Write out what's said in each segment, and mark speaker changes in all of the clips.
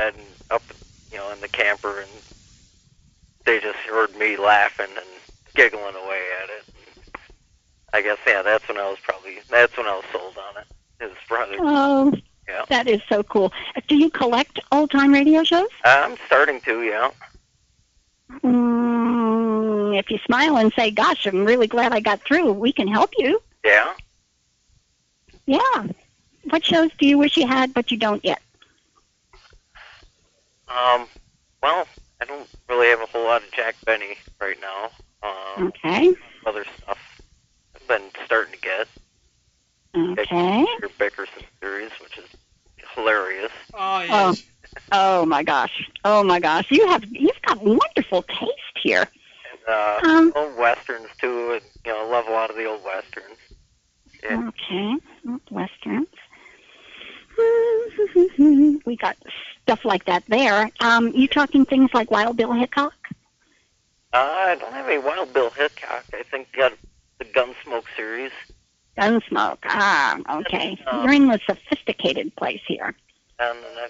Speaker 1: and up, you know, in the camper, and they just heard me laughing and giggling away at it. And I guess yeah, that's when I was probably that's when I was sold on it. His brother.
Speaker 2: Oh,
Speaker 1: Yeah.
Speaker 2: that is so cool. Do you collect old time radio shows?
Speaker 1: I'm starting to, yeah.
Speaker 2: Mm, if you smile and say, "Gosh, I'm really glad I got through," we can help you.
Speaker 1: Yeah.
Speaker 2: Yeah. What shows do you wish you had but you don't yet?
Speaker 1: Um. Well, I don't really have a whole lot of Jack Benny right now.
Speaker 2: Hmm.
Speaker 1: Um,
Speaker 2: Okay.
Speaker 1: other stuff I've been starting to get.
Speaker 2: Okay.
Speaker 1: Your Bickerson series, which is hilarious.
Speaker 3: Oh, yes.
Speaker 2: Oh. Oh my gosh. Oh my gosh. You have you've got wonderful taste here.
Speaker 1: And, uh,
Speaker 2: Um.
Speaker 1: old westerns too, and you know, I love a lot of the old westerns.
Speaker 2: Mm-hmm.
Speaker 1: Yeah.
Speaker 2: Okay. Westerns. we got stuff like that there. Um, you talking things like Wild Bill Hickok?
Speaker 1: Uh, I don't have any Wild Bill Hickok. I think you got the Gunsmoke series.
Speaker 2: Gunsmoke. Ah, okay. You're in the sophisticated place here.
Speaker 1: And then I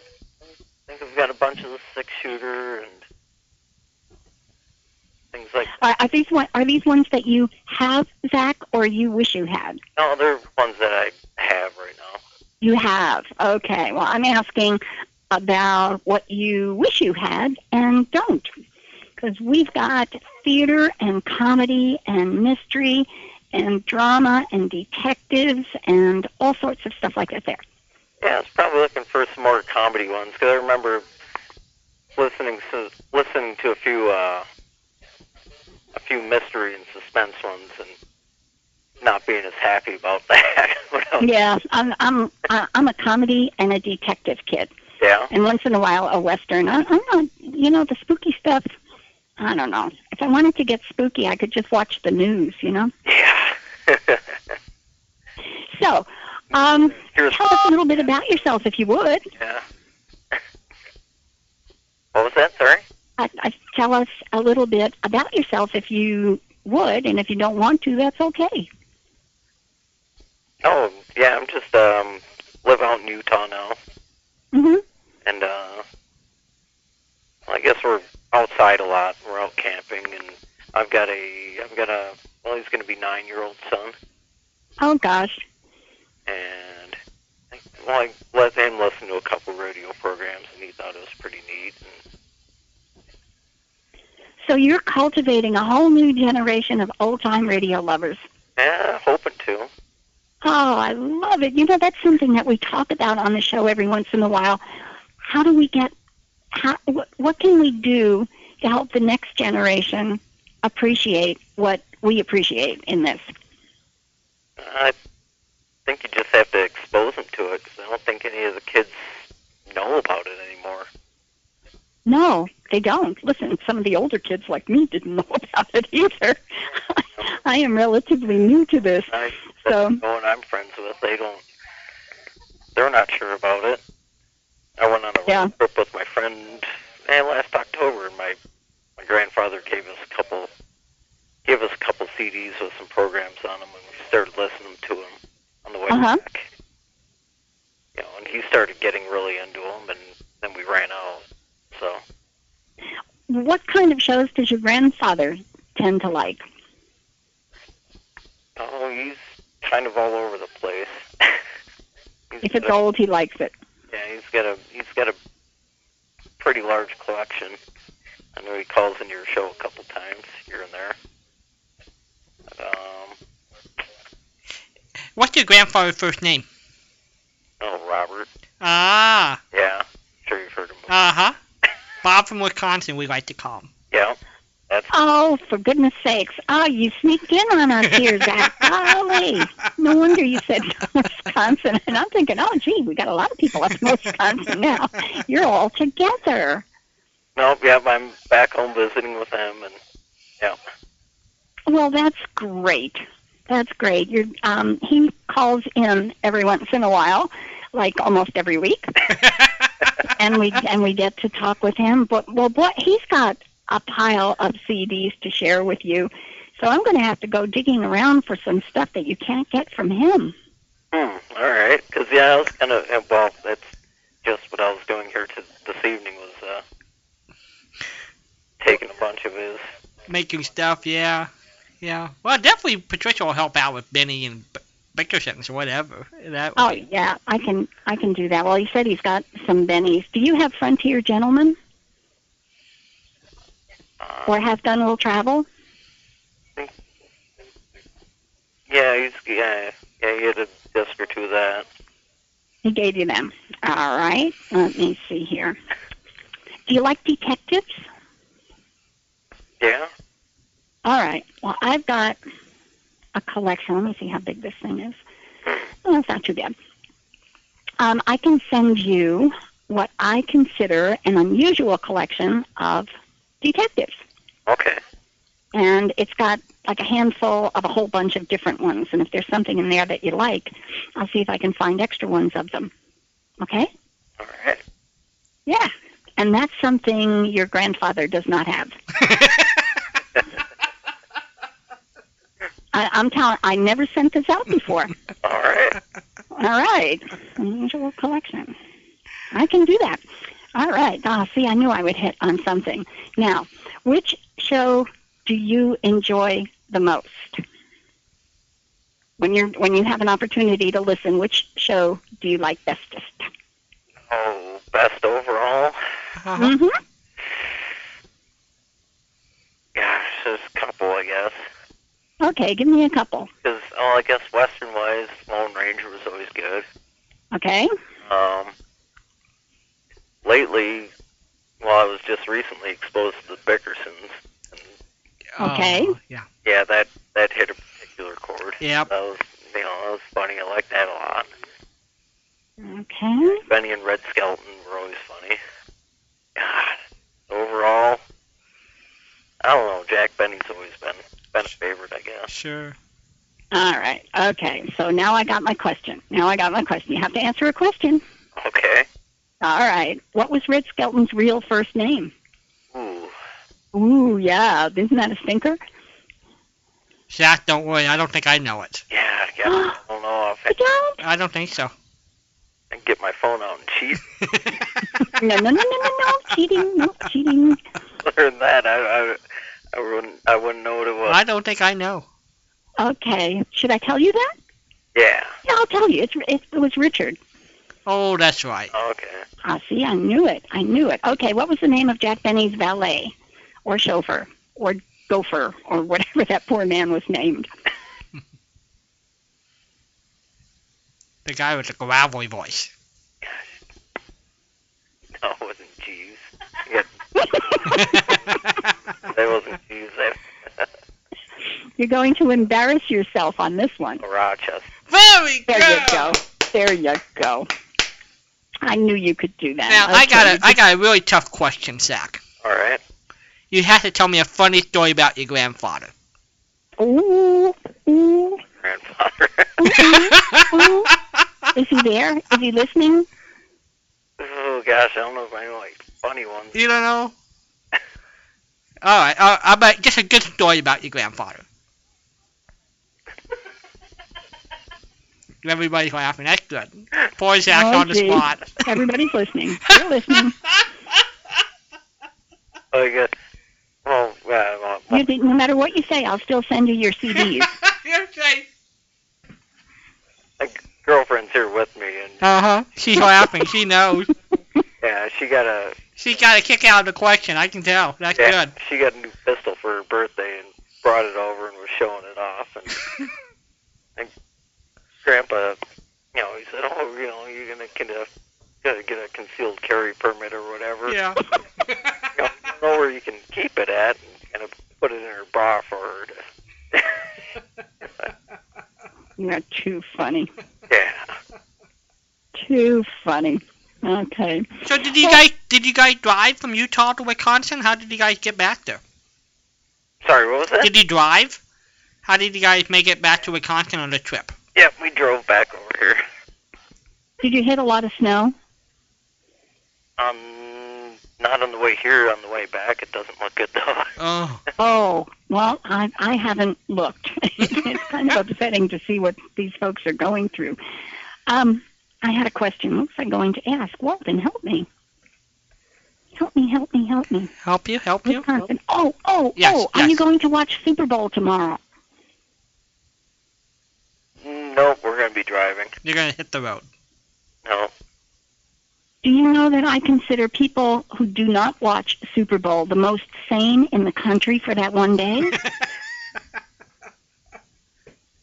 Speaker 1: think I've got a bunch of the six shooter and things like
Speaker 2: Are, are these one, are these ones that you have, Zach, or you wish you had?
Speaker 1: No, they're ones that I have right now.
Speaker 2: You have. Okay. Well, I'm asking about what you wish you had and don't. Because we've got theater and comedy and mystery and drama and detectives and all sorts of stuff like that there.
Speaker 1: Yeah, I was probably looking for some more comedy ones because I remember listening to listening to a few uh, a few mystery and suspense ones and not being as happy about that. When I was-
Speaker 2: Yeah, I'm I'm I- I'm a comedy and a detective kid,
Speaker 1: yeah,
Speaker 2: and once in a while a western. I, I'm not, you know, the spooky stuff. I don't know. If I wanted to get spooky, I could just watch the news, you know.
Speaker 1: yeah.
Speaker 2: So, um,
Speaker 1: Here's-
Speaker 2: tell us a little bit about yourself, if you would.
Speaker 1: yeah. What was that? Sorry.
Speaker 2: I, I tell us a little bit about yourself if you would, and if you don't want to, that's okay.
Speaker 1: Oh, yeah. I'm just um live out in Utah now,
Speaker 2: hmm
Speaker 1: and uh, I guess we're outside a lot. We're out camping, and I've got a I've got a well, he's going to be nine year old son.
Speaker 2: Oh gosh,
Speaker 1: and I, well, I let him listen to a couple radio programs, and he thought it was pretty neat. And,
Speaker 2: so you're cultivating a whole new generation of old-time radio lovers.
Speaker 1: yeah, hoping to.
Speaker 2: Oh, I love it. You know, that's something that we talk about on the show every once in a while. How do we get? How what, what can we do to help the next generation appreciate what we appreciate in this?
Speaker 1: I think you just have to expose him to it because I don't think any of the kids know about it anymore.
Speaker 2: No, they don't. Listen, some of the older kids like me didn't know about it either. I am relatively new to this.
Speaker 1: I, that's
Speaker 2: So,
Speaker 1: the one I'm friends with. They don't. They're not sure about it. I went on a
Speaker 2: Yeah.
Speaker 1: road trip with my friend eh, last October, and my my grandfather gave us a couple gave us a couple CDs with some programs on them, and we started listening to them on the way
Speaker 2: Uh-huh.
Speaker 1: back. You know, and he started getting really into them, and then we ran out. So
Speaker 2: what kind of shows does your grandfather tend to like?
Speaker 1: oh, he's kind of all over the place. He's
Speaker 2: If it's
Speaker 1: got a-
Speaker 2: old, he likes it.
Speaker 1: Yeah, he's got a he's got a pretty large collection. I know he calls into your show a couple times here and there. But, um,
Speaker 3: What's your grandfather's first name?
Speaker 1: oh, Robert.
Speaker 3: Ah,
Speaker 1: Yeah, sure you've heard of him.
Speaker 3: uh huh. Bob from Wisconsin, we like to call him.
Speaker 1: Yeah, that's
Speaker 2: Oh, for goodness sakes. Oh, you sneaked in on us here, Zach. Golly. No wonder you said Wisconsin. And I'm thinking, oh, gee, we got a lot of people up in Wisconsin now. You're all together.
Speaker 1: no. Yeah, I'm back home visiting with him, and yeah,
Speaker 2: Well, that's great. That's great. You're, um, he calls in every once in a while, like almost every week, and we and we get to talk with him. But well, boy, he's got a pile of CDs to share with you. So I'm going to have to go digging around for some stuff that you can't get from him.
Speaker 1: uh, hmm, all right. Because yeah, I was kind of well. That's just what I was doing here to this evening was uh, taking a bunch of his.
Speaker 3: Making stuff, yeah. Yeah. Well, definitely Patricia will help out with Benny and B- Victor sentence or whatever. That
Speaker 2: Oh yeah, I can I can do that. Well, he said he's got some bennies. Do you have Frontier Gentlemen
Speaker 1: Uh,
Speaker 2: or have done a little travel?
Speaker 1: Yeah, he's yeah, yeah. He had a disc or two of that.
Speaker 2: He gave you them. All right. Let me see here. Do you like detectives?
Speaker 1: Yeah.
Speaker 2: All right. Well, I've got a collection. Let me see how big this thing is.
Speaker 1: Hmm.
Speaker 2: Oh, it's not too bad. Um, I can send you what I consider an unusual collection of detectives.
Speaker 1: Okay.
Speaker 2: and it's got like a handful of a whole bunch of different ones. And if there's something in there that you like, I'll see if I can find extra ones of them. Okay?
Speaker 1: All right.
Speaker 2: Yeah. And that's something your grandfather does not have. I, I'm telling, I never sent this out before.
Speaker 3: Uh-huh.
Speaker 1: All right.
Speaker 2: All right. Unusual collection. I can do that. All right. Ah, see, I knew I would hit on something. Now, which show do you enjoy the most? When you're when you have an opportunity to listen, which show do you like bestest?
Speaker 1: Oh, best overall.
Speaker 3: Uh-huh.
Speaker 2: hmm
Speaker 1: Gosh, there's a couple, I guess.
Speaker 2: Okay, give me a couple.
Speaker 1: Because oh, I guess Western wise, Lone Ranger was always good.
Speaker 2: Okay.
Speaker 1: Um, lately, well, I was just recently exposed to the Bickersons.
Speaker 2: Okay.
Speaker 3: Oh, yeah.
Speaker 1: Yeah, that that hit a particular chord.
Speaker 3: Yep.
Speaker 1: That was, you know, that was funny. I liked that a lot.
Speaker 2: Okay.
Speaker 1: Benny and Red Skeleton were always funny. God, overall, I don't know. Jack Benny's always been been a favorite, I guess.
Speaker 3: Sure.
Speaker 2: All right. Okay. So now I got my question. Now I got my question. You have to answer a question.
Speaker 1: Okay.
Speaker 2: All right. What was Red Skelton's real first name?
Speaker 1: Ooh.
Speaker 2: Ooh, yeah. Isn't that a stinker?
Speaker 3: Zach, don't worry. I don't think I know it.
Speaker 1: Yeah, I guess I don't know if I
Speaker 2: I don't.
Speaker 3: I don't think so.
Speaker 1: can get my phone out and cheat.
Speaker 2: No, no, no, no, no, no. Cheating. No, cheating.
Speaker 1: Other than that, I, I, I wouldn't I wouldn't know what it was.
Speaker 3: I don't think I know.
Speaker 2: Okay. Should I tell you that?
Speaker 1: Yeah.
Speaker 2: Yeah, I'll tell you. It's, it, it was Richard.
Speaker 3: Oh, that's right.
Speaker 1: Okay.
Speaker 2: Ah, see, I knew it. I knew it. Okay, what was the name of Jack Benny's valet or chauffeur or gopher or whatever that poor man was named?
Speaker 3: The guy with the gravelly voice.
Speaker 1: No, it wasn't Jeeves. Yeah, that wasn't Jeeves. That
Speaker 2: You're going to embarrass yourself on this one.
Speaker 1: was Rochester.
Speaker 3: Very good.
Speaker 2: There you go. There you go. I knew you could do that.
Speaker 3: Now I got
Speaker 2: Okay,
Speaker 3: a I got a really tough question, Zach.
Speaker 1: All right.
Speaker 3: You have to tell me a funny story about your grandfather.
Speaker 2: Ooh, ooh.
Speaker 1: Grandfather.
Speaker 2: Ooh. Is he there? Is he listening?
Speaker 1: oh gosh, I don't know if I know like funny ones.
Speaker 3: You don't know? All right, all right, how about just a good story about your grandfather. Everybody's laughing. That's good. Poor Zach
Speaker 2: Oh,
Speaker 3: on the
Speaker 2: gee.
Speaker 3: spot.
Speaker 2: Everybody's listening. You're listening.
Speaker 1: Oh, you got. Well, uh, well,
Speaker 2: You, didn't- no matter what you say, I'll still send you your CDs.
Speaker 3: You're safe.
Speaker 1: my girlfriend's here with me, and
Speaker 3: Uh
Speaker 2: Uh-huh.
Speaker 3: huh. She's laughing. She knows.
Speaker 1: yeah, she got a
Speaker 3: She got a kick out of the question. I can tell. That's
Speaker 1: yeah,
Speaker 3: good.
Speaker 1: she got a new pistol for her birthday and brought it over and was showing it off, and and Grandpa, you know, he said, oh, you know, you're gonna get a gotta get a concealed carry permit or whatever.
Speaker 3: Yeah.
Speaker 1: You know, you know where you can keep it at, and kind of put it in her bra for her. To,
Speaker 2: You're too funny.
Speaker 1: yeah.
Speaker 2: Too funny. Okay.
Speaker 3: so did you guys did you guys drive from Utah to Wisconsin? How did you guys get back there?
Speaker 1: Sorry, what was that?
Speaker 3: Did you drive? How did you guys make it back to Wisconsin on the trip?
Speaker 1: Yep, we drove back over here.
Speaker 2: Did you hit a lot of snow?
Speaker 1: Um, not on the way here, on the way back. It doesn't look good though.
Speaker 3: Oh.
Speaker 2: Oh, well, I, I haven't looked. it's kind of upsetting to see what these folks are going through. Um, I had a question. What was I going to ask? Walden, help me. Help me, help me, help me.
Speaker 3: Help you, help you.
Speaker 2: Wisconsin. Oh, oh,
Speaker 3: Yes,
Speaker 2: oh. Are
Speaker 3: yes.
Speaker 2: you going to watch Super Bowl tomorrow?
Speaker 1: Nope, we're gonna be driving.
Speaker 3: You're gonna hit the road.
Speaker 1: No.
Speaker 2: Do you know that I consider people who do not watch Super Bowl the most sane in the country for that one day?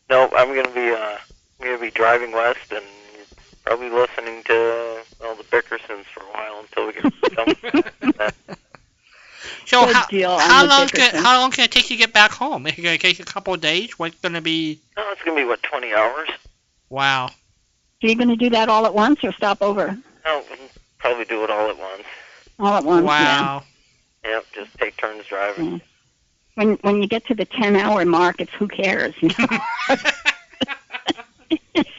Speaker 1: Nope, I'm gonna be uh I'm gonna be driving west and probably listening to all the Bickersons for a while until we get some
Speaker 3: So
Speaker 2: Good
Speaker 3: how,
Speaker 2: deal. I'm
Speaker 3: how
Speaker 2: with
Speaker 3: long can,
Speaker 2: Dickerson.
Speaker 3: how long can it take you to get back home? Is it gonna take you a couple of days? What's gonna be?
Speaker 1: No, it's gonna be what, twenty hours?
Speaker 3: Wow.
Speaker 2: Are you going to do that all at once or stop over?
Speaker 1: No, we can probably do it all at once.
Speaker 2: All at once. Yeah.
Speaker 3: wow.
Speaker 1: Yep, just take turns driving.
Speaker 2: When when you get to the ten hour mark, it's who cares. You know?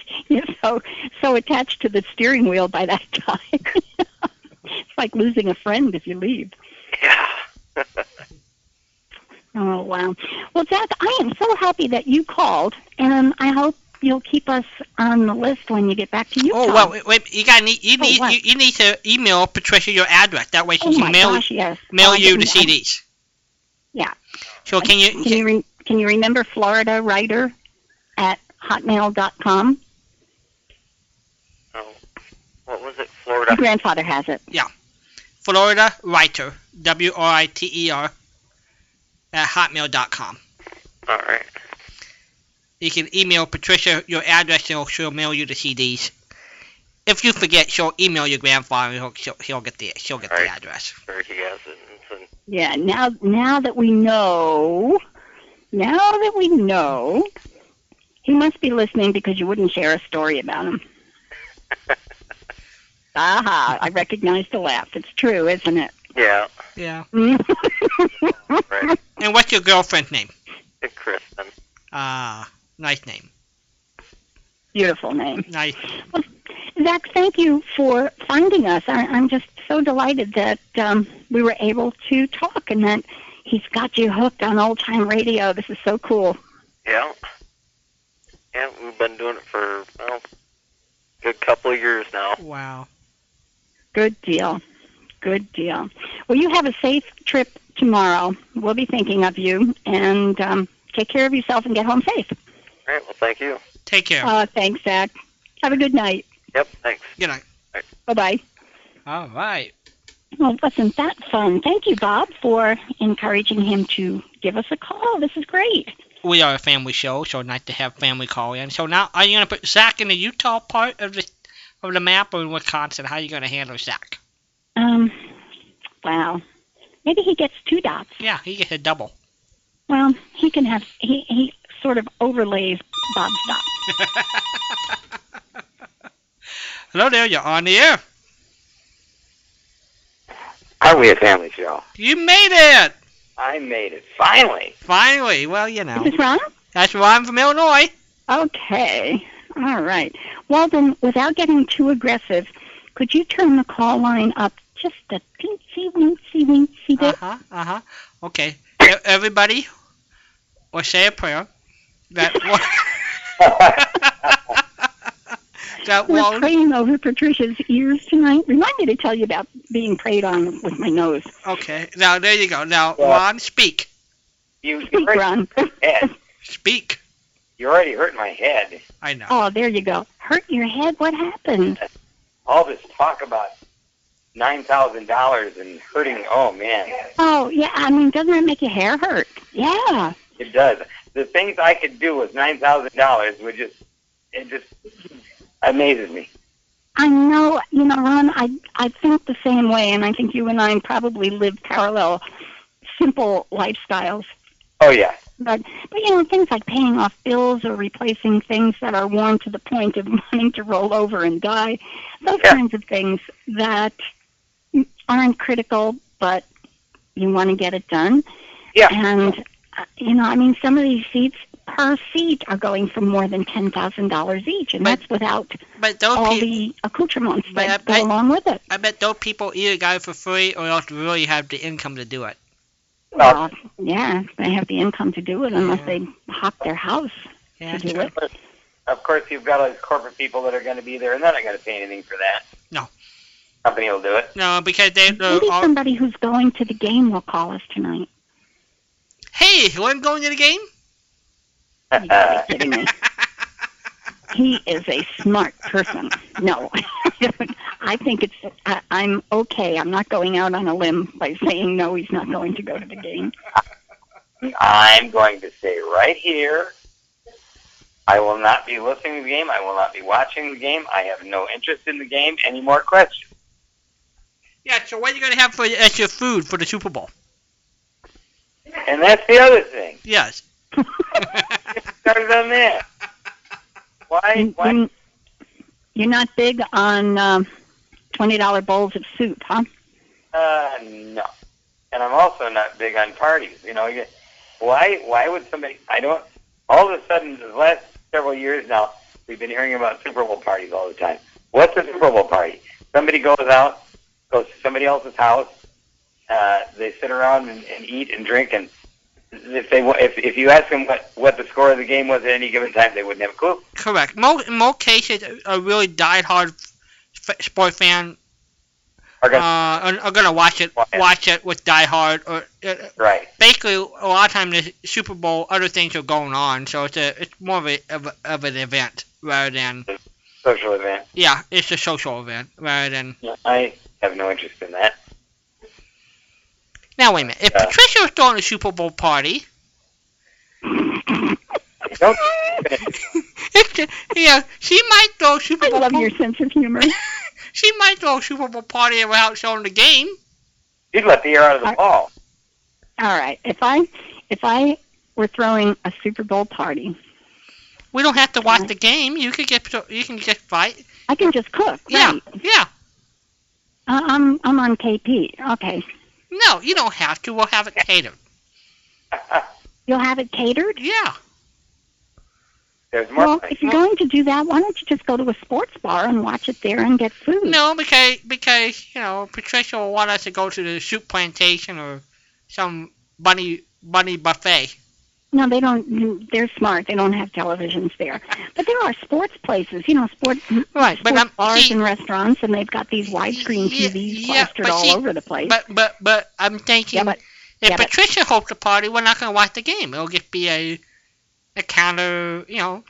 Speaker 2: You're so so attached to the steering wheel by that time. it's like losing a friend if you leave.
Speaker 1: Yeah.
Speaker 2: Oh wow. Well, Jack, I am so happy that you called, and I hope you'll keep us on the list when you get back to Utah.
Speaker 3: Oh well, wait, wait, you got need you
Speaker 2: Oh,
Speaker 3: need
Speaker 2: what?
Speaker 3: you, you need to email Patricia your address. That way she
Speaker 2: Oh,
Speaker 3: can
Speaker 2: my
Speaker 3: mail
Speaker 2: gosh, yes.
Speaker 3: mail
Speaker 2: Oh, I
Speaker 3: you the
Speaker 2: didn't- I-
Speaker 3: CDs.
Speaker 2: Yeah.
Speaker 3: So can
Speaker 2: Can
Speaker 3: you?
Speaker 2: you re- can you remember Florida Writer at hotmail dot com?
Speaker 1: Oh. What was it? Florida
Speaker 2: My grandfather has it.
Speaker 3: Florida writer W R I T E R at hotmail.com.
Speaker 1: all right.
Speaker 3: You can email Patricia your address and she'll mail you the CDs. If you forget, she'll email your grandfather and he'll, she'll, he'll get the she'll get the
Speaker 1: Right.
Speaker 3: address.
Speaker 1: Sure he has it and it's
Speaker 2: Yeah. Now now that we know, now that we know, he must be listening because you wouldn't share a story about him. Aha! I recognize the laugh. It's true, isn't
Speaker 1: in-
Speaker 2: it?
Speaker 1: Yeah,
Speaker 3: Yeah.
Speaker 1: right.
Speaker 3: And what's your girlfriend's name?
Speaker 1: Good Kristen.
Speaker 3: Ah, nice name.
Speaker 2: Beautiful name.
Speaker 3: Nice.
Speaker 2: Zach, thank you for finding us. I, I'm just so delighted that um, we were able to talk and that he's got you hooked on old time radio. This is so cool.
Speaker 1: Yeah. Yeah, we've been doing it for well good couple of years now.
Speaker 3: Wow.
Speaker 2: Good deal. Good deal. Well, you have a safe trip tomorrow. We'll be thinking of you and um, take care of yourself and get home safe.
Speaker 1: All right, well thank you.
Speaker 3: Take care.
Speaker 2: Uh, thanks, Zach. Have a good night.
Speaker 1: Yep, thanks.
Speaker 3: Good night.
Speaker 2: Bye bye.
Speaker 3: All right.
Speaker 2: Well, wasn't that fun? Thank you, Bob, for encouraging him to give us a call. This is great.
Speaker 3: We are a family show, so nice to have family call in. So now, are you gonna put Zach in the Utah part of the of the map or in Wisconsin? How are you gonna handle Zach?
Speaker 2: Um, wow. Maybe he gets two dots.
Speaker 3: Yeah, he gets a double.
Speaker 2: Well, he can have he he sort of overlays Bob's dots.
Speaker 3: Hello there, you're on the air.
Speaker 4: Are we a family show?
Speaker 3: You made it!
Speaker 4: I made it finally.
Speaker 3: Finally. Well, you know.
Speaker 2: Is this wrong?
Speaker 3: That's why I'm from Illinois.
Speaker 2: Okay. All right. Well, then, without getting too aggressive, could you turn the call line up just a teensy weensy weensy
Speaker 3: Uh
Speaker 2: bit?
Speaker 3: huh. Uh huh. Okay. E- Everybody, or say a prayer. That one. that
Speaker 2: We're
Speaker 3: one.
Speaker 2: praying over Patricia's ears tonight. Remind me to tell you about being prayed on with my nose.
Speaker 3: Okay. Now there you go. Now
Speaker 4: Yeah.
Speaker 3: Ron, speak.
Speaker 4: You, you
Speaker 2: Speak,
Speaker 4: hurt
Speaker 2: Ron.
Speaker 4: my head.
Speaker 3: Speak.
Speaker 4: You already hurt my head.
Speaker 3: I know.
Speaker 2: Oh, there you go. Hurt your head? What happened?
Speaker 4: All this talk about nine thousand dollars and hurting. Oh man,
Speaker 2: Oh, yeah. I mean, doesn't that make your hair hurt? Yeah.
Speaker 4: it does. The things I could do with nine thousand dollars would just it just amazes me.
Speaker 2: I know, you know, Ron, I I think the same way, and I think you and I probably live parallel, simple lifestyles.
Speaker 4: Oh yeah,
Speaker 2: But but you know, things like paying off bills or replacing things that are worn to the point of wanting to roll over and die, those
Speaker 4: Yeah.
Speaker 2: kinds of things that aren't critical, but you want to get it done.
Speaker 4: Yeah.
Speaker 2: And uh, you know, I mean, some of these seats per seat are going for more than ten thousand dollars each, and
Speaker 3: But-
Speaker 2: that's without
Speaker 3: But those
Speaker 2: all
Speaker 3: people,
Speaker 2: the accoutrements
Speaker 3: But
Speaker 2: that
Speaker 3: I-
Speaker 2: go along with it.
Speaker 3: I bet those people either got it for free or else really have the income to do it. Oh.
Speaker 4: Well-
Speaker 2: Well, yeah, they have the income to do it unless they hop their house
Speaker 3: Yeah.
Speaker 2: to do
Speaker 3: true.
Speaker 2: it.
Speaker 4: of course you've got all these corporate people that are going to be there, and they're not going to pay anything for that. company will do it.
Speaker 3: No, because they. they're
Speaker 2: Maybe
Speaker 3: all-
Speaker 2: somebody who's going to the game will call us tonight.
Speaker 3: hey, you want going to the game? Uh,
Speaker 2: You gotta be kidding me. He is a smart person. No, I think it's. I, I'm okay. I'm not going out on a limb by saying no. He's not going to go to the game.
Speaker 4: I'm going to stay right here. I will not be listening to the game. I will not be watching the game. I have no interest in the game. Any more questions?
Speaker 3: yeah. So what are you gonna have for as your food for the Super Bowl?
Speaker 4: And that's the other thing.
Speaker 3: Yes.
Speaker 4: Started on that. Why?
Speaker 2: You-
Speaker 4: Why?
Speaker 2: you- You're not big on um, twenty dollar bowls of soup, huh?
Speaker 4: Uh, no. And I'm also not big on parties. You know, you- why? Why would somebody? I don't. All of a sudden, the last several years now, we've been hearing about Super Bowl parties all the time. What's a Super Bowl party? Somebody goes out, goes to somebody else's house. Uh, they sit around and, and eat and drink, and if they wa- if if you ask them what what the score of the game was at any given time, they wouldn't have a clue.
Speaker 3: Correct. Most in most cases, a really diehard f- sport fan
Speaker 4: Are
Speaker 3: uh,
Speaker 4: gonna,
Speaker 3: are, are gonna watch it, watch it with diehard. Or uh,
Speaker 4: right.
Speaker 3: basically, a lot of time the Super Bowl, other things are going on, so it's a, it's more of a, of, a- of an event rather than
Speaker 4: Social event.
Speaker 3: yeah, it's a social event rather than.
Speaker 4: I have no interest in that.
Speaker 3: Now wait a minute. If
Speaker 4: Yeah.
Speaker 3: Patricia was throwing a Super Bowl party,
Speaker 4: Don't
Speaker 3: yeah, she might throw a Super
Speaker 2: I
Speaker 3: Bowl.
Speaker 2: love
Speaker 3: par-
Speaker 2: your sense of humor.
Speaker 3: she might throw a Super Bowl party without showing the game.
Speaker 4: You'd let the air out of the
Speaker 2: I-
Speaker 4: ball.
Speaker 2: All right. If I if I were throwing a Super Bowl party,
Speaker 3: We don't have to watch
Speaker 2: Mhm.
Speaker 3: the game. You could get you can just fight.
Speaker 2: I can just cook.
Speaker 3: Yeah,
Speaker 2: Right.
Speaker 3: yeah.
Speaker 2: I- I'm I'm on KP. Okay.
Speaker 3: No, you don't have to. We'll have it catered.
Speaker 2: You'll have it catered.
Speaker 3: Yeah.
Speaker 4: There's more.
Speaker 2: Well, if you're going to do that, why don't you just go to a sports bar and watch it there and get food?
Speaker 3: No, because because you know Patricia will want us to go to the soup plantation or some bunny bunny buffet.
Speaker 2: No, they don't. They're smart. They don't have televisions there. But there are sports places, you know, sports,
Speaker 3: Right, but
Speaker 2: sports
Speaker 3: I'm-
Speaker 2: bars
Speaker 3: see-
Speaker 2: and restaurants, and they've got these widescreen
Speaker 3: Yeah,
Speaker 2: TVs
Speaker 3: yeah,
Speaker 2: plastered
Speaker 3: but
Speaker 2: all
Speaker 3: see-
Speaker 2: over the place.
Speaker 3: But but but I'm thinking
Speaker 2: yeah, but
Speaker 3: if
Speaker 2: yeah, but-
Speaker 3: Patricia holds a party, we're not gonna watch the game. It'll just be a a counter you know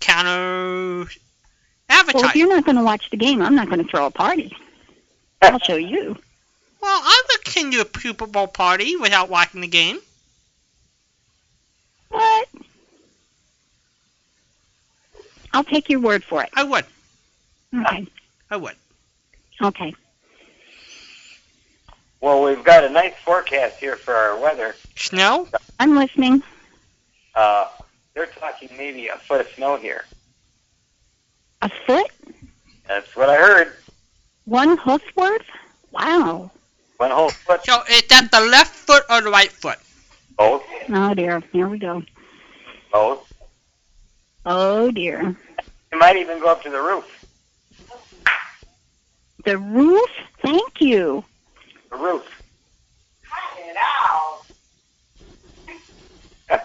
Speaker 3: counter
Speaker 2: well, if
Speaker 3: advertising.
Speaker 2: you're not going to watch the game, I'm not going to throw a party. I'll show you.
Speaker 3: Well, I would send you a Super Bowl party without watching the game.
Speaker 2: What? I'll take your word for it.
Speaker 3: I would.
Speaker 2: Okay.
Speaker 3: I would.
Speaker 2: Okay.
Speaker 4: Well, we've got a nice forecast here for our weather.
Speaker 3: Snow?
Speaker 2: I'm listening.
Speaker 4: Uh, they're talking maybe a foot of snow here.
Speaker 2: A foot?
Speaker 4: That's what I heard.
Speaker 2: One hoof's worth? Wow.
Speaker 4: One whole foot.
Speaker 3: So is that the left foot or the right foot?
Speaker 4: Both.
Speaker 2: Oh, dear. Here we go.
Speaker 4: Both.
Speaker 2: Oh, dear.
Speaker 4: It might even go up to the roof.
Speaker 2: The roof? Thank you.
Speaker 4: The roof.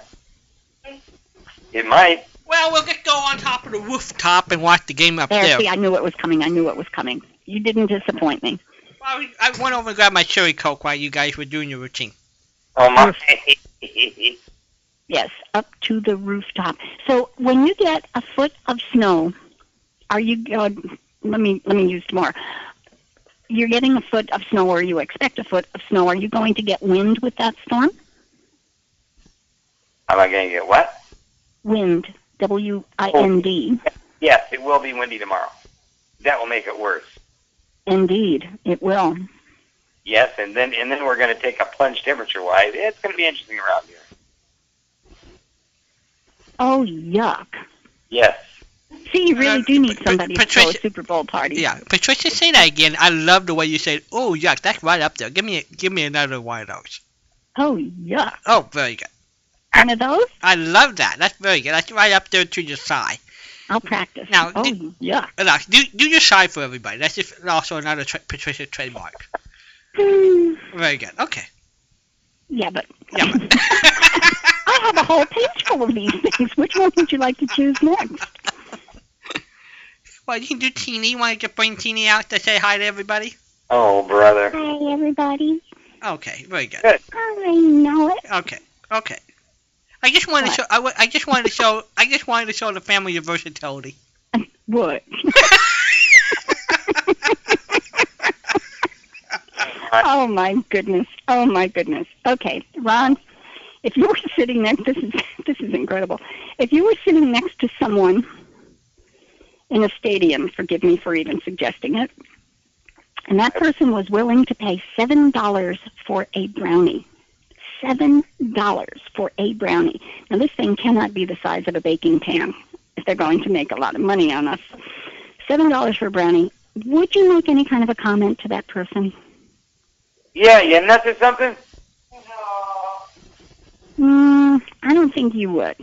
Speaker 4: It might.
Speaker 3: Well, we'll just go on top of the rooftop and watch the game up
Speaker 2: There,
Speaker 3: there.
Speaker 2: see, I knew it was coming. I knew it was coming. You didn't disappoint me.
Speaker 3: Well, I went over and grabbed my cherry coke while you guys were doing your routine.
Speaker 4: Oh my.
Speaker 2: Hmm. Yes, up to the rooftop. So when you get a foot of snow, are you? Uh, let me let me use more. You're getting a foot of snow, or you expect a foot of snow. Are you going to get wind with that storm?
Speaker 4: Am I going to get what?
Speaker 2: Wind, W I N D.
Speaker 4: Yes, it will be windy tomorrow. That will make it worse.
Speaker 2: Indeed, it will.
Speaker 4: Yes, and then and then we're going to take a plunge temperature wise. It's going to be interesting around here.
Speaker 2: Oh yuck!
Speaker 4: Yes.
Speaker 2: See, you really
Speaker 3: Uh,
Speaker 2: do need
Speaker 3: Pat-
Speaker 2: somebody to throw a
Speaker 3: Patricia-
Speaker 2: Super Bowl party.
Speaker 3: Yeah, Patricia, say that again. I love the way you said, "Oh, yuck, that's right up there." Give me, give me another one of those.
Speaker 2: Oh yuck!
Speaker 3: Oh, very good.
Speaker 2: One of those.
Speaker 3: I love that. That's very good. That's right up there to your sigh.
Speaker 2: I'll practice.
Speaker 3: Now,
Speaker 2: oh,
Speaker 3: did-
Speaker 2: yeah.
Speaker 3: And, uh, do, do your sigh for everybody. That's just also another tra- Patricia trademark. Very good. Okay.
Speaker 2: Yeah, but
Speaker 3: Yeah. but-
Speaker 2: I have a whole page full of these things. Which one would you like to choose next?
Speaker 3: Well, you can do Teeny. Why don't you bring Teeny out to say hi to everybody?
Speaker 4: Oh, brother.
Speaker 2: Hi, everybody.
Speaker 3: Okay, very good.
Speaker 2: Oh, I know it.
Speaker 3: Okay, okay. I just wanted to
Speaker 2: What?
Speaker 3: show. I, wa- I just wanted to show. I just wanted to show the family your versatility.
Speaker 2: What? oh my goodness. Oh my goodness. Okay, Ron, if you were sitting next this is this is incredible. If you were sitting next to someone in a stadium, forgive me for even suggesting it, and that person was willing to pay seven dollars for a brownie. Seven dollars for a brownie. Now this thing cannot be the size of a baking pan if they're going to make a lot of money on us. Seven dollars for a brownie. Would you make any kind of a comment to that person?
Speaker 4: Yeah, you nuts or something?
Speaker 2: Mm, I don't think you would.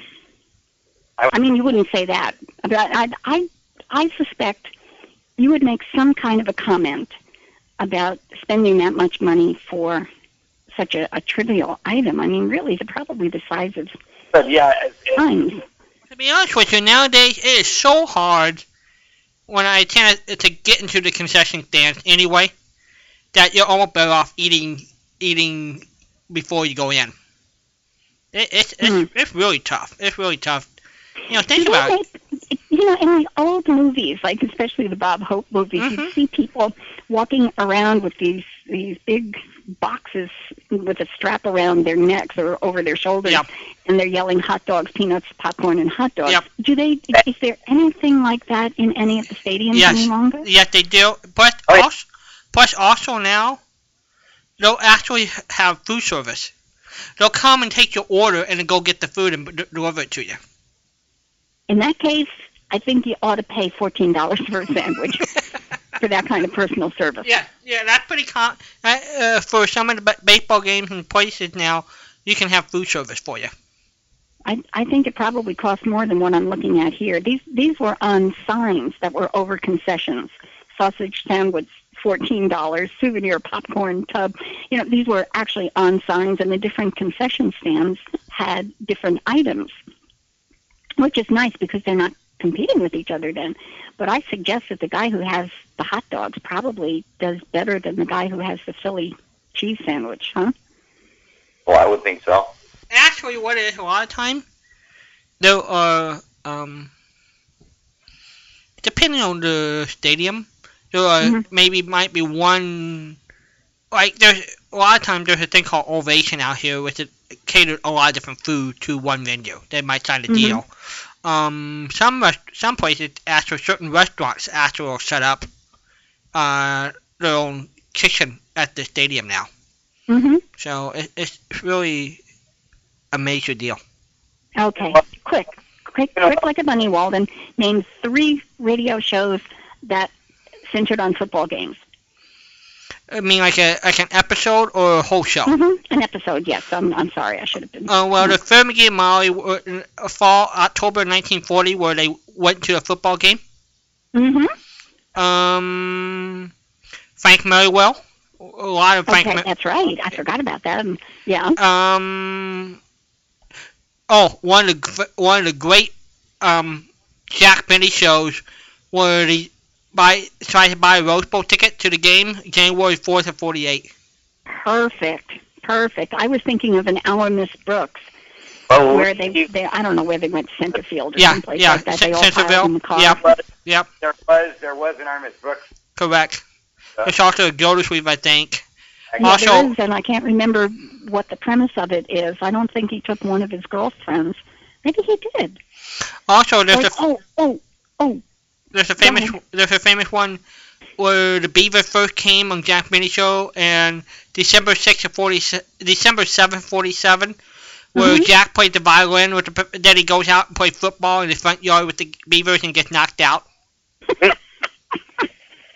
Speaker 4: I-
Speaker 2: I mean, you wouldn't say that, but I, I, I suspect you would make some kind of a comment about spending that much money for such a, a trivial item. I mean, really, they're probably the size of
Speaker 4: But yeah, it, it,
Speaker 2: dimes.
Speaker 3: To be honest with you, nowadays it is so hard when I tend to get into the concession stand anyway that you're almost better off eating eating before you go in. It, it's it's,
Speaker 2: Mhm.
Speaker 3: it's really tough. It's really tough. You know, think
Speaker 2: you
Speaker 3: about it.
Speaker 2: know, they- you know, in like old movies, like especially the Bob Hope movies,
Speaker 3: Mhm.
Speaker 2: you'd see people walking around with these these big boxes with a strap around their necks or over their shoulders,
Speaker 3: Yep.
Speaker 2: and they're yelling hot dogs, peanuts, popcorn, and hot dogs.
Speaker 3: Yep.
Speaker 2: Do they? Is there anything like that in any of the stadiums
Speaker 3: Yes.
Speaker 2: any longer?
Speaker 3: Yes, they do. But
Speaker 4: Oh, yeah.
Speaker 3: also, plus also now, they'll actually have food service. They'll come and take your order and then go get the food and d- deliver it to you.
Speaker 2: In that case, I think you ought to pay fourteen dollars for a sandwich for that kind of personal service.
Speaker 3: Yeah, yeah, that's pretty common. Uh, uh, for some of the ba- baseball games and places now, you can have food service for you.
Speaker 2: I, I think it probably cost more than what I'm looking at here. These these were on signs that were over concessions. Sausage sandwich, fourteen dollars. Souvenir popcorn tub. You know, these were actually on signs, and the different concession stands had different items, which is nice because they're not competing with each other then. But I suggest that the guy who has the hot dogs probably does better than the guy who has the Philly cheese sandwich, huh?
Speaker 4: well, I would think so.
Speaker 3: Actually, what it is a lot of time, there are, um, depending on the stadium, there are
Speaker 2: Mhm.
Speaker 3: maybe might be one, like, there's a lot of times there's a thing called Ovation out here, which is catered a lot of different food to one venue. They might sign a
Speaker 2: Mhm.
Speaker 3: deal. Um, some rest- some places, actually, certain restaurants actually will set up uh, their own kitchen at the stadium now.
Speaker 2: Mm-hmm.
Speaker 3: So it, it's really a major deal.
Speaker 2: Okay,
Speaker 4: Well-
Speaker 2: quick, quick,
Speaker 4: You know-
Speaker 2: quick, like a bunny, Walden. Name three radio shows that centered on football games.
Speaker 3: I mean, like a like an episode or a whole show.
Speaker 2: hmm An episode, yes. I'm, I'm sorry, I should have been.
Speaker 3: Oh. Uh, well, the Fermigate Molly were in uh, fall October 1940, where they went to a football game.
Speaker 2: hmm
Speaker 3: Um, Frank Merriwell, a lot of Frank. Uh,
Speaker 2: Okay,
Speaker 3: Mer-
Speaker 2: that's right. I forgot about that. Um, Yeah.
Speaker 3: um, oh, one of the gr- one of the great um Jack Benny shows where they buy try to buy a Rose Bowl ticket to the game January 4th of 48.
Speaker 2: Perfect. Perfect. I was thinking of an hour Miss Brooks,
Speaker 4: Well,
Speaker 2: where they,
Speaker 4: you-
Speaker 2: they, I don't know where they went center field or
Speaker 3: Oh, Yeah,
Speaker 2: someplace
Speaker 3: yeah,
Speaker 2: like that. They all
Speaker 3: Centerville,
Speaker 2: piled in the car.
Speaker 3: yeah.
Speaker 4: but
Speaker 3: Yep,
Speaker 4: there was there was an Armist Brooks.
Speaker 3: correct.
Speaker 4: Uh,
Speaker 3: It's also a Gildersleeve, I think.
Speaker 4: I
Speaker 2: Yeah,
Speaker 4: guess.
Speaker 3: Also-
Speaker 2: there is, and I can't remember what the premise of it is. I don't think he took one of his girlfriends. Maybe he did.
Speaker 3: Also, there's
Speaker 2: Like,
Speaker 3: a
Speaker 2: oh, oh, oh,
Speaker 3: there's a famous
Speaker 2: ahead.
Speaker 3: there's a famous one where the Beaver first came on Jack Benny show and December 6th of 40 December 7th 47 where
Speaker 2: Mhm.
Speaker 3: Jack played the violin with the then he goes out and plays football in the front yard with the Beavers and gets knocked out.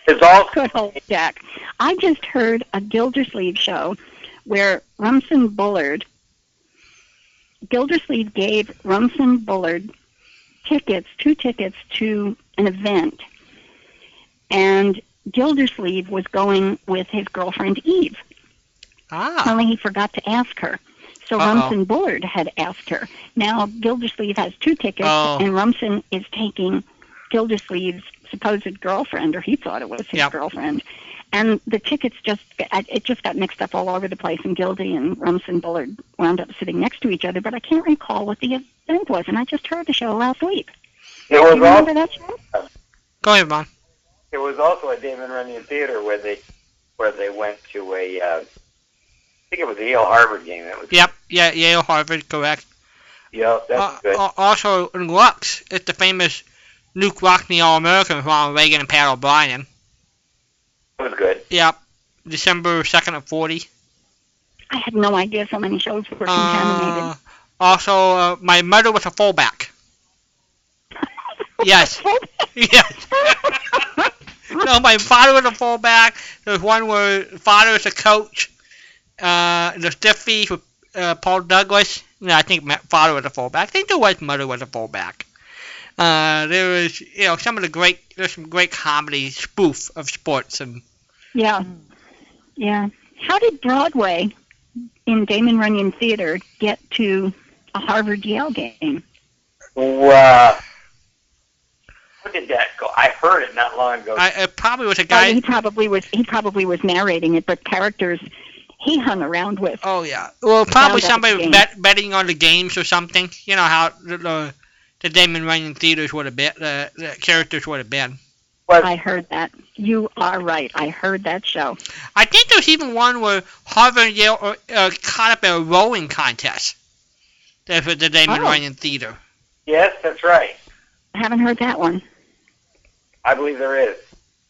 Speaker 4: It's all
Speaker 2: Good old Jack. I just heard a Gildersleeve show where Rumson Bullard, Gildersleeve gave Rumson Bullard tickets, two tickets to an event. And Gildersleeve was going with his girlfriend Eve,
Speaker 3: Ah.
Speaker 2: only he forgot to ask her. So
Speaker 3: Uh-oh.
Speaker 2: Rumson Bullard had asked her. Now Gildersleeve has two tickets,
Speaker 3: Oh.
Speaker 2: and Rumson is taking Gildersleeve's supposed girlfriend, or he thought it was his
Speaker 3: Yep.
Speaker 2: girlfriend. And the tickets just I- it just got mixed up all over the place, and Gildy and Rumson and Bullard wound up sitting next to each other. But I can't recall what the event was, and I just heard the show last week.
Speaker 4: There
Speaker 2: Do
Speaker 4: was
Speaker 2: you
Speaker 4: also
Speaker 2: remember that show?
Speaker 3: Go ahead, Ron.
Speaker 4: There was also a David Runyon Theater where they where they went to a uh, I think it was a Yale Harvard game. That was
Speaker 3: Yep, yeah, Yale, Harvard, correct.
Speaker 4: yeah, that's
Speaker 3: Uh,
Speaker 4: good.
Speaker 3: uh, also, in Lux, it's the famous Luke Rockney All-American with Ronald Reagan and Pat O'Brien.
Speaker 4: that was good.
Speaker 3: Yep, December 2nd of 40.
Speaker 2: I had no idea so many shows were
Speaker 3: Uh,
Speaker 2: contaminated.
Speaker 3: also, uh, my mother was a fullback. yes. yes. no, my father was a fullback. There's one where father is a coach. Uh, the Stiffies with uh, Paul Douglas. No, I think my father was a fullback. I think the was mother was a fullback. Uh, there was, you know, some of the great, there's some great comedy spoof of sports and
Speaker 2: Yeah. Yeah. How did Broadway in Damon Runyon Theater get to a Harvard Yale game?
Speaker 4: Wow. Where did that go? I heard it not long ago.
Speaker 3: I, it probably was a
Speaker 2: Oh,
Speaker 3: guy.
Speaker 2: he probably was he probably was narrating it, but characters he hung around with.
Speaker 3: Oh yeah. Well, probably
Speaker 2: Sounds like
Speaker 3: somebody
Speaker 2: a
Speaker 3: was
Speaker 2: game.
Speaker 3: bet, betting on the games or something. You know how the the, the Damon Runyon theaters would have been, the, the characters would have been.
Speaker 4: Was-
Speaker 2: I heard that. You are right. I heard that show.
Speaker 3: I think there's even one where Harvard and Yale are, uh, caught up in a rowing contest. That's at the Damon
Speaker 2: Oh.
Speaker 3: Runyon Theater.
Speaker 4: yes, that's right.
Speaker 2: I haven't heard that one.
Speaker 4: I believe there is.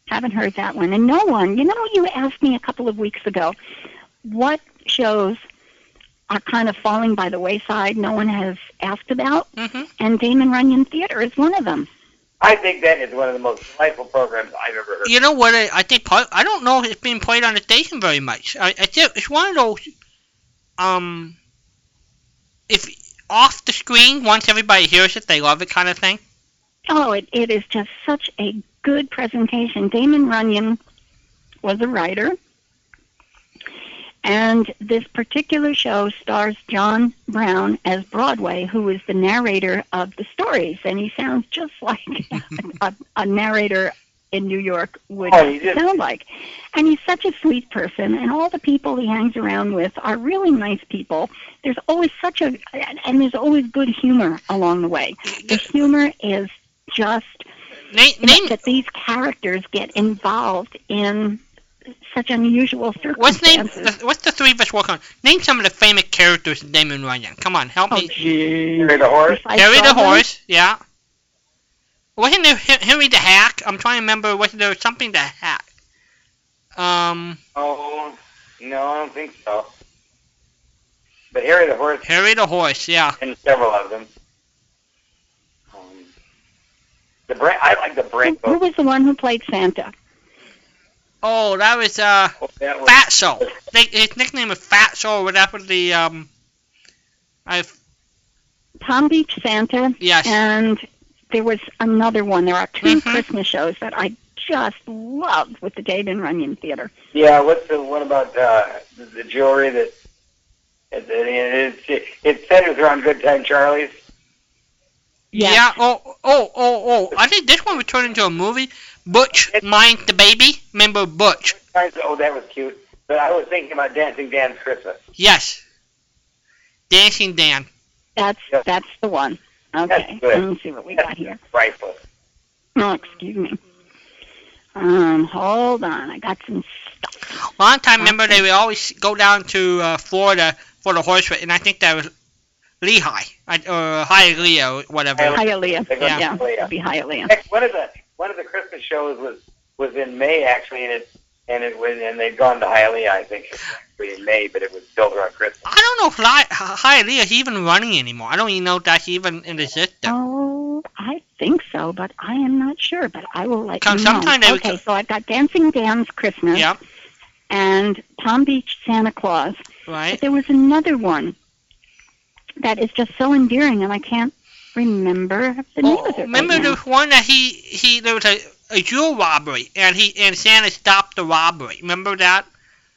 Speaker 2: Haven't heard that one. And no one, you know, you asked me a couple of weeks ago what shows are kind of falling by the wayside no one has asked about,
Speaker 3: hmm
Speaker 2: and Damon Runyon Theater is one of them.
Speaker 4: I think that is one of the most delightful programs I've ever heard.
Speaker 3: You know what? I, I think part, I don't know if it's being played on the station very much. I, I think it's one of those um if off the screen once everybody hears it they love it kind of thing.
Speaker 2: Oh, it, it is just such a good presentation. Damon Runyon was a writer, and this particular show stars John Brown as Broadway, who is the narrator of the stories, and he sounds just like a, a narrator in New York would
Speaker 4: Oh, he did.
Speaker 2: sound like. And he's such a sweet person, and all the people he hangs around with are really nice people. There's always such a, and and there's always good humor along the way. The humor is just
Speaker 3: Name, name
Speaker 2: that these characters get involved in such unusual
Speaker 3: What's name?
Speaker 2: circumstances.
Speaker 3: The, what's the three of us work on? Name some of the famous characters in Damon Runyon. Come on, help
Speaker 2: Oh,
Speaker 3: me.
Speaker 2: gee.
Speaker 4: Carry the horse.
Speaker 2: Besides
Speaker 3: Harry the
Speaker 2: Broadway?
Speaker 3: horse. Yeah. Wasn't there Hen- Henry the hack? I'm trying to remember. Was there something the hack? Um,
Speaker 4: Oh, no, I don't think so. But Harry the Horse
Speaker 3: Harry the horse. Yeah.
Speaker 4: and several of them. Um, the brand, I like the
Speaker 2: Who,
Speaker 4: brand.
Speaker 2: who was the one who played Santa?
Speaker 3: Oh, that was uh
Speaker 4: Oh, that was-
Speaker 3: Fatso. They, his nickname was Fatso or whatever. The um, I
Speaker 2: Palm Beach Santa,
Speaker 3: yes.
Speaker 2: and there was another one. There are 2
Speaker 3: Mhm.
Speaker 2: Christmas shows that I just loved with the Dave and Runyon Theater.
Speaker 4: Yeah, what's the one about uh, the, the jewelry that? It, it, it, it centers around Good Time Charlie's.
Speaker 2: Yes.
Speaker 3: Yeah. Oh, oh, oh, oh. I think this one was turned into a movie. Butch minds the baby. Remember Butch?
Speaker 4: Oh, that was cute. But I was thinking about Dancing Dan's Christmas.
Speaker 3: Yes. Dancing Dan.
Speaker 2: That's
Speaker 4: Yes.
Speaker 2: that's the one. Okay,
Speaker 4: good.
Speaker 2: let me see what we got here.
Speaker 4: Rifle.
Speaker 2: Oh, excuse me. Um, hold on. I got some stuff.
Speaker 3: Long time remember they would always go down to uh, Florida for the horse race, and I think that was Lehigh I- or Hialeah or
Speaker 2: Oh.
Speaker 3: whatever.
Speaker 2: Hialeah.
Speaker 4: They go
Speaker 3: Yeah.
Speaker 2: Yeah,
Speaker 4: to Hialeah.
Speaker 2: it'd be Hialeah.
Speaker 4: Heck, One of the one of the Christmas shows was was in May actually, and it and it was and they'd gone to Hialeah I think it was actually in May, but it was built around Christmas.
Speaker 3: I don't know if Li- Hialeah is even running anymore. I don't even know if that's even in existence.
Speaker 2: Oh, I think so, but I am not sure. But I will let
Speaker 3: Come-
Speaker 2: you know.
Speaker 3: sometime they would
Speaker 2: okay,
Speaker 3: come-
Speaker 2: so I've got Dancing Dan's Christmas
Speaker 3: Yep,
Speaker 2: and Palm Beach Santa Claus. But
Speaker 3: right.
Speaker 2: there was another one that is just so endearing, and I can't remember the name of
Speaker 3: Oh,
Speaker 2: it. right
Speaker 3: remember
Speaker 2: now.
Speaker 3: there was one that he he there was a, a jewel robbery and he and Santa stopped the robbery. Remember that?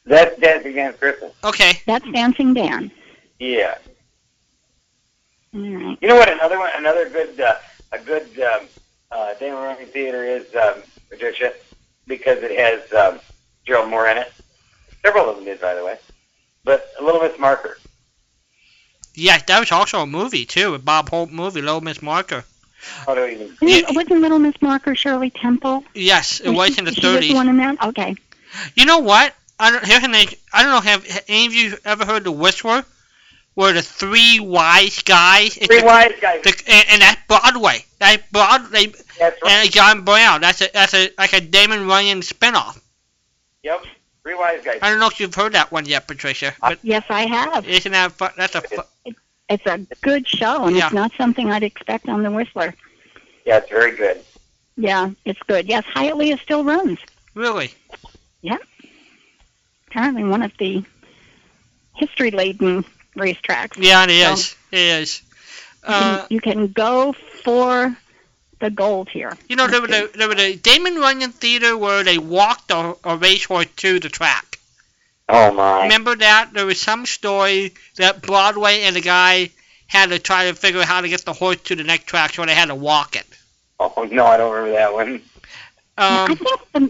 Speaker 4: That's Dancing Dan's Christmas.
Speaker 3: Okay.
Speaker 2: That's Dancing Dan.
Speaker 4: Yeah.
Speaker 2: All right.
Speaker 4: You know what? Another one. Another good. Uh, a good um, uh, uh, Daniel Roaring Theater is, um, Patricia, because it has um, Gerald Moore in it. Several of them did, by the way. But Little Miss Marker.
Speaker 3: Yeah, that was also a movie too, a Bob Hope movie, Little Miss Marker.
Speaker 4: How do I even?
Speaker 2: Isn't it-
Speaker 3: Yeah.
Speaker 2: Wasn't Little Miss Marker Shirley Temple?
Speaker 3: Yes, it was in the
Speaker 2: she, She was the
Speaker 3: 30s.
Speaker 2: one in that? Okay.
Speaker 3: You know what? I don't, here's an, I don't know. Have, have any of you ever heard the Whistler? Where the three wise guys? it's
Speaker 4: Three
Speaker 3: a-
Speaker 4: wise guys.
Speaker 3: The, and, and that's Broadway. That's Broadway
Speaker 4: That's right.
Speaker 3: and John Brown. That's a that's a like a Damon Runyon spinoff.
Speaker 4: Yep. Three wise guys.
Speaker 3: I don't know if you've heard that one yet, Patricia. But
Speaker 2: Yes, I have.
Speaker 3: isn't that fun? That's a fu-
Speaker 2: It's a good show, and
Speaker 3: Yeah.
Speaker 2: it's not something I'd expect on The Whistler.
Speaker 4: Yeah, it's very good.
Speaker 2: Yeah, it's good. Yes, Hyatt Leah still runs.
Speaker 3: really?
Speaker 2: Apparently, one of the history-laden racetracks.
Speaker 3: Yeah, it is. It is. Uh,
Speaker 2: you can go for the gold here.
Speaker 3: you know, there was a there was a Damon Runyon theater where they walked a, a racehorse to the track.
Speaker 4: Oh my.
Speaker 3: Remember that? There was some story that Broadway and the guy had to try to figure out how to get the horse to the next track, so they had to walk it.
Speaker 4: Oh no, I don't remember that one.
Speaker 2: I
Speaker 3: Um,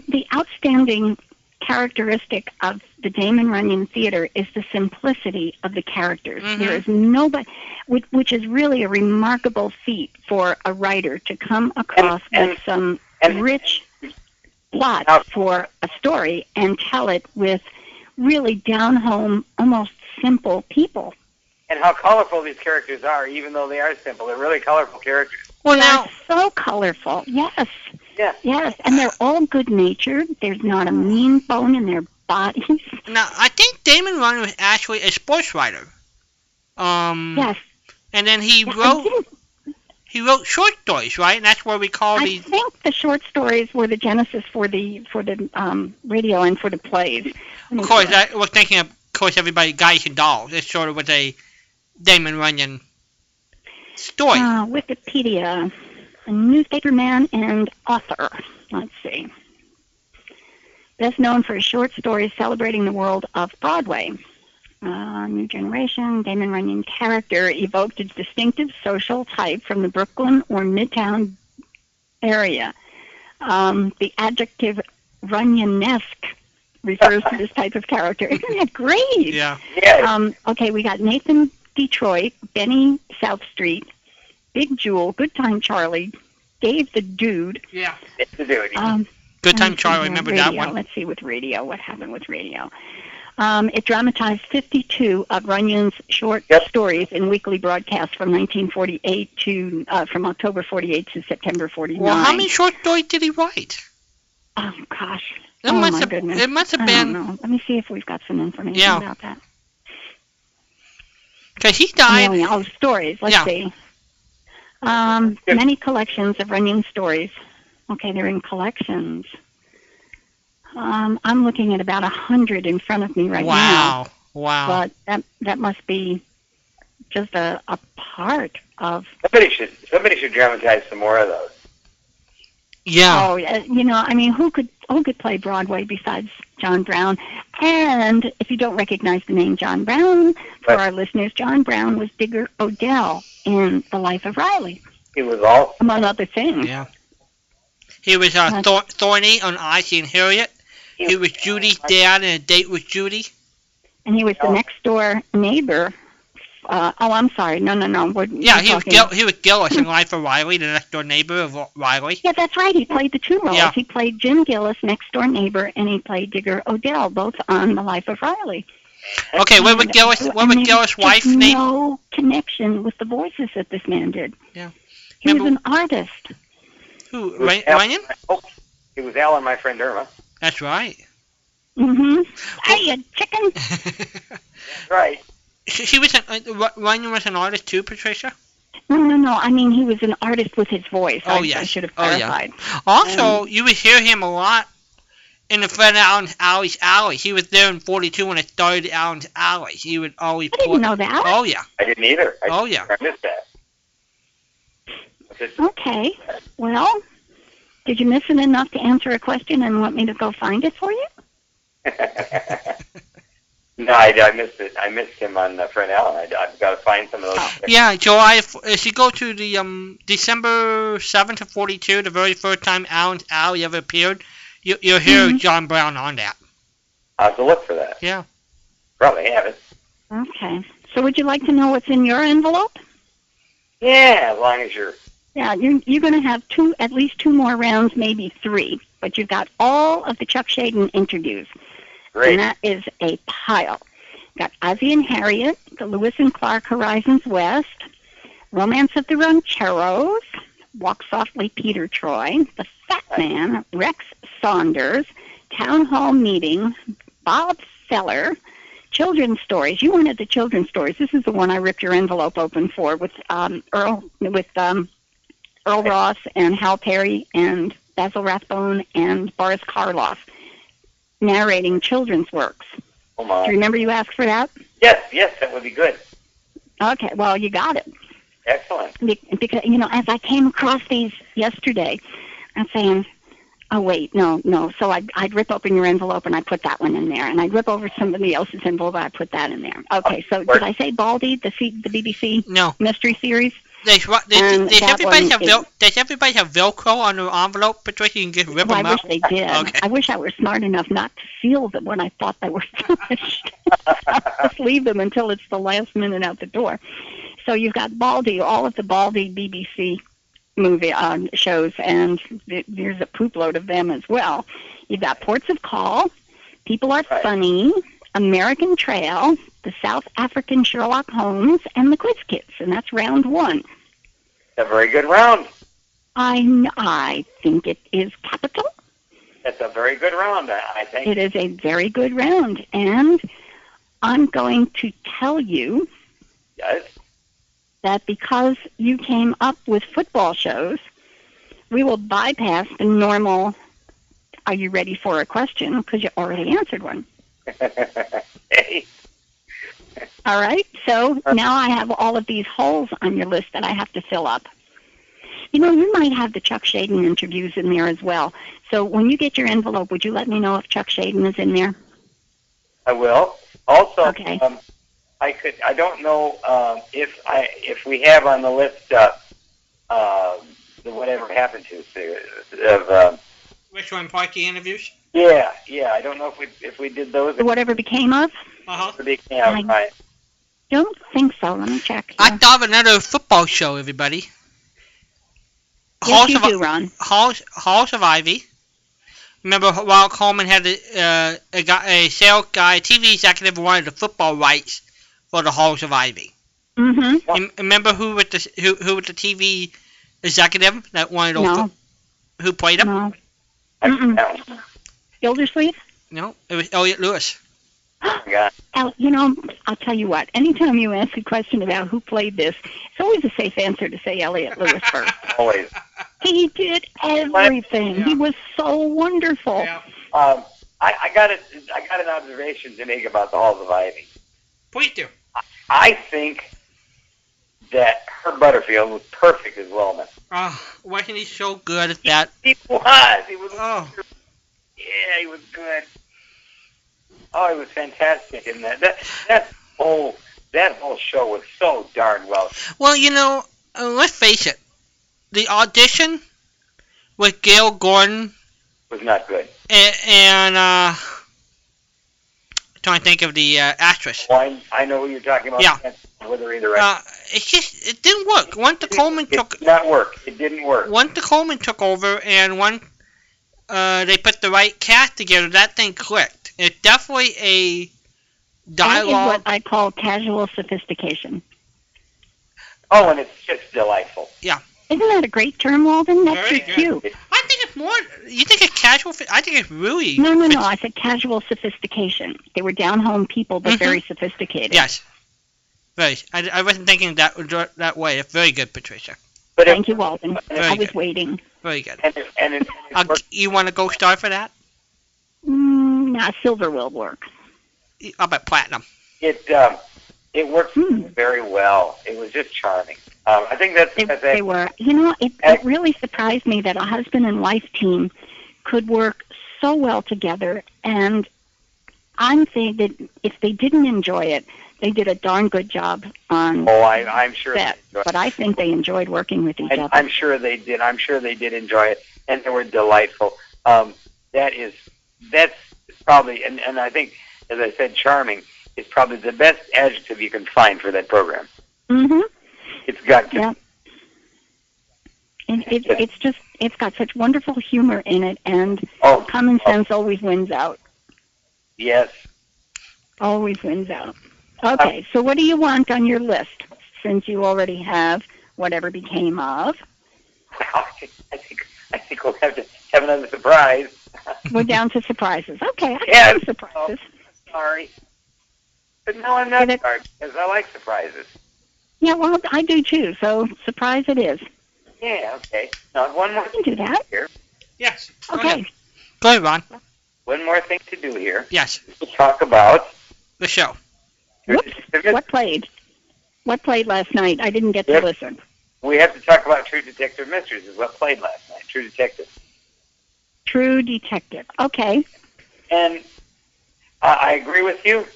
Speaker 2: think the, the outstanding characteristic of the Damon Runyon Theater is the simplicity of the characters.
Speaker 4: Mm-hmm.
Speaker 3: Mhm.
Speaker 2: There is nobody, which, which is really a remarkable feat for a writer to come across
Speaker 4: and-
Speaker 2: with some
Speaker 4: and-
Speaker 2: rich plot
Speaker 4: Now-
Speaker 2: for a story and tell it with really down home, almost simple people.
Speaker 4: And how colorful these characters are, even though they are simple. They're really colorful characters.
Speaker 3: well,
Speaker 2: They're
Speaker 3: now,
Speaker 2: so colorful. Yes.
Speaker 4: Yeah.
Speaker 2: Yes, and they're all good natured. There's not a mean bone in their bodies.
Speaker 3: now I think Damon Runyon was actually a sports writer. Um,
Speaker 2: Yes.
Speaker 3: And then he
Speaker 2: Yeah, I,
Speaker 3: wrote
Speaker 2: didn't,
Speaker 3: he wrote short stories, right? And that's where we call
Speaker 2: I
Speaker 3: these.
Speaker 2: think the short stories were the genesis for the for the um, radio and for the plays.
Speaker 3: Of course, I was thinking of, of course, everybody, guys and dolls. It sort of was a Damon Runyon story.
Speaker 2: Uh, Wikipedia, a newspaper man and author. Let's see. Best known for his short stories celebrating the world of Broadway. Uh, new generation, Damon Runyon character evoked a distinctive social type from the Brooklyn or Midtown area. Um, the adjective Runyonesque refers to this type of character. Isn't that great?
Speaker 3: yeah.
Speaker 4: Yeah.
Speaker 2: Um, okay, we got Nathan Detroit, Benny South Street, Big Jewel, Good Time Charlie, Dave the Dude.
Speaker 3: Yeah.
Speaker 4: it's the dude.
Speaker 2: Um, let
Speaker 3: Good
Speaker 2: me
Speaker 3: time,
Speaker 2: see
Speaker 3: Charlie.
Speaker 2: here,
Speaker 3: Remember
Speaker 2: radio.
Speaker 3: that one?
Speaker 2: Let's see with radio. What happened with radio? Um, it dramatized 52 of Runyon's short
Speaker 4: Yep.
Speaker 2: stories in weekly broadcasts from 1948 to uh, from October 48 to September 49.
Speaker 3: Well, how many short stories did he write?
Speaker 2: Oh gosh,
Speaker 3: It
Speaker 2: Oh,
Speaker 3: must
Speaker 2: my
Speaker 3: have,
Speaker 2: goodness.
Speaker 3: It must have
Speaker 2: I don't
Speaker 3: been
Speaker 2: know. Let me see if we've got some information
Speaker 3: Yeah.
Speaker 2: about that.
Speaker 3: because he died.
Speaker 2: Really, all the stories. Let's
Speaker 3: Yeah.
Speaker 2: see. Um,
Speaker 4: Yeah.
Speaker 2: many collections of Runyon stories. Okay, they're in collections. Um, I'm looking at about a hundred in front of me right now.
Speaker 3: wow, wow.
Speaker 2: But that that must be just a, a part of.
Speaker 4: somebody should somebody should dramatize some more of those.
Speaker 3: yeah,
Speaker 2: Oh, yeah, you know, I mean, who could who could play Broadway besides John Brown? And if you don't recognize the name John Brown, for
Speaker 4: Right.
Speaker 2: our listeners, John Brown was Digger Odell in The Life of Riley,
Speaker 4: It was all
Speaker 2: among other things.
Speaker 3: yeah. He was uh,
Speaker 2: That's-
Speaker 3: Thor- Thorny on Icy and Harriet. He was Judy's dad in a date with Judy.
Speaker 2: And he was
Speaker 3: Oh.
Speaker 2: the
Speaker 4: Yeah.
Speaker 2: next door neighbor. Uh, oh, I'm sorry. No, no, no. We're,
Speaker 3: Yeah,
Speaker 2: we're
Speaker 3: he was
Speaker 2: talking-
Speaker 3: Gil- he was Gillis in Life of Riley, the next door neighbor of Riley.
Speaker 2: Yeah, that's right. He played the two roles.
Speaker 3: Yeah.
Speaker 2: He played Jim Gillis, next door neighbor, and he played Digger Odell, both on The Life of Riley.
Speaker 3: Okay, what was
Speaker 2: And-
Speaker 3: Gillis? What
Speaker 2: and
Speaker 3: was
Speaker 2: there's
Speaker 3: Gillis'
Speaker 2: just
Speaker 3: wife's name?
Speaker 2: No connection with the voices that this man did.
Speaker 3: Yeah.
Speaker 2: He was an
Speaker 3: Remember-
Speaker 2: artist.
Speaker 3: Who?
Speaker 4: it was
Speaker 3: Ray-
Speaker 4: Al-
Speaker 3: Ryan?
Speaker 4: Oh, it was Alan, my friend Irma.
Speaker 3: That's right.
Speaker 2: Mm-hmm. Hey, you chicken.
Speaker 4: That's right.
Speaker 3: she she was an uh, Ra- Ryan was an artist too, Patricia.
Speaker 2: No, no, no. I mean, he was an artist with his voice.
Speaker 3: Oh,
Speaker 2: I, I
Speaker 3: yes.
Speaker 2: should have
Speaker 3: Oh, yeah.
Speaker 2: clarified.
Speaker 3: Also,
Speaker 2: Um,
Speaker 3: you would hear him a lot in the Fred Allen's Alley's Alley. He was there in 42 when it started Allen's Alley. He would always
Speaker 2: I didn't
Speaker 3: play-
Speaker 2: know that.
Speaker 3: Oh, yeah.
Speaker 4: I didn't either. I,
Speaker 3: Oh, yeah.
Speaker 4: I missed that. But it's-
Speaker 2: Okay. Well, did you miss it enough to answer a question and want me to go find it for you?
Speaker 4: No, I, I missed it. I missed him on uh, Fred Allen. I, I've got to find some of those.
Speaker 3: Oh, Yeah, July. f- If you go to the um December seventh of forty two, the very first time Alan's Alley ever appeared, you, you'll hear
Speaker 2: Mhm.
Speaker 3: John Brown on that.
Speaker 4: I'll have to look for that.
Speaker 3: Yeah.
Speaker 4: Probably have it.
Speaker 2: Okay. So would you like to know what's in your envelope?
Speaker 4: Yeah, as long as you're.
Speaker 2: Yeah, you're, you're going to have two, at least two more rounds, maybe three. But you've got all of the Chuck Shaden interviews, and
Speaker 4: Great.
Speaker 2: that is a pile. Got Ozzy and Harriet, the Lewis and Clark Horizons West, Romance of the Rancheros, Walk Softly Peter Troy, The Fat Man, Rex Saunders, Town Hall Meeting, Bob Feller, Children's Stories. You wanted the Children's Stories. This is the one I ripped your envelope open for with um, Earl with um, Earl Ross and Hal Perry and Basil Rathbone and Boris Karloff narrating children's works. Do
Speaker 4: Oh,
Speaker 2: you
Speaker 4: my.
Speaker 2: remember you asked for that?
Speaker 4: Yes, yes, that would be good.
Speaker 2: Okay, well you got it.
Speaker 4: Excellent.
Speaker 2: Be- because you know as I came across these yesterday, I'm saying, oh wait, no, no. So I'd, I'd rip open your envelope and I put that one in there, and I'd rip over somebody else's envelope and I put that in there. Okay, so
Speaker 4: Right.
Speaker 2: did I say Baldy, the C- the BBC
Speaker 3: No.
Speaker 2: mystery series?
Speaker 3: Does, what- does,
Speaker 2: And
Speaker 3: does
Speaker 2: that
Speaker 3: everybody
Speaker 2: one
Speaker 3: have
Speaker 2: is-
Speaker 3: vel- does everybody have Velcro on their envelope, Patricia? You can just rip
Speaker 2: Well,
Speaker 3: them
Speaker 2: Oh, I wish
Speaker 3: out.
Speaker 2: they did.
Speaker 3: Okay.
Speaker 2: I wish I were smart enough not to seal them when I thought they were finished. I'll just leave them until it's the last minute out the door. So you've got Baldy, all of the Baldy BBC movie um, shows, and th- there's a poop load of them as well. You've got Ports of Call, People Are
Speaker 4: Right.
Speaker 2: Funny, American Trail, the South African Sherlock Holmes, and the Quiz Kids, and that's round one.
Speaker 4: A very good round.
Speaker 2: I, kn- I think it is capital.
Speaker 4: That's a very good round. I, I think.
Speaker 2: It is a very good round, and I'm going to tell you
Speaker 4: Yes.
Speaker 2: that because you came up with football shows, we will bypass the normal. Are you ready for a question? Because you already answered one.
Speaker 4: hey,
Speaker 2: All right. So now I have all of these holes on your list that I have to fill up. You know, you might have the Chuck Shaden interviews in there as well. So when you get your envelope, would you let me know if Chuck Shaden is in there?
Speaker 4: I will. Also,
Speaker 2: Okay.
Speaker 4: um, I could. I don't know um, if I if we have on the list uh, uh, the whatever happened to series of. Um,
Speaker 3: Which one? Party interviews.
Speaker 4: yeah, yeah. I don't know if we if we did those.
Speaker 2: Whatever became of?
Speaker 3: Uh huh.
Speaker 4: Yeah, right.
Speaker 2: Don't think so. Let me check. here.
Speaker 3: I thought of another football show, everybody.
Speaker 2: Yes,
Speaker 3: Halls
Speaker 2: you
Speaker 3: of,
Speaker 2: do, Ron.
Speaker 3: Halls, Halls of Ivy. Remember, Walt Coleman had a, uh, a, guy, a sales guy, TV executive, who wanted the football rights for the Halls of Ivy.
Speaker 2: Mm-hmm.
Speaker 3: You remember who was the who, who was the TV executive that wanted those
Speaker 2: No,
Speaker 3: fo- who played him?
Speaker 2: no.
Speaker 4: I-
Speaker 2: Mm-mm.
Speaker 4: that one.
Speaker 2: Gildersleeve?
Speaker 3: No, it was Elliot Lewis.
Speaker 4: God.
Speaker 2: Al, you know, I'll tell you what. Anytime you ask a question about who played this, it's always a safe answer to say Elliot Lewis first.
Speaker 4: Always.
Speaker 2: He did everything. He was so wonderful.
Speaker 3: Yeah.
Speaker 4: Um, I, I got it. I got an observation to make about the halls of ivy.
Speaker 3: Please do.
Speaker 4: I think that her Butterfield was perfect as Wellman.
Speaker 3: Oh, wasn't he so good at that?
Speaker 4: He was. He was.
Speaker 3: Oh,
Speaker 4: Yeah, he was good. Oh, he was fantastic in that. That that whole that whole show was so darn well.
Speaker 3: well, you know, uh, let's face it. The audition with Gail Gordon
Speaker 4: It was not good.
Speaker 3: and, and uh, trying to think of the uh, actress.
Speaker 4: Well, I, I know what you're talking about.
Speaker 3: Yeah.
Speaker 4: With her either.
Speaker 3: Uh, it's just it didn't work. Once the Coleman
Speaker 4: it did
Speaker 3: took
Speaker 4: not work. It didn't work.
Speaker 3: once the Coleman took over and once uh, they put the right cast together, that thing clicked. It's definitely a
Speaker 2: That is what
Speaker 3: dialogue.
Speaker 2: I call casual sophistication.
Speaker 4: Oh, and it's just delightful.
Speaker 2: Isn't that a great term, Walden? That's
Speaker 3: Very
Speaker 2: your cue.
Speaker 3: I think it's more. You think it's casual? fi- I think it's really.
Speaker 2: No, no, no. I said casual sophistication. They were down home people, but
Speaker 3: Mhm.
Speaker 2: very sophisticated.
Speaker 3: Yes. Very. I, I wasn't thinking that that way. It's very good, Patricia.
Speaker 4: But
Speaker 2: Thank
Speaker 4: it,
Speaker 2: you, Walden.
Speaker 4: Very
Speaker 2: I was
Speaker 3: good.
Speaker 2: waiting.
Speaker 3: Very good.
Speaker 4: And it, and it,
Speaker 3: I'll,
Speaker 4: it worked.
Speaker 3: g- you want to gold star for that?
Speaker 2: Mm, nah, silver will work.
Speaker 3: I'll bet platinum.
Speaker 4: It um, it worked
Speaker 2: Hmm.
Speaker 4: very well. It was just charming. Um, I think that's
Speaker 2: They,
Speaker 4: that's
Speaker 2: they were. You know, it,
Speaker 4: Ex-
Speaker 2: it really surprised me that a husband and wife team could work so well together and I'm saying that if they didn't enjoy it, they did a darn good job on
Speaker 4: Oh, I, I'm sure.
Speaker 2: set.
Speaker 4: they enjoyed
Speaker 2: But I think they enjoyed working with each
Speaker 4: it.
Speaker 2: other.
Speaker 4: I, I'm sure they did. I'm sure they did enjoy it, and they were delightful. Um, that is, that's probably, and, and I think, as I said, charming is probably the best adjective you can find for that program.
Speaker 2: hmm
Speaker 4: It's got to
Speaker 2: Yeah. And it, it's just, it's got such wonderful humor in it, and
Speaker 4: oh
Speaker 2: common sense always wins out.
Speaker 4: yes,
Speaker 2: Always wins out. Okay, so what do you want on your list since you already have whatever became of?
Speaker 4: Wow, I think I think we'll have to have another surprise.
Speaker 2: We're down to surprises. Okay, I
Speaker 4: Yes.
Speaker 2: have surprises.
Speaker 4: Sorry. But no, I'm not
Speaker 2: Get it?
Speaker 4: sorry because I like surprises.
Speaker 2: Yeah, well, I do too. So surprise it is.
Speaker 4: Yeah, okay. Now one more
Speaker 2: I can do that.
Speaker 3: Yes. Go ahead.
Speaker 2: Okay.
Speaker 3: Go ahead, Ron.
Speaker 4: one more thing to do here.
Speaker 3: Yes.
Speaker 4: We'll talk about
Speaker 3: The show.
Speaker 2: Whoops. What played? What played last night? I didn't get to
Speaker 4: Yep.
Speaker 2: listen.
Speaker 4: We have to talk about True Detective Mysteries is what played last night. True Detective,
Speaker 2: True Detective. Okay.
Speaker 4: and I, I agree with you.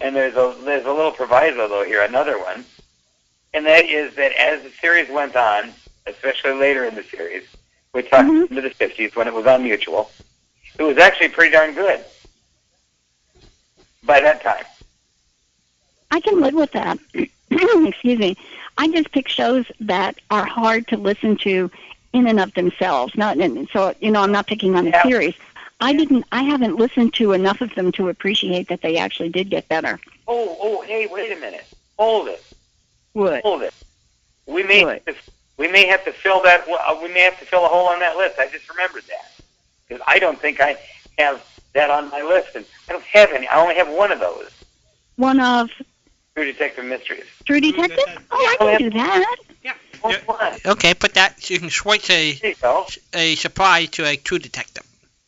Speaker 4: And there's a there's a little proviso though here, another one, and that is that as the series went on, especially later in the series, we talked
Speaker 2: Mhm.
Speaker 4: into the fifties when it was on Mutual, it was actually pretty darn good by that time.
Speaker 2: I can live with that. Excuse me. I just pick shows that are hard to listen to in and of themselves. Not in, so you know, I'm not picking on a
Speaker 4: Yeah.
Speaker 2: series. I didn't. I haven't listened to enough of them to appreciate that they actually did get better.
Speaker 4: Oh, oh, hey, wait a minute, hold it.
Speaker 2: Would
Speaker 4: Hold it. We may
Speaker 2: Right.
Speaker 4: have to, we may have to fill that uh, we may have to fill a hole on that list. I just remembered that because I don't think I have that on my list, and I don't have any. I only have one of those.
Speaker 2: one of
Speaker 4: True Detective Mysteries.
Speaker 2: True Detective?
Speaker 3: Detective.
Speaker 2: Oh, I can do that.
Speaker 4: Only
Speaker 3: Yeah.
Speaker 4: one.
Speaker 3: Okay, put that so you can switch a,
Speaker 4: There you go.
Speaker 3: a surprise to a true detective.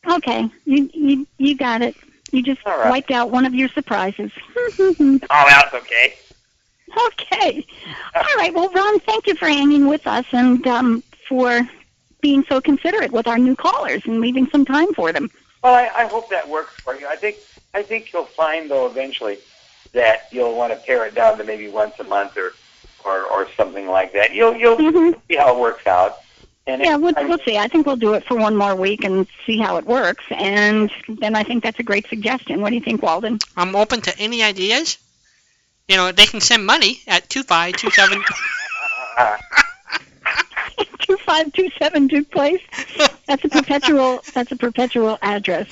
Speaker 2: Okay, you you you got it. You just
Speaker 4: All right.
Speaker 2: wiped out one of your surprises.
Speaker 4: Oh, that's okay.
Speaker 2: Okay. All right. Well, Ron, thank you for hanging with us and um, for being so considerate with our new callers and leaving some time for them.
Speaker 4: Well, I, I hope that works for you. I think I think you'll find though eventually that you'll want to pare it down to maybe once a month or or, or something like that. You'll you'll
Speaker 2: Mhm.
Speaker 4: see how it works out. And
Speaker 2: Yeah,
Speaker 4: if-
Speaker 2: we'll,
Speaker 4: I'm-
Speaker 2: we'll see. I think we'll do it for one more week and see how it works. And then I think that's a great suggestion. What do you think, Walden?
Speaker 3: I'm open to any ideas. You know, they can send money at two five two seven.
Speaker 2: Two five two seven Duke Place. That's a perpetual. that's a perpetual address.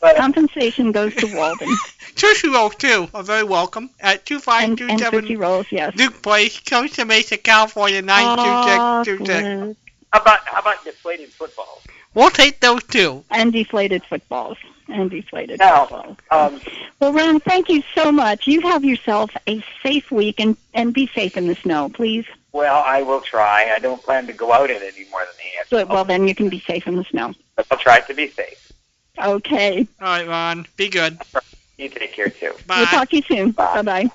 Speaker 4: but-
Speaker 2: Compensation goes to Walden
Speaker 3: Tootsie Rolls too oh are very welcome at two five
Speaker 2: and,
Speaker 3: two
Speaker 2: and Tootsie
Speaker 3: seven
Speaker 2: Rolls. Yes.
Speaker 3: Duke Place, Costa Mesa, California nine
Speaker 2: Oh,
Speaker 3: two six two six.
Speaker 2: good.
Speaker 4: How about how about deflated football?
Speaker 3: We'll take those two.
Speaker 2: And deflated footballs. And deflated
Speaker 4: Now,
Speaker 2: footballs.
Speaker 4: Um,
Speaker 2: Well, Ron, thank you so much. You have yourself a safe week and, and be safe in the snow, please.
Speaker 4: well, I will try. I don't plan to go out in it any more than the
Speaker 2: Good.
Speaker 4: answer.
Speaker 2: Well, then you can be safe in the snow.
Speaker 4: But I'll try to be safe.
Speaker 2: Okay.
Speaker 3: All right, Ron. Be good.
Speaker 4: You take care too.
Speaker 2: We'll
Speaker 3: Bye.
Speaker 2: talk to you soon. Bye
Speaker 4: Bye.
Speaker 2: bye.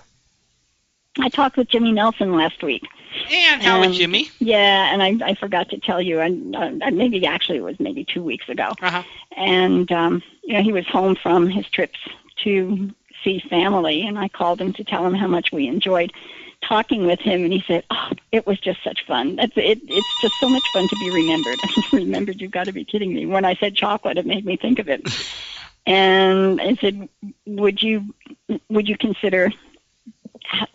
Speaker 2: I talked with Jimmy Nelson last week.
Speaker 3: And how
Speaker 2: Um,
Speaker 3: was Jimmy?
Speaker 2: Yeah, and I, I forgot to tell you, and uh, maybe actually it was maybe two weeks ago.
Speaker 3: Uh-huh.
Speaker 2: And um, you know, he was home from his trips to see family, and I called him to tell him how much we enjoyed talking with him, and he said, "Oh, it was just such fun. That's it. It's just so much fun to be remembered. remembered? You've got to be kidding me. When I said chocolate, it made me think of it." And I said, "Would you would you consider?"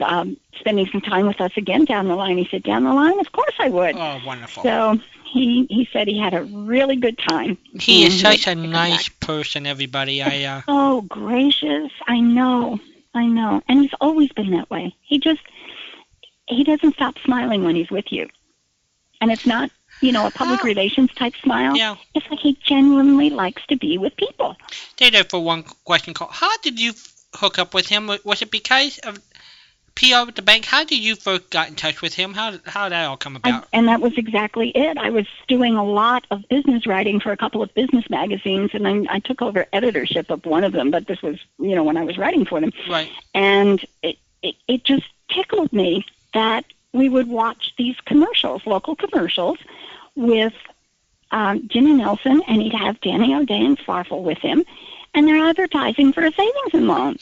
Speaker 2: Um, spending some time with us again down the line. He said, "Down the line, of course I would."
Speaker 3: Oh, wonderful.
Speaker 2: So he he said he had a really good time.
Speaker 3: He is
Speaker 2: Mhm.
Speaker 3: such a
Speaker 2: Come
Speaker 3: nice person, everybody. I uh,
Speaker 2: Oh, gracious. I know. I know. And he's always been that way. He just, he doesn't stop smiling when he's with you. And it's not, you know, a public
Speaker 3: Oh.
Speaker 2: relations type smile.
Speaker 3: yeah.
Speaker 2: It's like he genuinely likes to be with people.
Speaker 3: Stay there for one question call. How did you hook up with him? Was it because of PR at the bank? How did you first got in touch with him? How how did that all come
Speaker 2: I,
Speaker 3: about?
Speaker 2: and that was exactly it. I was doing a lot of business writing for a couple of business magazines, and I, I took over editorship of one of them, but this was, you know, when I was writing for them.
Speaker 3: right.
Speaker 2: and it, it, it just tickled me that we would watch these commercials, local commercials, with um, Jimmy Nelson, and he'd have Danny O'Day and Farfel with him, and they're advertising for a savings and loan.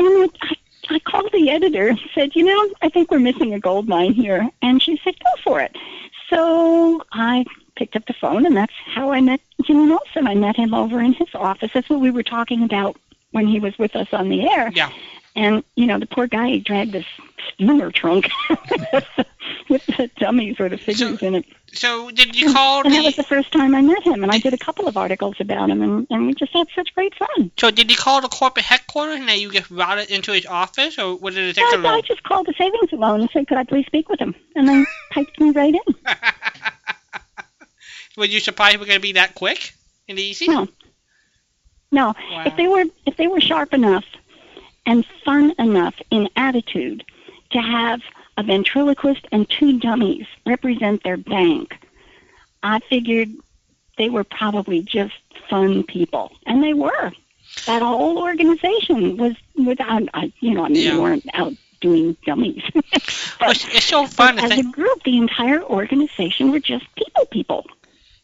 Speaker 2: And I, I called the editor and said, you know, I think we're missing a gold mine here. And she said, go for it. So I picked up the phone, and that's how I met Jimmy Nelson. I met him over in his office. That's what we were talking about when he was with us on the air.
Speaker 3: Yeah.
Speaker 2: And, you know, the poor guy, he dragged this steamer trunk with the dummies or the figures in it.
Speaker 3: so did you call
Speaker 2: And that was
Speaker 3: the
Speaker 2: the first time I met him, and I did a couple of articles about him, and, and we just had such great fun.
Speaker 3: so did you call the corporate headquarters and then you just routed into his office or what did it take
Speaker 2: So
Speaker 3: so
Speaker 2: I, I
Speaker 3: long?
Speaker 2: just called the savings and loan and said, could I please speak with him? And they piped me right in.
Speaker 3: Were you surprised we're gonna be that quick and easy?
Speaker 2: No. No,
Speaker 3: Wow.
Speaker 2: if they were if they were sharp enough and fun enough in attitude to have a ventriloquist and two dummies represent their bank, I figured they were probably just fun people, and they were. That whole organization was without, I, you know, I mean,
Speaker 3: Yeah.
Speaker 2: they weren't out doing dummies.
Speaker 3: Well, it's, it's so fun to
Speaker 2: As a
Speaker 3: think.
Speaker 2: group, the entire organization were just people, people.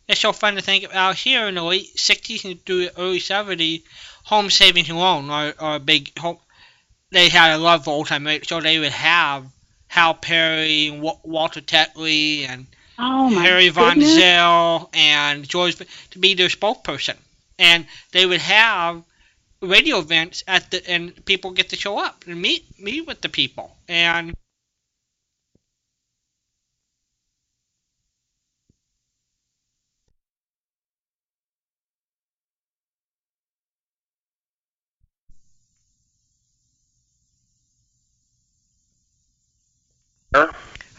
Speaker 3: It's so fun to think about here in the late '60s and through the early '70s, home savings and loan are, are a big home. They had a lot of all-time rates, so they would have Hal Perry, and Wa- Walter Tetley, and
Speaker 2: Oh my
Speaker 3: Harry Von
Speaker 2: goodness.
Speaker 3: Zell and George to be their spokesperson, and they would have radio events at the and people get to show up and meet meet with the people and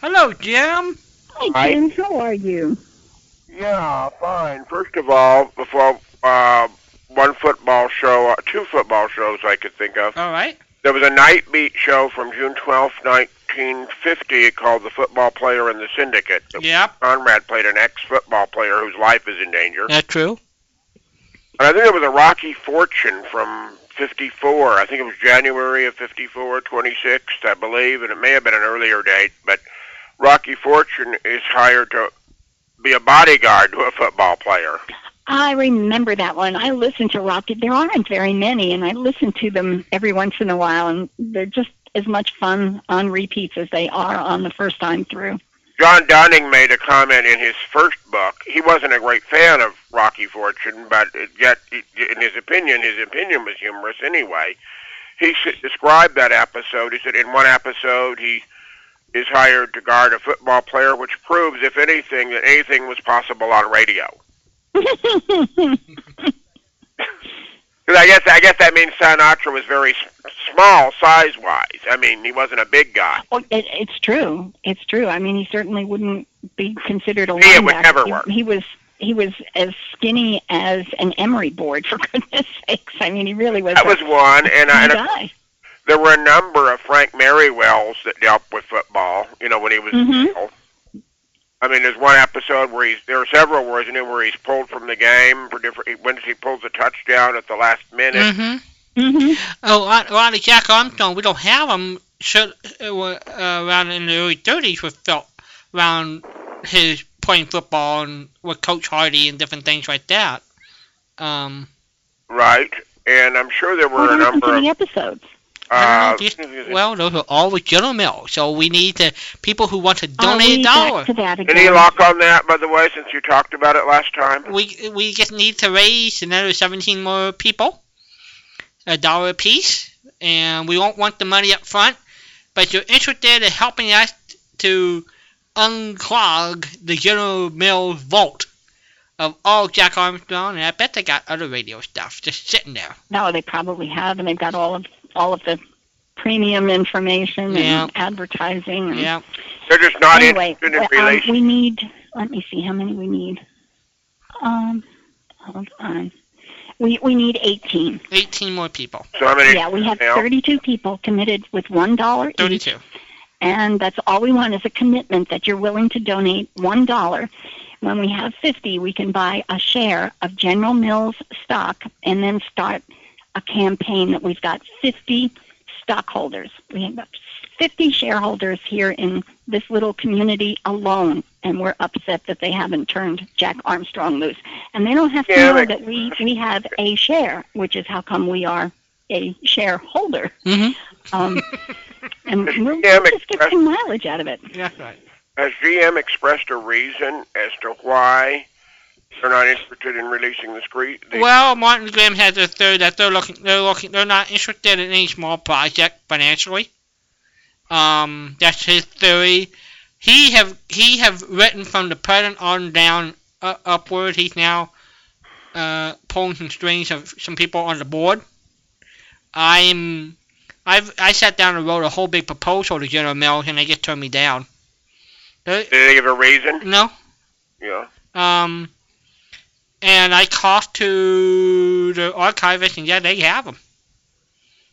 Speaker 3: hello Jim.
Speaker 2: Hi,
Speaker 5: Hi.
Speaker 2: Jim. How are you?
Speaker 5: Yeah, fine. First of all, before uh, one football show, uh, two football shows I could think of.
Speaker 3: All right.
Speaker 5: There was a night beat show from June twelfth, 1950, called The Football Player and the Syndicate.
Speaker 3: Yep.
Speaker 5: Conrad played an ex-football player whose life is in danger.
Speaker 3: That's true.
Speaker 5: And I think it was a Rocky Fortune from 54. I think it was January of 54, 26th, I believe, and it may have been an earlier date, but Rocky Fortune is hired to be a bodyguard to a football player.
Speaker 2: I remember that one. I listen to Rocky. There aren't very many, and I listen to them every once in a while, and they're just as much fun on repeats as they are on the first time through.
Speaker 5: John Donning made a comment in his first book. He wasn't a great fan of Rocky Fortune, but it- yet, in his opinion, his opinion was humorous anyway. He s- described that episode. He said in one episode he is hired to guard a football player, which proves, if anything, that anything was possible on radio. Because I guess I guess that means Sinatra was very s- small size-wise. I mean, he wasn't a big guy.
Speaker 2: Well, it, it's true. It's true. I mean, he certainly wouldn't be considered a
Speaker 5: Yeah,
Speaker 2: linebacker.
Speaker 5: it would never
Speaker 2: He-
Speaker 5: work.
Speaker 2: He, was he was as skinny as an emery board for goodness sakes. I mean, he really was.
Speaker 5: That was one,
Speaker 2: a
Speaker 5: and, I- and
Speaker 2: skinny
Speaker 5: a
Speaker 2: guy.
Speaker 5: there were a number of Frank Merriwells that dealt with football. You know, when he was.
Speaker 2: Mhm.
Speaker 5: I mean, there's one episode where he's there are several where he's where he's pulled from the game for different. He, when he pulls a touchdown at the last minute.
Speaker 3: Mm-hmm.
Speaker 2: Mm-hmm.
Speaker 3: Oh, Ron- Ronnie Jack Armstrong. We don't have him should, uh, were, uh, around in the early '30s with Phil, around his playing football and with Coach Hardy and different things like that. Um,
Speaker 2: Mm.
Speaker 5: Right, and I'm sure there were
Speaker 2: What
Speaker 5: a
Speaker 2: happened
Speaker 5: number
Speaker 2: to
Speaker 5: of.
Speaker 2: the episodes?
Speaker 5: Uh,
Speaker 3: do well, those are all legitimate mail, so we need to people who want to
Speaker 2: Are
Speaker 3: donate
Speaker 2: Oh, we
Speaker 3: a
Speaker 2: back
Speaker 3: dollar.
Speaker 2: to that again?
Speaker 5: any luck on that, by the way, since you talked about it last time?
Speaker 3: We we just need to raise another 17 more people, a dollar apiece, and we won't want the money up front. But if you're interested in helping us to unclog the General Mills vault of all Jack Armstrong, and I bet they got other radio stuff just sitting there.
Speaker 2: No, they probably have, and they've got all of all of the premium information
Speaker 3: Yeah.
Speaker 2: and advertising. And
Speaker 3: Yeah,
Speaker 5: They're just not
Speaker 2: Anyway,
Speaker 5: interested in
Speaker 2: well, um,
Speaker 5: relation.
Speaker 2: we need. Let me see how many we need. Um, hold on. We we need 18.
Speaker 3: 18 more people,
Speaker 5: so how many?
Speaker 2: yeah, we have
Speaker 5: now?
Speaker 2: 32 people committed with one dollar each,
Speaker 3: 32.
Speaker 2: and that's all we want is a commitment that you're willing to donate one dollar. When we have 50, we can buy a share of General Mills stock and then start a campaign that we've got 50 stockholders. We have 50 shareholders here in this little community alone, and we're upset that they haven't turned Jack Armstrong loose. And they don't have to
Speaker 5: Yeah,
Speaker 2: know
Speaker 5: like-
Speaker 2: that we, we have a share, which is how come we are a shareholder.
Speaker 3: Mm-hmm.
Speaker 2: Um, and we're,
Speaker 5: Yeah,
Speaker 2: we're just
Speaker 5: but-
Speaker 2: getting mileage out of it.
Speaker 3: That's right.
Speaker 5: Has GM expressed a reason as to why they're not interested in releasing the scree? The,
Speaker 3: Well, Martin Graham has a theory that they're looking, they're looking, they're not interested in any small project financially. Um, that's his theory. He have he have written from the present on down uh, upward. He's now uh, pulling some strings of some people on the board. I'm I've I sat down and wrote a whole big proposal to General Mills and they just turned me down. They-
Speaker 5: did they give a reason?
Speaker 3: no,
Speaker 5: Yeah.
Speaker 3: um, and I talked to the archivist, and yeah, they have them.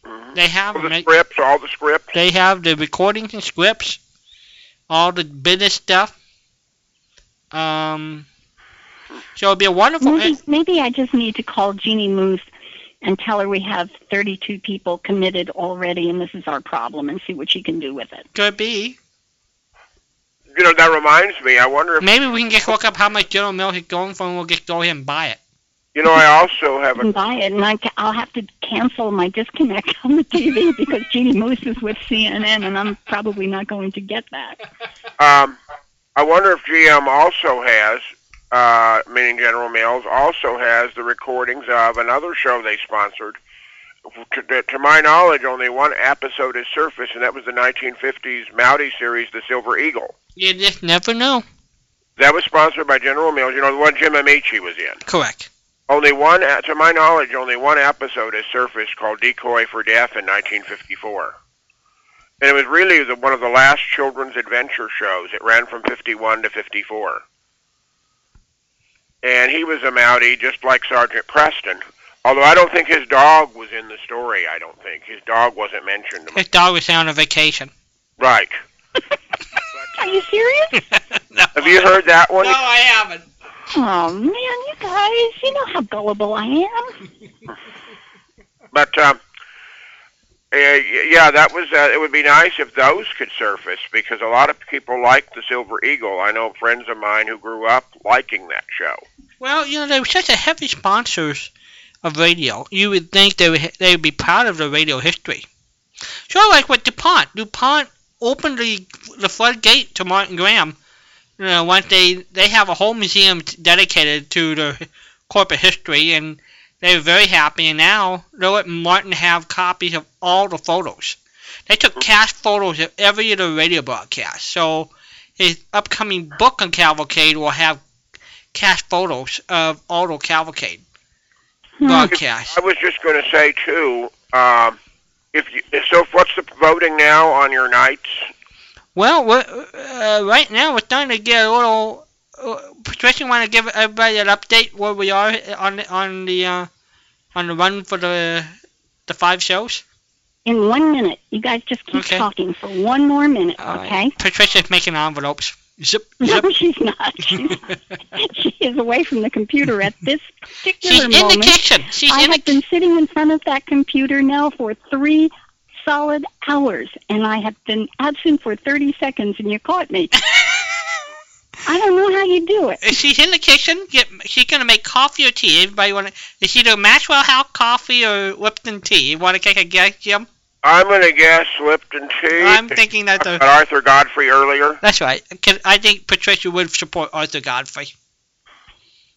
Speaker 5: Mhm.
Speaker 3: They have
Speaker 5: All
Speaker 3: them.
Speaker 5: the
Speaker 3: They,
Speaker 5: scripts, all the scripts.
Speaker 3: Mm-hmm. they have the recordings and scripts, all the business stuff. Um, so it'd be a wonderful.
Speaker 2: Maybe, maybe I just need to call Jeannie Moose and tell her we have 32 people committed already, and this is our problem, and see what she can do with it.
Speaker 3: it could be.
Speaker 5: You know, that reminds me. I wonder if
Speaker 3: Maybe we can just look up how much General Mills is going for, and we'll just go ahead and buy it.
Speaker 5: you know. I also have
Speaker 2: I can
Speaker 5: a
Speaker 2: buy it, and I ca- I'll have to cancel my disconnect on the TV because Jeannie Moose is with CNN, and I'm probably not going to get that.
Speaker 5: um. I wonder if GM also has, uh, meaning General Mills, also has the recordings of another show they sponsored. To, to my knowledge, only one episode has surfaced, and that was the 1950s Mountie series, The Silver Eagle.
Speaker 3: You just never know.
Speaker 5: That was sponsored by General Mills. You know, the one Jim Amici was in.
Speaker 3: Correct.
Speaker 5: Only one, uh, to my knowledge, only one episode has surfaced called "Decoy for Death" in 1954, and it was really the, one of the last children's adventure shows. It ran from 51 to 54, and he was a Mountie, just like Sergeant Preston. Although I don't think his dog was in the story. I don't think his dog wasn't mentioned.
Speaker 3: This dog was on a vacation.
Speaker 5: Right?
Speaker 2: Are you serious?
Speaker 3: no,
Speaker 5: Have you heard that
Speaker 3: No,
Speaker 5: one?
Speaker 3: I haven't.
Speaker 2: Oh man, you guys, you know how gullible I am.
Speaker 5: But um, uh, y- yeah, that was. Uh, it would be nice if those could surface because a lot of people like the Silver Eagle. I know friends of mine who grew up liking that show.
Speaker 3: Well, you know, they were such a heavy sponsors of radio. You would think they would, they would be proud of their radio history. Sort of like with DuPont. DuPont opened the, the floodgate to Martin Graham. You know, once they, they have a whole museum dedicated to their corporate history, and they were very happy. And now they're letting Martin have copies of all the photos. They took cast photos of every of the radio broadcasts. So his upcoming book on Cavalcade will have cast photos of Auto Cavalcade
Speaker 2: Hmm.
Speaker 3: broadcast.
Speaker 5: I was just going to say too. Um, if you, so, what's the voting now on your nights?
Speaker 3: Well, we're, uh, right now we're starting to get a little. Uh, Patricia, want to give everybody an update where we are on the- on the uh, on the run for the the five shows?
Speaker 2: In one minute, you guys just keep
Speaker 3: Okay.
Speaker 2: talking for one more minute,
Speaker 3: All right.
Speaker 2: okay?
Speaker 3: Uh, Patricia's making envelopes. Zip zip.
Speaker 2: No, she's not. She's she is away from the computer at this particular
Speaker 3: She's in
Speaker 2: moment.
Speaker 3: the kitchen. She's
Speaker 2: I
Speaker 3: in the
Speaker 2: have been sitting in front of that computer now for three solid hours, and I have been absent for 30 seconds, and you caught me. I don't know how you do it.
Speaker 3: She's in the kitchen. Get, she's gonna make coffee or tea. Everybody want to? Is she doing Maxwell House coffee or Lipton tea? You want to take a guess, Jim?
Speaker 5: I'm going to guess Lipton tea.
Speaker 3: I'm thinking that
Speaker 5: Talked
Speaker 3: the
Speaker 5: about Arthur Godfrey earlier.
Speaker 3: That's right. 'Cause I think Patricia would support Arthur Godfrey.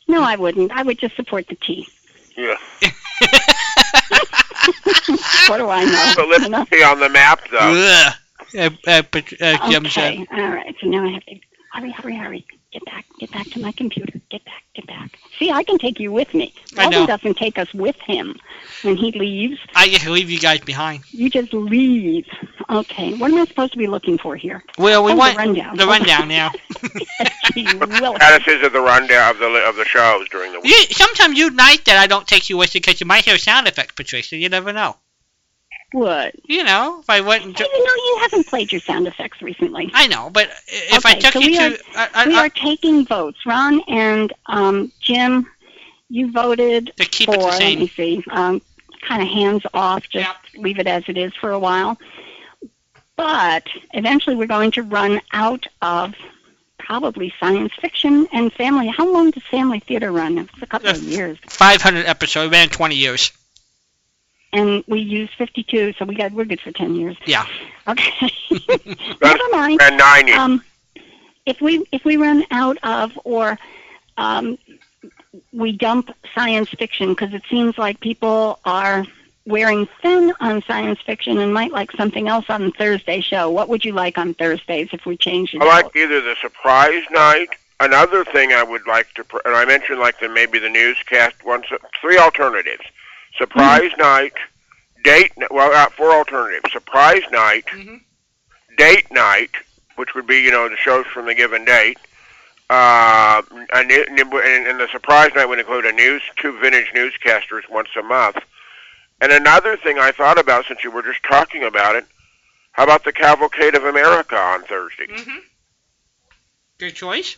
Speaker 2: No, I wouldn't. I would just support the tea.
Speaker 5: Yeah.
Speaker 2: What do I know?
Speaker 5: But
Speaker 2: You
Speaker 5: Lipton
Speaker 2: know?
Speaker 5: tea on the map, though.
Speaker 3: Ugh. Uh, uh, Pat- uh, Jim said.
Speaker 2: Okay. All right. So now I have to hurry, hurry, hurry. Get back. Get back to my computer. Get back. Get back. See, I can take you with me.
Speaker 3: I
Speaker 2: Walden
Speaker 3: know.
Speaker 2: doesn't take us with him when he leaves.
Speaker 3: I just leave you guys behind.
Speaker 2: You just leave. Okay. What am I supposed to be looking for here?
Speaker 3: Well, we
Speaker 2: Oh,
Speaker 3: want
Speaker 2: the rundown.
Speaker 3: the rundown now.
Speaker 2: Gee willikers.
Speaker 5: Statuses of the rundown of the of the shows during the week.
Speaker 3: you, sometimes you like that I don't take you with you because you might hear sound effects, Patricia. You never know.
Speaker 2: What?
Speaker 3: You know, if I wouldn't.
Speaker 2: Even though you haven't played your sound effects recently.
Speaker 3: I know, but if I
Speaker 2: Okay,
Speaker 3: took
Speaker 2: so
Speaker 3: you
Speaker 2: we
Speaker 3: to. I,
Speaker 2: We
Speaker 3: I,
Speaker 2: are taking votes. Ron and um, Jim, you voted
Speaker 3: to keep
Speaker 2: for,
Speaker 3: it the
Speaker 2: let me
Speaker 3: same.
Speaker 2: see, um, kind of hands off, just leave it as it is for a while. But eventually we're going to run out of probably science fiction and family. How long does family theater run? It's a couple of years.
Speaker 3: 500 episodes, ran 20 years.
Speaker 2: And we use 52, so we got we're good for 10 years.
Speaker 3: Yeah.
Speaker 2: Okay. Never mind.
Speaker 5: And 90.
Speaker 2: Um, if we if we run out of or um, we dump science fiction because it seems like people are wearing thin on science fiction and might like something else on Thursday show. What would you like on Thursdays if we changed it?
Speaker 5: I
Speaker 2: out?
Speaker 5: like either the surprise night. Another thing I would like to, pr- and I mentioned like the maybe the newscast one. So three alternatives: surprise night, date. n- Well, uh, four alternatives: surprise night,
Speaker 3: Mhm.
Speaker 5: date night, which would be you know the shows from the given date. Uh, a new, and, and the surprise night would include a news two vintage newscasters once a month. And another thing I thought about since you were just talking about it, how about the Cavalcade of America on Thursday?
Speaker 3: Mm-hmm. Good choice.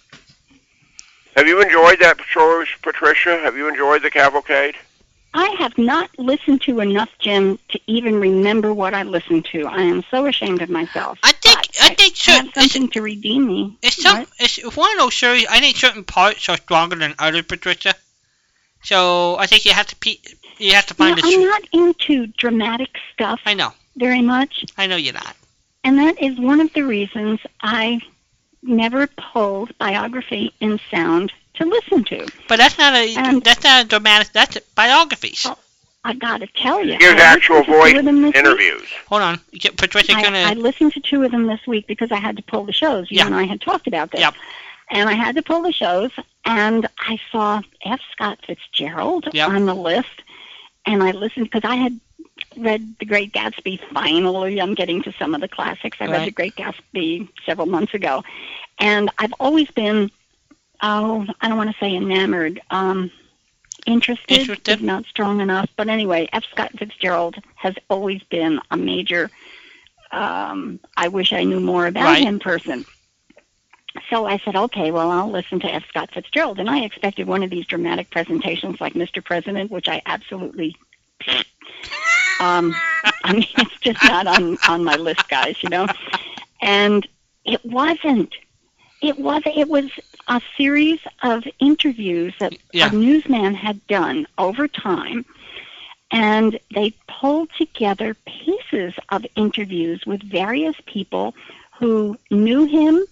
Speaker 5: Have you enjoyed that show, Patricia? Have you enjoyed the cavalcade?
Speaker 2: I have not listened to enough, Jim, to even remember what I listened to. I am so ashamed of myself.
Speaker 3: I think
Speaker 2: But
Speaker 3: I think certain
Speaker 2: have
Speaker 3: it's,
Speaker 2: something to redeem me.
Speaker 3: it's some
Speaker 2: What?
Speaker 3: it's one of those series. I think certain parts are stronger than others, Patricia. So I think you have to pe- you have to
Speaker 2: You know,
Speaker 3: find a.
Speaker 2: I'm not into dramatic stuff
Speaker 3: I know,
Speaker 2: very much,
Speaker 3: I know you're not.
Speaker 2: and that is one of the reasons I never pulled biography in sound to listen to.
Speaker 3: But that's not a
Speaker 2: And-
Speaker 3: that's not a dramatic. That's biographies.
Speaker 2: Oh. I gotta tell you,
Speaker 5: Gives
Speaker 2: I
Speaker 5: actual
Speaker 2: listened to two
Speaker 5: voice
Speaker 2: of them this week.
Speaker 5: interviews.
Speaker 3: Hold on, You get- Patricia.
Speaker 2: I,
Speaker 3: Gonna
Speaker 2: I listened to two of them this week because I had to pull the shows. You
Speaker 3: Yeah.
Speaker 2: and I had talked about this.
Speaker 3: Yep.
Speaker 2: And I had to pull the shows, and I saw F. Scott Fitzgerald
Speaker 3: Yep.
Speaker 2: on the list, and I listened because I had read The Great Gatsby finally. I'm getting to some of the classics. I
Speaker 3: Right.
Speaker 2: read The Great Gatsby several months ago, and I've always been, oh, I don't want to say enamored. Um, Interested,
Speaker 3: Interested.
Speaker 2: is not strong enough. But anyway, F. Scott Fitzgerald has always been a major um, I wish I knew more about
Speaker 3: Right.
Speaker 2: him person. So I said, okay, well, I'll listen to F. Scott Fitzgerald. And I expected one of these dramatic presentations like Mr. President, which I absolutely. um, I mean, it's just not on, on my list, guys, you know? And it wasn't. It was it was a series of interviews that
Speaker 3: Yeah.
Speaker 2: a newsman had done over time, and they pulled together pieces of interviews with various people who knew him,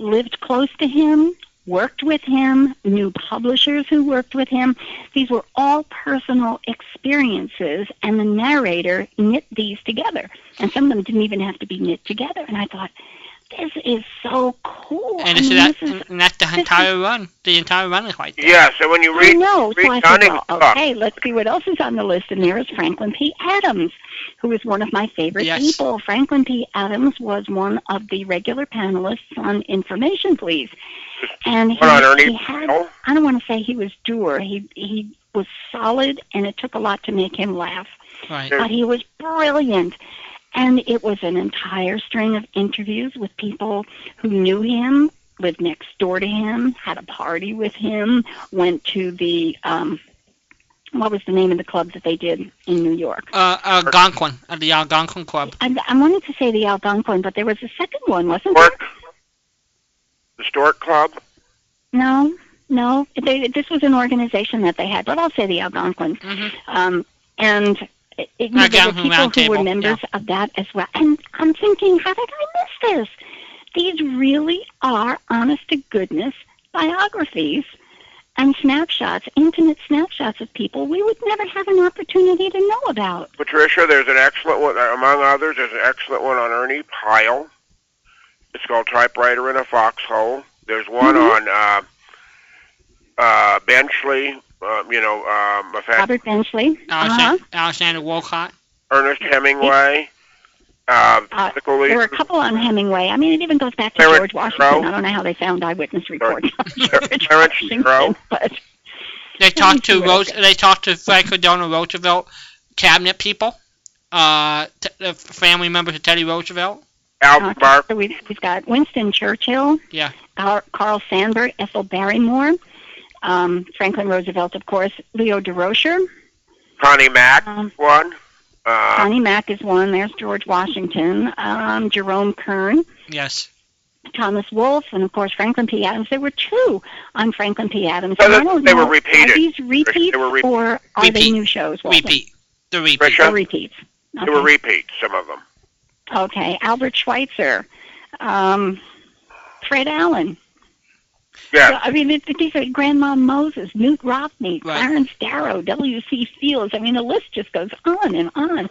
Speaker 2: lived close to him, worked with him, knew publishers who worked with him. These were all personal experiences, and the narrator knit these together. And some of them didn't even have to be knit together. And I thought, this is so cool.
Speaker 3: and
Speaker 2: I
Speaker 3: it's
Speaker 2: mean,
Speaker 3: that
Speaker 2: this is,
Speaker 3: and that's the
Speaker 2: this
Speaker 3: entire run. The entire run is like that.
Speaker 5: Yeah, so when you
Speaker 2: I
Speaker 5: read,
Speaker 2: know. So
Speaker 5: read
Speaker 2: I thought,
Speaker 5: Dunning's
Speaker 2: well,
Speaker 5: book.
Speaker 2: okay, let's see what else is on the list. And there is Franklin P. Adams, who is one of my favorite
Speaker 3: Yes.
Speaker 2: people. Franklin P. Adams was one of the regular panelists on Information Please. And he,
Speaker 5: What on Ernie
Speaker 2: he had
Speaker 5: Bell?
Speaker 2: I don't want to say he was dour. He he was solid, and it took a lot to make him laugh.
Speaker 3: Right.
Speaker 2: But he was brilliant, and it was an entire string of interviews with people who knew him, lived next door to him, had a party with him, went to the um, what was the name of the club that they did in New York?
Speaker 3: Uh, Algonquin at the Algonquin Club.
Speaker 2: I, I wanted to say the Algonquin, but there was a second one, wasn't there?
Speaker 5: Stork, the Stork Club.
Speaker 2: No, no. They, this was an organization that they had, but I'll say the Algonquin.
Speaker 3: Mhm.
Speaker 2: Um, and it, it, there were
Speaker 3: Algonquin
Speaker 2: people
Speaker 3: Round
Speaker 2: who were
Speaker 3: Table,
Speaker 2: members of that as well. And I'm thinking, how did I miss this? These really are honest to goodness biographies and snapshots, intimate snapshots of people we would never have an opportunity to know about.
Speaker 5: Patricia, there's an excellent one, uh, among others, there's an excellent one on Ernie Pyle. It's called Typewriter in a Foxhole. There's one
Speaker 2: Mhm.
Speaker 5: on uh, uh, Benchley, uh, you know, um, a fact,
Speaker 2: Robert Benchley. uh-huh.
Speaker 3: Alexander, Alexander Wolcott.
Speaker 5: Ernest Hemingway,
Speaker 2: Uh,
Speaker 5: uh, political
Speaker 2: There were
Speaker 5: leader.
Speaker 2: a couple on Hemingway. I mean, it even goes back to
Speaker 5: Clarence
Speaker 2: George Washington.
Speaker 5: Rowe.
Speaker 2: I don't know how they found eyewitness reports. on George
Speaker 5: Clarence
Speaker 2: Washington,
Speaker 5: Rowe.
Speaker 2: But
Speaker 3: They talked to
Speaker 2: Thank you,
Speaker 3: Rose,
Speaker 2: Erica.
Speaker 3: they talked to Franklin Delano Roosevelt cabinet people, uh, t- the family members of Teddy Roosevelt.
Speaker 5: Al
Speaker 2: Okay,
Speaker 5: Bar-
Speaker 2: so we've, we've got Winston Churchill,
Speaker 3: Yeah.
Speaker 2: Carl, Carl Sandburg, Ethel Barrymore, um, Franklin Roosevelt, of course, Leo DeRocher,
Speaker 5: Connie Mack
Speaker 2: um,
Speaker 5: one. Uh,
Speaker 2: Connie Mack is one. There's George Washington, um, Jerome Kern,
Speaker 3: Yes.
Speaker 2: Thomas Wolfe, and of course Franklin P. Adams. There were two on Franklin P. Adams.
Speaker 5: So
Speaker 2: and I
Speaker 5: they-
Speaker 2: don't
Speaker 5: they
Speaker 2: know,
Speaker 5: were repeated.
Speaker 2: Are these repeats
Speaker 5: were re-
Speaker 2: or are they
Speaker 3: Repeat.
Speaker 2: new shows? Walter?
Speaker 3: Repeat. The repeat.
Speaker 5: Richard?
Speaker 2: They're repeats.
Speaker 5: They were repeats, some of them.
Speaker 2: okay. Albert Schweitzer, um, Fred Allen.
Speaker 5: Yeah.
Speaker 2: So, I mean, it, these are Grandma Moses, Newt Rockney,
Speaker 3: Right.
Speaker 2: Clarence Darrow, W.C. Fields. I mean, the list just goes on and on.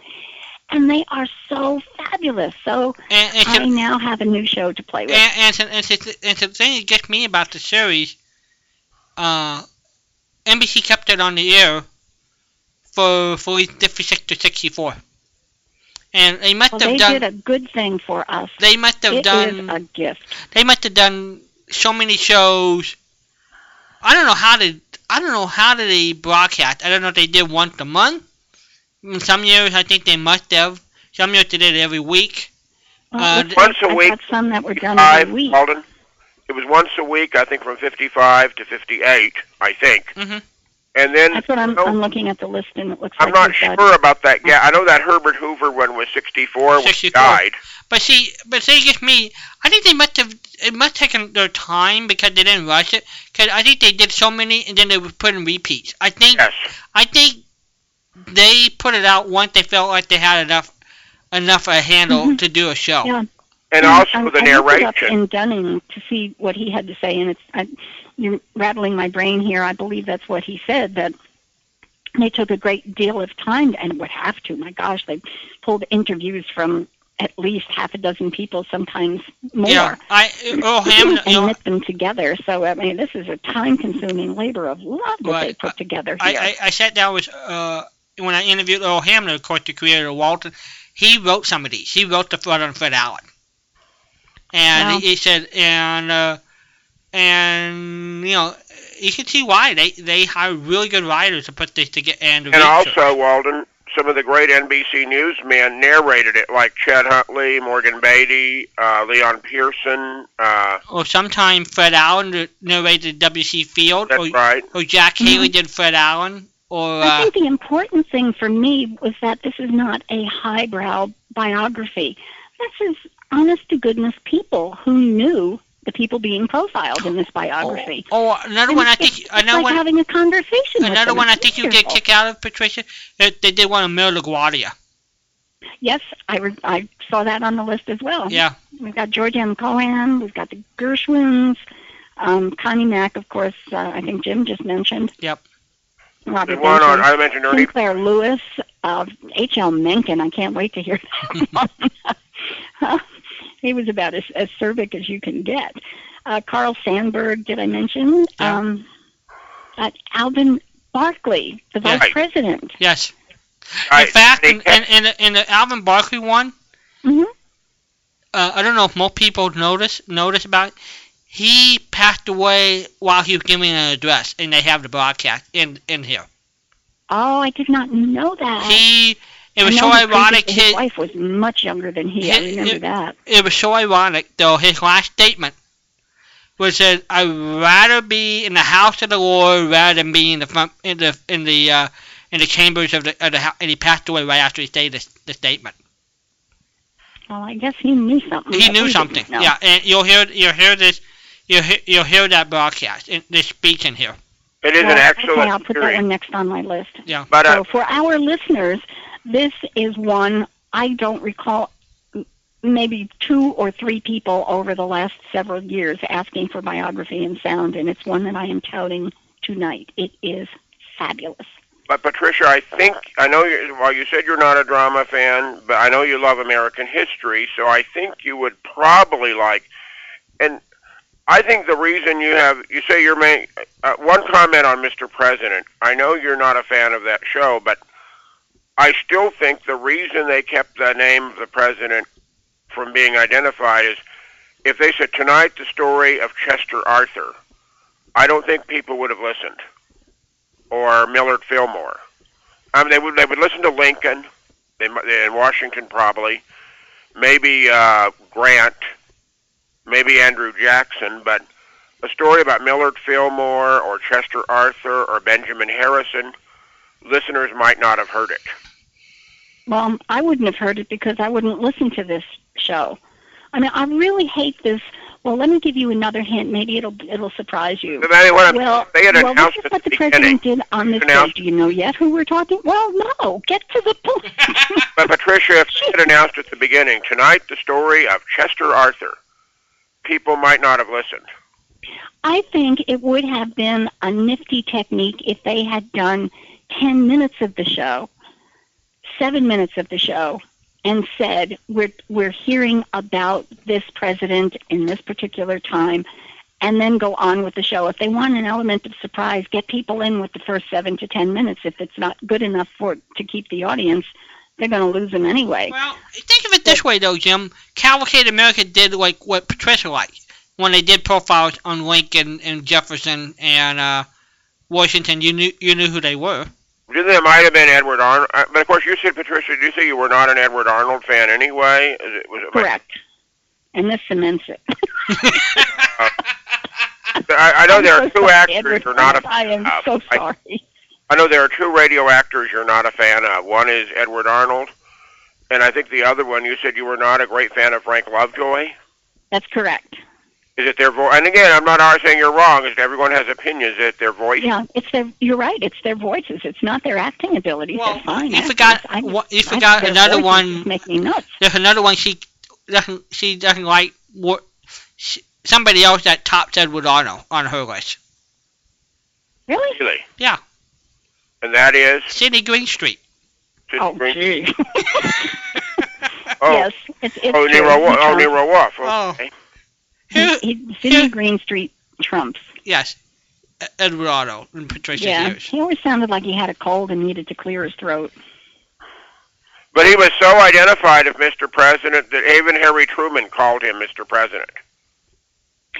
Speaker 2: And they are so fabulous. So
Speaker 3: And, and,
Speaker 2: I
Speaker 3: to,
Speaker 2: now have a new show to play with.
Speaker 3: and, and, to, and, to, and to the thing that gets me about the series, uh, NBC kept it on the air for, for 56 to 64. And they must
Speaker 2: well,
Speaker 3: have
Speaker 2: they
Speaker 3: done.
Speaker 2: did a good thing for us.
Speaker 3: they must have
Speaker 2: It is
Speaker 3: done.
Speaker 2: a gift.
Speaker 3: they must have done so many shows. I don't know how they. I don't know how did they broadcast. I don't know if they did once a month. In some years, I think they must have. Some years they did it every week.
Speaker 2: Well,
Speaker 3: Uh,
Speaker 2: it looks
Speaker 5: once
Speaker 2: like
Speaker 5: a
Speaker 2: I've
Speaker 5: week,
Speaker 2: got some that were done
Speaker 5: Five,
Speaker 2: every week.
Speaker 5: Alden. It was once a week, I think, from 55 to 58, I think.
Speaker 2: Mm-hmm.
Speaker 3: Mhm.
Speaker 5: And then
Speaker 2: That's what I'm,
Speaker 5: Oh.
Speaker 2: I'm looking at the list, and it looks
Speaker 5: I'm
Speaker 2: like
Speaker 5: not
Speaker 2: we've
Speaker 5: sure
Speaker 2: got
Speaker 5: about that. Yeah, I know that Herbert Hoover one was 64 when he
Speaker 3: 64.
Speaker 5: died.
Speaker 3: But see, but see, just me. I think they must have. It must have taken their time because they didn't rush it. Because I think they did so many, and then they would put in repeats. I think.
Speaker 5: Yes.
Speaker 3: I think they put it out once they felt like they had enough enough a handle
Speaker 2: Mhm.
Speaker 3: to do a show.
Speaker 2: Yeah.
Speaker 5: And
Speaker 2: Yeah,
Speaker 5: also
Speaker 2: Mm. Um, I,
Speaker 5: the
Speaker 2: I looked it up
Speaker 5: narration.
Speaker 2: in Dunning to see what he had to say, and it's I, you're rattling my brain here. I believe that's what he said that they took a great deal of time and would have to. My gosh, they pulled interviews from at least half a dozen people, sometimes more,
Speaker 3: Yeah, I Earl Hamlin.
Speaker 2: and
Speaker 3: you know,
Speaker 2: knit them together. So I mean, this is a time-consuming labor of love that they
Speaker 3: Right.
Speaker 2: put together
Speaker 3: I,
Speaker 2: here.
Speaker 3: I, I sat down with uh, when I interviewed Earl Hamlin, of course, the creator of Walton. He wrote some of these. He wrote the Fred on Fred Allen, and
Speaker 2: Wow.
Speaker 3: he said, and uh, and you know, you can see why they they hire really good writers to put this together. And,
Speaker 5: And also, Walden, some of the great NBC newsmen narrated it, like Chet Huntley, Morgan Beatty, uh, Leon Pearson. Uh,
Speaker 3: or sometimes Fred Allen uh, narrated W.C. Field,
Speaker 5: that's
Speaker 3: or,
Speaker 5: right.
Speaker 3: or Jack
Speaker 2: Mm-hmm.
Speaker 3: Haley did Fred Allen, or
Speaker 2: I
Speaker 3: uh,
Speaker 2: think the important thing for me was that this is not a highbrow biography. This is honest to goodness people who knew the people being profiled in this biography.
Speaker 3: uh, or another
Speaker 2: And
Speaker 3: one. I
Speaker 2: it's-
Speaker 3: think
Speaker 2: it's
Speaker 3: another
Speaker 2: like
Speaker 3: one.
Speaker 2: having a conversation. with
Speaker 3: Another
Speaker 2: them.
Speaker 3: one I
Speaker 2: It's
Speaker 3: think you get
Speaker 2: wonderful.
Speaker 3: kicked out of, Patricia. uh, They did one on Mayor LaGuardia.
Speaker 2: Yes, I re- I saw that on the list as well.
Speaker 3: Yeah,
Speaker 2: We've got George M. Cohan. We've got the Gershwins. Um, Connie Mack, of course. Uh, I think Jim just mentioned.
Speaker 3: Yep.
Speaker 5: The
Speaker 2: Robert
Speaker 5: one on,
Speaker 2: Benson.
Speaker 5: I mentioned Ernie
Speaker 2: Sinclair Lewis, uh, H.L. Mencken. I can't wait to hear that one. he was about as acerbic as you can get. Uh, Carl Sandburg, did I mention?
Speaker 3: Yeah.
Speaker 2: Um, uh, Alvin Barkley, the
Speaker 3: Yeah.
Speaker 2: vice president.
Speaker 3: yes.
Speaker 5: I-
Speaker 3: in fact,
Speaker 5: they
Speaker 3: in, in, in, the, in the Alvin Barkley one,
Speaker 2: hmm
Speaker 3: uh, I don't know if more people notice notice about it. He passed away while he was giving an address, and they have the broadcast in in here.
Speaker 2: Oh, I did not know that.
Speaker 3: He it
Speaker 2: Oh. I
Speaker 3: was so
Speaker 2: know his
Speaker 3: ironic.
Speaker 2: previous- His
Speaker 3: His,
Speaker 2: wife was much younger than he. I
Speaker 3: His-
Speaker 2: remember
Speaker 3: it-
Speaker 2: that.
Speaker 3: it was so ironic though. His last statement was that I'd rather be in the house of the Lord rather than be in the front in the in the uh, in the chambers of the of the house. And he passed away right after he stated this, the statement.
Speaker 2: Well, I guess he knew something.
Speaker 3: He
Speaker 2: that we
Speaker 3: knew
Speaker 2: didn't
Speaker 3: something.
Speaker 2: know.
Speaker 3: Yeah, and you'll hear you'll hear this you'll hear, you'll hear that broadcast in, this speech in here.
Speaker 5: It is
Speaker 2: Well,
Speaker 5: an
Speaker 2: Okay, I'll
Speaker 5: excellent
Speaker 2: put that
Speaker 5: series.
Speaker 2: one next on my list.
Speaker 5: But uh,
Speaker 2: So for our listeners, this is one I don't recall m- maybe two or three people over the last several years asking for biography and sound, and it's one that I am touting tonight. It is fabulous.
Speaker 5: But Patricia, I think I know. You, well, you said you're not a drama fan, but I know you love American history, so I think you would probably like. And I think the reason you have you say you're main uh, one comment on Mr. President. I know you're not a fan of that show, but I still think the reason they kept the name of the president from being identified is if they said tonight the story of Chester Arthur, I don't think people would have listened or Millard Fillmore. I mean, they would they would listen to Lincoln, they mu- and Washington probably, maybe uh, Grant, maybe Andrew Jackson, but a story about Millard Fillmore or Chester Arthur or Benjamin Harrison, listeners might not have heard it.
Speaker 2: well, I wouldn't have heard it because I wouldn't listen to this show. I mean, I really hate this. Well, let me give you another hint. Maybe it'll it'll surprise you.
Speaker 5: But anyway, what I'm-
Speaker 2: well,
Speaker 5: they had
Speaker 2: well, this
Speaker 5: announced
Speaker 2: is
Speaker 5: at
Speaker 2: what
Speaker 5: the
Speaker 2: the president
Speaker 5: beginning.
Speaker 2: did on this show.
Speaker 5: Announced-
Speaker 2: Do you know yet who we're talking? Well, no. Get to the point.
Speaker 5: But Patricia, if they had announced at the beginning tonight the story of Chester Arthur, people might not have listened.
Speaker 2: I think it would have been a nifty technique if they had done 10 minutes of the show, seven minutes of the show, and said, we're, we're hearing about this president in this particular time, and then go on with the show. If they want an element of surprise, get people in with the first seven to 10 minutes. If it's not good enough for to keep the audience, they're going to lose them anyway.
Speaker 3: Well, think of it this way, though, Jim. Cavalcade America did like what Patricia liked when they did profiles on Lincoln and Jefferson and uh, Washington. You knew you knew who they were.
Speaker 5: Do you think it might have been Edward Arnold? But of course, you said Patricia. Do you say you were not an Edward Arnold fan anyway? Is it, was it
Speaker 2: Correct. And this cements it.
Speaker 5: I, I know
Speaker 2: I'm
Speaker 5: there
Speaker 2: so
Speaker 5: are two
Speaker 2: sorry,
Speaker 5: actors
Speaker 2: Edward
Speaker 5: you're not
Speaker 2: Arnold.
Speaker 5: a
Speaker 2: I am
Speaker 5: fan
Speaker 2: so
Speaker 5: of. I-
Speaker 2: sorry.
Speaker 5: I know there are two radio actors you're not a fan of. One is Edward Arnold, and I think the other one you said you were not a great fan of Frank Lovejoy.
Speaker 2: That's correct.
Speaker 5: Is it their voice? And again, I'm not saying you're wrong. Is everyone has opinions? Is it their voice?
Speaker 2: Yeah, it's their. You're right. It's their voices. It's not their acting abilities.
Speaker 3: Well,
Speaker 2: That's fine.
Speaker 3: you
Speaker 2: That's-
Speaker 3: forgot
Speaker 2: I-
Speaker 3: one- you
Speaker 2: I-
Speaker 3: forgot
Speaker 2: their
Speaker 3: another
Speaker 2: voices
Speaker 3: one.
Speaker 2: just Make me nuts.
Speaker 3: There's another one she doesn't she doesn't like. What she, somebody else that tops Edward Arnold on her list.
Speaker 2: Really?
Speaker 5: Really?
Speaker 3: Yeah.
Speaker 5: And that is.
Speaker 3: Sidney Greenstreet.
Speaker 5: Sidney
Speaker 2: Oh,
Speaker 5: Green-
Speaker 2: gee.
Speaker 5: oh,
Speaker 2: yes, it's, it's
Speaker 5: oh,
Speaker 2: true.
Speaker 5: Nero.
Speaker 2: He
Speaker 5: Wo- Oh,
Speaker 2: trumps-
Speaker 5: Nero Wolf.
Speaker 3: Oh.
Speaker 5: Okay.
Speaker 3: Who?
Speaker 2: He, he, Sidney Greenstreet trumps.
Speaker 3: Yes, E- Edward Arnold and Patricia
Speaker 2: Yeah,
Speaker 3: Hughes.
Speaker 2: he always sounded like he had a cold and needed to clear his throat.
Speaker 5: But he was so identified as Mr. President that even Harry Truman called him Mr. President.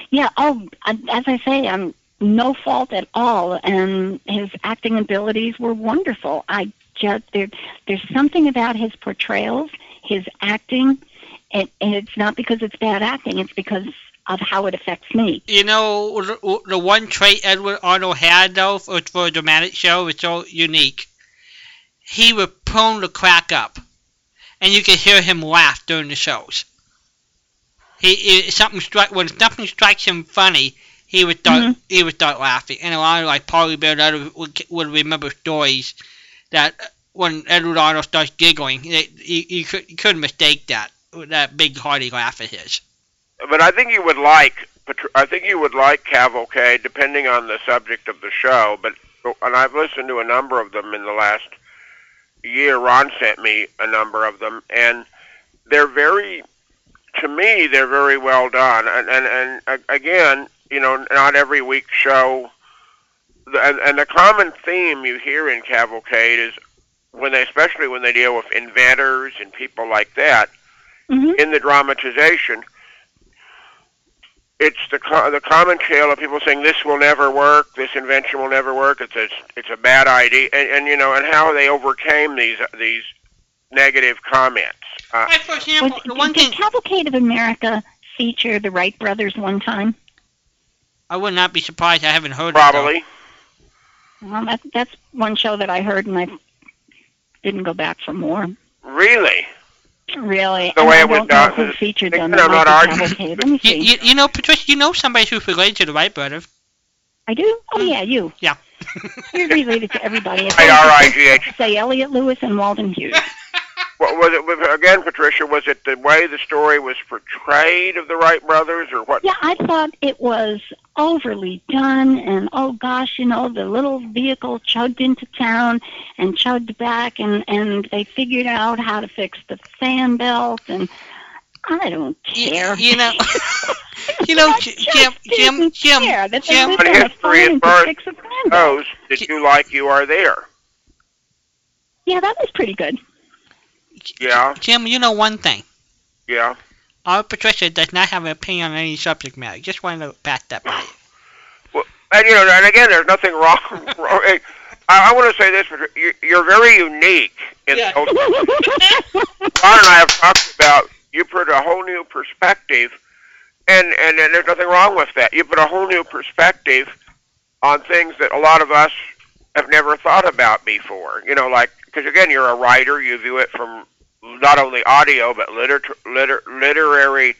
Speaker 2: Yeah. Oh, I- as I say, I'm no fault at all, and his acting abilities were wonderful. I just there, there's something about his portrayals, his acting, and, and it's not because it's bad acting; it's because of how it affects me.
Speaker 3: You know, the, the one trait Edward Arnold had, though, for, for a dramatic show, was so unique. He was prone to crack up, and you could hear him laugh during the shows. He, he something struck when something strikes him funny, he would start
Speaker 2: Mhm.
Speaker 3: he would start laughing, and a lot of like Polly Bear and others would, would remember stories that uh, when Edward Arnold starts giggling, it, you, you, could, you couldn't mistake that that big hearty laugh of his.
Speaker 5: But I think you would like. Patr- I think you would like Cavalcade, depending on the subject of the show. But and I've listened to a number of them in the last year. Ron sent me a number of them, and they're very, to me, they're very well done. And and, and a- again, you know, not every week show. the- And, and the common theme you hear in Cavalcade is when they, especially when they deal with inventors and people like that
Speaker 2: hmm
Speaker 5: in the dramatization, it's the co- the common tale of people saying this will never work, this invention will never work. It's a it's a bad idea, and, and you know, and how they overcame these these negative comments. Uh,
Speaker 3: Like, for
Speaker 2: Was,
Speaker 3: example, the
Speaker 2: did,
Speaker 3: one
Speaker 2: did
Speaker 3: thing
Speaker 2: Cavalcade of America feature the Wright brothers one time?
Speaker 3: I would not be surprised. I haven't heard It,
Speaker 5: probably,
Speaker 2: Well, that, that's one show that I heard, and I didn't go back for more.
Speaker 5: really.
Speaker 2: Really,
Speaker 5: The
Speaker 2: and
Speaker 5: way
Speaker 2: I
Speaker 5: it was
Speaker 2: don't know
Speaker 5: done-
Speaker 2: who featured them.
Speaker 5: Again, I'm
Speaker 2: It might
Speaker 5: not
Speaker 2: be
Speaker 5: arguing.
Speaker 2: Cavalcade. Let me
Speaker 3: though. You,
Speaker 2: see.
Speaker 3: you, you know, Patricia, you know somebody who's related to the Wright brothers.
Speaker 2: I do. Oh yeah, you.
Speaker 3: Yeah.
Speaker 2: You're related to everybody. It's
Speaker 5: Right,
Speaker 2: all
Speaker 5: all right,
Speaker 2: just
Speaker 5: GH.
Speaker 2: Say Elliot Lewis and Walden Hughes.
Speaker 5: What was it was- again, Patricia? Was it the way the story was portrayed of the Wright brothers, or what?
Speaker 2: Yeah, I thought it was overly done, and oh gosh, you know, the little vehicle chugged into town and chugged back, and and they figured out how to fix the fan belt, and I don't
Speaker 3: You,
Speaker 2: care.
Speaker 3: you know, you know,
Speaker 2: I
Speaker 3: J-
Speaker 2: just
Speaker 3: Jim, Jim,
Speaker 2: didn't
Speaker 3: Jim,
Speaker 2: care that they
Speaker 3: Jim.
Speaker 2: lived on a
Speaker 5: History
Speaker 2: farm
Speaker 5: is Oh.
Speaker 2: to
Speaker 5: birth.
Speaker 2: fix a fan belt.
Speaker 5: Those did you like? You are there.
Speaker 2: Yeah, that was pretty good.
Speaker 5: Yeah,
Speaker 3: Jim. You know one thing.
Speaker 5: yeah.
Speaker 3: Our Patricia does not have an opinion on any subject matter. Just wanted to pass that by. you.
Speaker 5: And you know, and again, there's nothing wrong. wrong I, I want to say this: Patricia, you- you're very unique. In
Speaker 3: Yeah.
Speaker 5: the whole, Ron and I have talked about you put a whole new perspective, and, and and there's nothing wrong with that. You put a whole new perspective on things that a lot of us have never thought about before. You know, like because again, you're a writer. You view it from not only audio but literature, liter, literary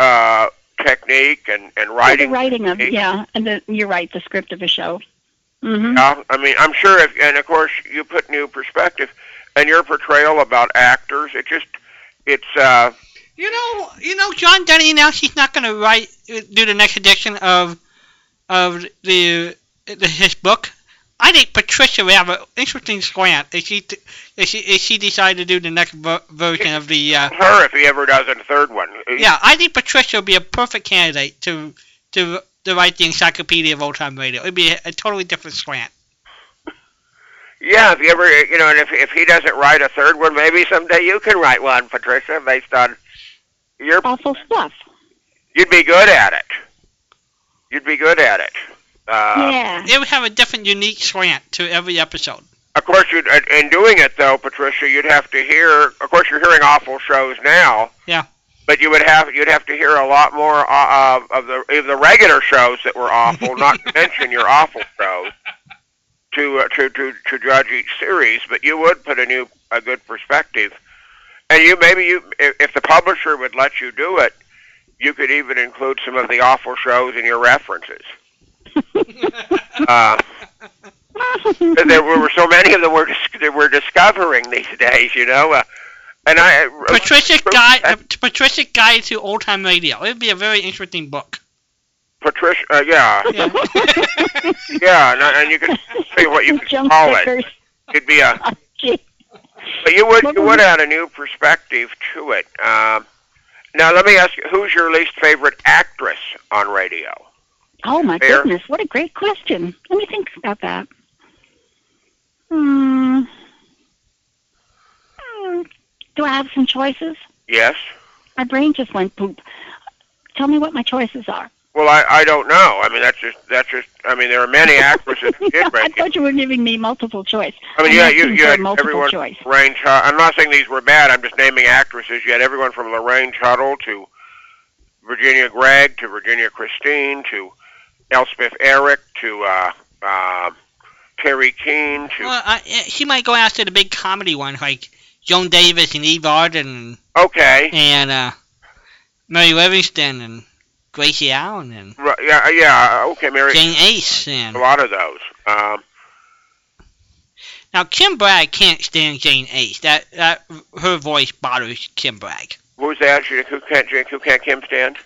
Speaker 5: uh, technique and and
Speaker 2: the
Speaker 5: writing.
Speaker 2: writing of
Speaker 5: technique.
Speaker 2: yeah, and the, you're right, the script of a show. hmm
Speaker 5: Yeah, I mean, I'm sure, if, and of course, you put new perspective, and your portrayal about actors, it just, it's, uh,
Speaker 3: You know, you know, John Denny announced he's not going to write do the next edition of of the, the his book. I think Patricia would have an interesting slant if she if she if she decided to do the next ver- version of the. Uh,
Speaker 5: her if he ever does a third one.
Speaker 3: yeah, I think Patricia would be a perfect candidate to to to write the encyclopedia of old time radio. It'd be a, a totally different slant.
Speaker 5: Yeah, if you ever, you know, and if if he doesn't write a third one, maybe someday you can write one, Patricia, based on your.
Speaker 2: Awful stuff.
Speaker 5: You'd be good at it. You'd be good at it. Uh,
Speaker 2: yeah.
Speaker 3: It would have a different, unique slant to every episode.
Speaker 5: Of course, you'd, in- in doing it though, Patricia, you'd have to hear. Of course, you're hearing awful shows now.
Speaker 3: Yeah.
Speaker 5: But you would have you'd have to hear a lot more uh, of- of the of the regular shows that were awful, not to mention your awful shows, to uh, to to to judge each series. But you would put a new a good perspective, and you maybe you if if the publisher would let you do it, you could even include some of the awful shows in your references. Uh, there were so many of them we're, dis- that we're discovering these days, you know. Uh, and I uh,
Speaker 3: Patricia
Speaker 5: Ru-
Speaker 3: guide
Speaker 5: uh,
Speaker 3: uh, Patricia guide to old time radio. It'd be a very interesting book.
Speaker 5: Patricia, uh, yeah,
Speaker 3: Yeah.
Speaker 5: yeah, and, I- and you could see what you could
Speaker 2: Junk
Speaker 5: call it.
Speaker 2: stickers. Oh,
Speaker 5: It'd be a,
Speaker 2: Gee.
Speaker 5: but you would
Speaker 2: What
Speaker 5: you
Speaker 2: was
Speaker 5: would
Speaker 2: it?
Speaker 5: add a new perspective to it. Um, now let me ask you, who's your least favorite actress on radio?
Speaker 2: Oh my
Speaker 5: Fair.
Speaker 2: goodness, what a great question. Let me think about that. Hmm. Hmm. Do I have some choices?
Speaker 5: Yes.
Speaker 2: My brain just went poop. Tell me what my choices are.
Speaker 5: Well, I, I don't know. I mean, that's just that's just. I mean, there are many actresses who did
Speaker 2: I
Speaker 5: range.
Speaker 2: thought you were giving me multiple choice.
Speaker 5: I mean,
Speaker 2: I'm
Speaker 5: yeah,
Speaker 2: asking
Speaker 5: you you
Speaker 2: for
Speaker 5: had
Speaker 2: multiple
Speaker 5: everyone
Speaker 2: choice.
Speaker 5: Lorraine Hu- I'm not saying these were bad. I'm just naming actresses. You had everyone from Lorraine Tuttle to Virginia Gregg to Virginia Christine to Elspeth Eric to uh, uh, Terry Keene to
Speaker 3: Well, I, eh, she might go after the big comedy ones like Joan Davis and Eve Arden
Speaker 5: okay.
Speaker 3: and uh, Mary Livingston and Gracie Allen and
Speaker 5: Ru- Yeah, uh, yeah, okay, Mary.
Speaker 3: Jane Ace
Speaker 5: A
Speaker 3: and
Speaker 5: lot of those. Um,
Speaker 3: now Kim Bragg can't stand Jane Ace. That that her voice bothers Kim Bragg.
Speaker 5: who's that? She- Who can't drink? Who can't Kim stand?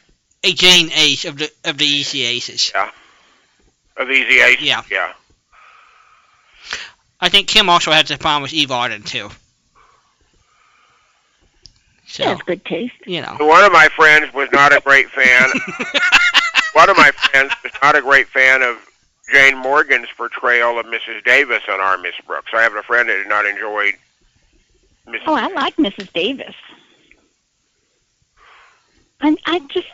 Speaker 3: A Jane Ace of the of the Easy Aces.
Speaker 5: Of Easy Ace.
Speaker 3: Yeah.
Speaker 5: Yeah.
Speaker 3: I think Kim also has a problem with Eve Arden too. So
Speaker 2: She has good taste.
Speaker 3: you know.
Speaker 5: One of my friends was not a great fan one of my friends is not a great fan of Jane Morgan's portrayal of Mrs. Davis on Our Miss Brooks. I have a friend that did not enjoy Miss.
Speaker 2: Oh, I like Mrs. Davis. And I just,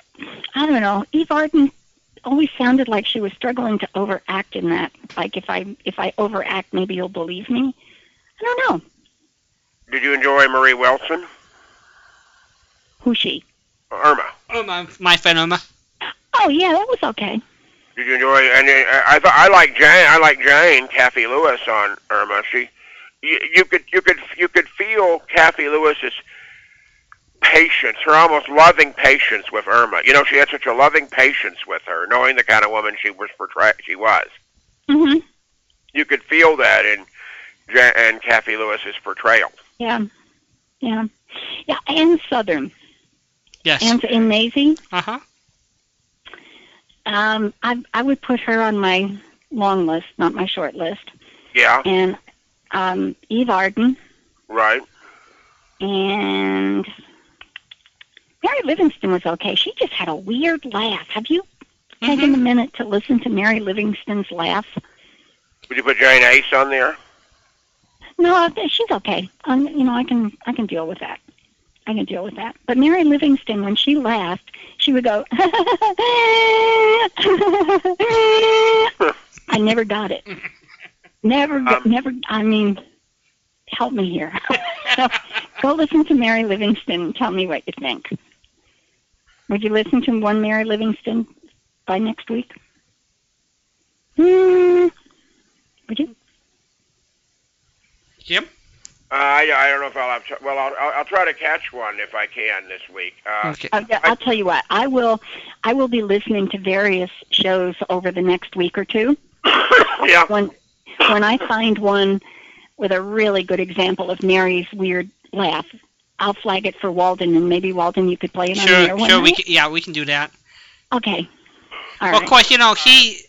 Speaker 2: I don't know. Eve Arden always sounded like she was struggling to overact in that. Like if I if I overact, maybe you'll believe me. I don't know
Speaker 5: Did you enjoy Marie Wilson?
Speaker 2: who she.
Speaker 5: Irma.
Speaker 3: Oh my, my friend Irma.
Speaker 2: Oh yeah, that was okay.
Speaker 5: Did you enjoy? And uh, I thought I like Jane. I like Jane Kathy Lewis on Irma. She, you, you could you could you could feel Kathy Lewis's patience, her almost loving patience with Irma. You know, she had such a loving patience with her, knowing the kind of woman she was portray- she was.
Speaker 2: hmm
Speaker 5: you could feel that in Ja- and Kathy Lewis's portrayal.
Speaker 2: Yeah, yeah, yeah. And Southern
Speaker 3: Yes.
Speaker 2: and in Maisie.
Speaker 3: Uh huh.
Speaker 2: Um, I I would put her on my long list, not my short list.
Speaker 5: Yeah,
Speaker 2: And um, Eve Arden.
Speaker 5: right.
Speaker 2: and Mary Livingston was okay. She just had a weird laugh. Have you taken a minute to listen to Mary Livingston's laugh?
Speaker 5: Would you put Jane Ace on there?
Speaker 2: No, I think she's okay. Um, you know, I can I can deal with that. I can deal with that. But Mary Livingston, when she laughed, she would go. I never got it. Never, got
Speaker 5: Um,
Speaker 2: never. I mean, help me here. so, go listen to Mary Livingston and tell me what you think. Would you listen to one Mary Livingston by next week? Hmm. Would you?
Speaker 3: Jim?
Speaker 5: Uh, I, I don't know if I'll have. T- well, I'll, I'll I'll try to catch one if I can this week. Uh,
Speaker 3: okay.
Speaker 2: I'll, Oh, I'll tell you what. I will. I will be listening to various shows over the next week or two.
Speaker 5: yeah.
Speaker 2: When when I find one with a really good example of Mary's weird laugh, I'll flag it for Walden, and maybe Walden, you could play it on the air
Speaker 3: Sure,
Speaker 2: one
Speaker 3: sure. We
Speaker 2: night?
Speaker 3: can, yeah, we can do that.
Speaker 2: Okay. All
Speaker 3: Well,
Speaker 2: right.
Speaker 3: of course, you know she.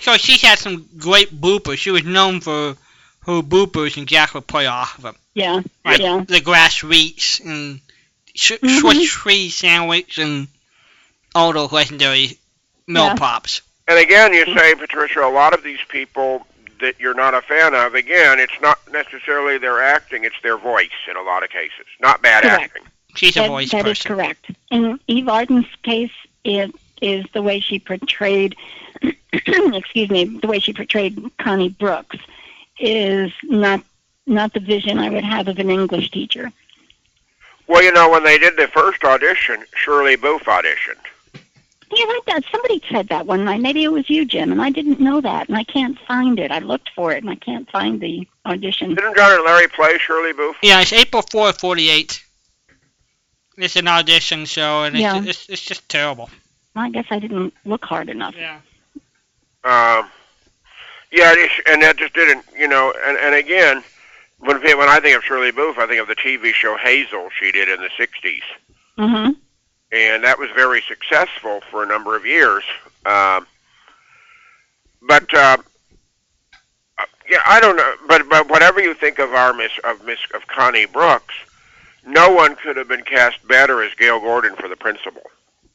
Speaker 3: So she had some great bloopers. She was known for her bloopers, and Jack would play off of them.
Speaker 2: Yeah.
Speaker 3: Like
Speaker 2: Yeah.
Speaker 3: the grassroots and sh-
Speaker 2: Mhm.
Speaker 3: Swiss tree sandwich and all those legendary mill
Speaker 2: Yeah.
Speaker 3: pops.
Speaker 5: And again, you say, Patricia, a lot of these people that you're not a fan of, again, it's not necessarily their acting, it's their voice in a lot of cases. Not bad
Speaker 2: Correct.
Speaker 5: acting.
Speaker 3: She's a
Speaker 2: That-
Speaker 3: voice
Speaker 2: that is
Speaker 3: person.
Speaker 2: correct. In Eve Arden's case, it is the way she portrayed, excuse me, the way she portrayed Connie Brooks is not not the vision I would have of an English teacher.
Speaker 5: Well, you know, when they did the first audition, Shirley Booth auditioned.
Speaker 2: You read that? Somebody said that one night. Maybe it was you, Jim, and I didn't know that, and I can't find it. I looked for it, and I can't find the audition.
Speaker 5: Didn't John and Larry play Shirley Booth?
Speaker 3: Yeah, it's April 4, 48. It's an audition show, and it's,
Speaker 2: Yeah.
Speaker 3: it's, it's just terrible.
Speaker 2: I guess I didn't look hard enough.
Speaker 3: Yeah.
Speaker 5: Um, yeah, it is, and that just didn't, you know, and, and again, when, pe- when I think of Shirley Booth, I think of the TV show Hazel she did in the 60s.
Speaker 2: Mm-hmm.
Speaker 5: and that was very successful for a number of years. Um, but uh, uh, yeah, I don't know. But but whatever you think of our Miss of Miss of Connie Brooks, no one could have been cast better as Gail Gordon for the principal.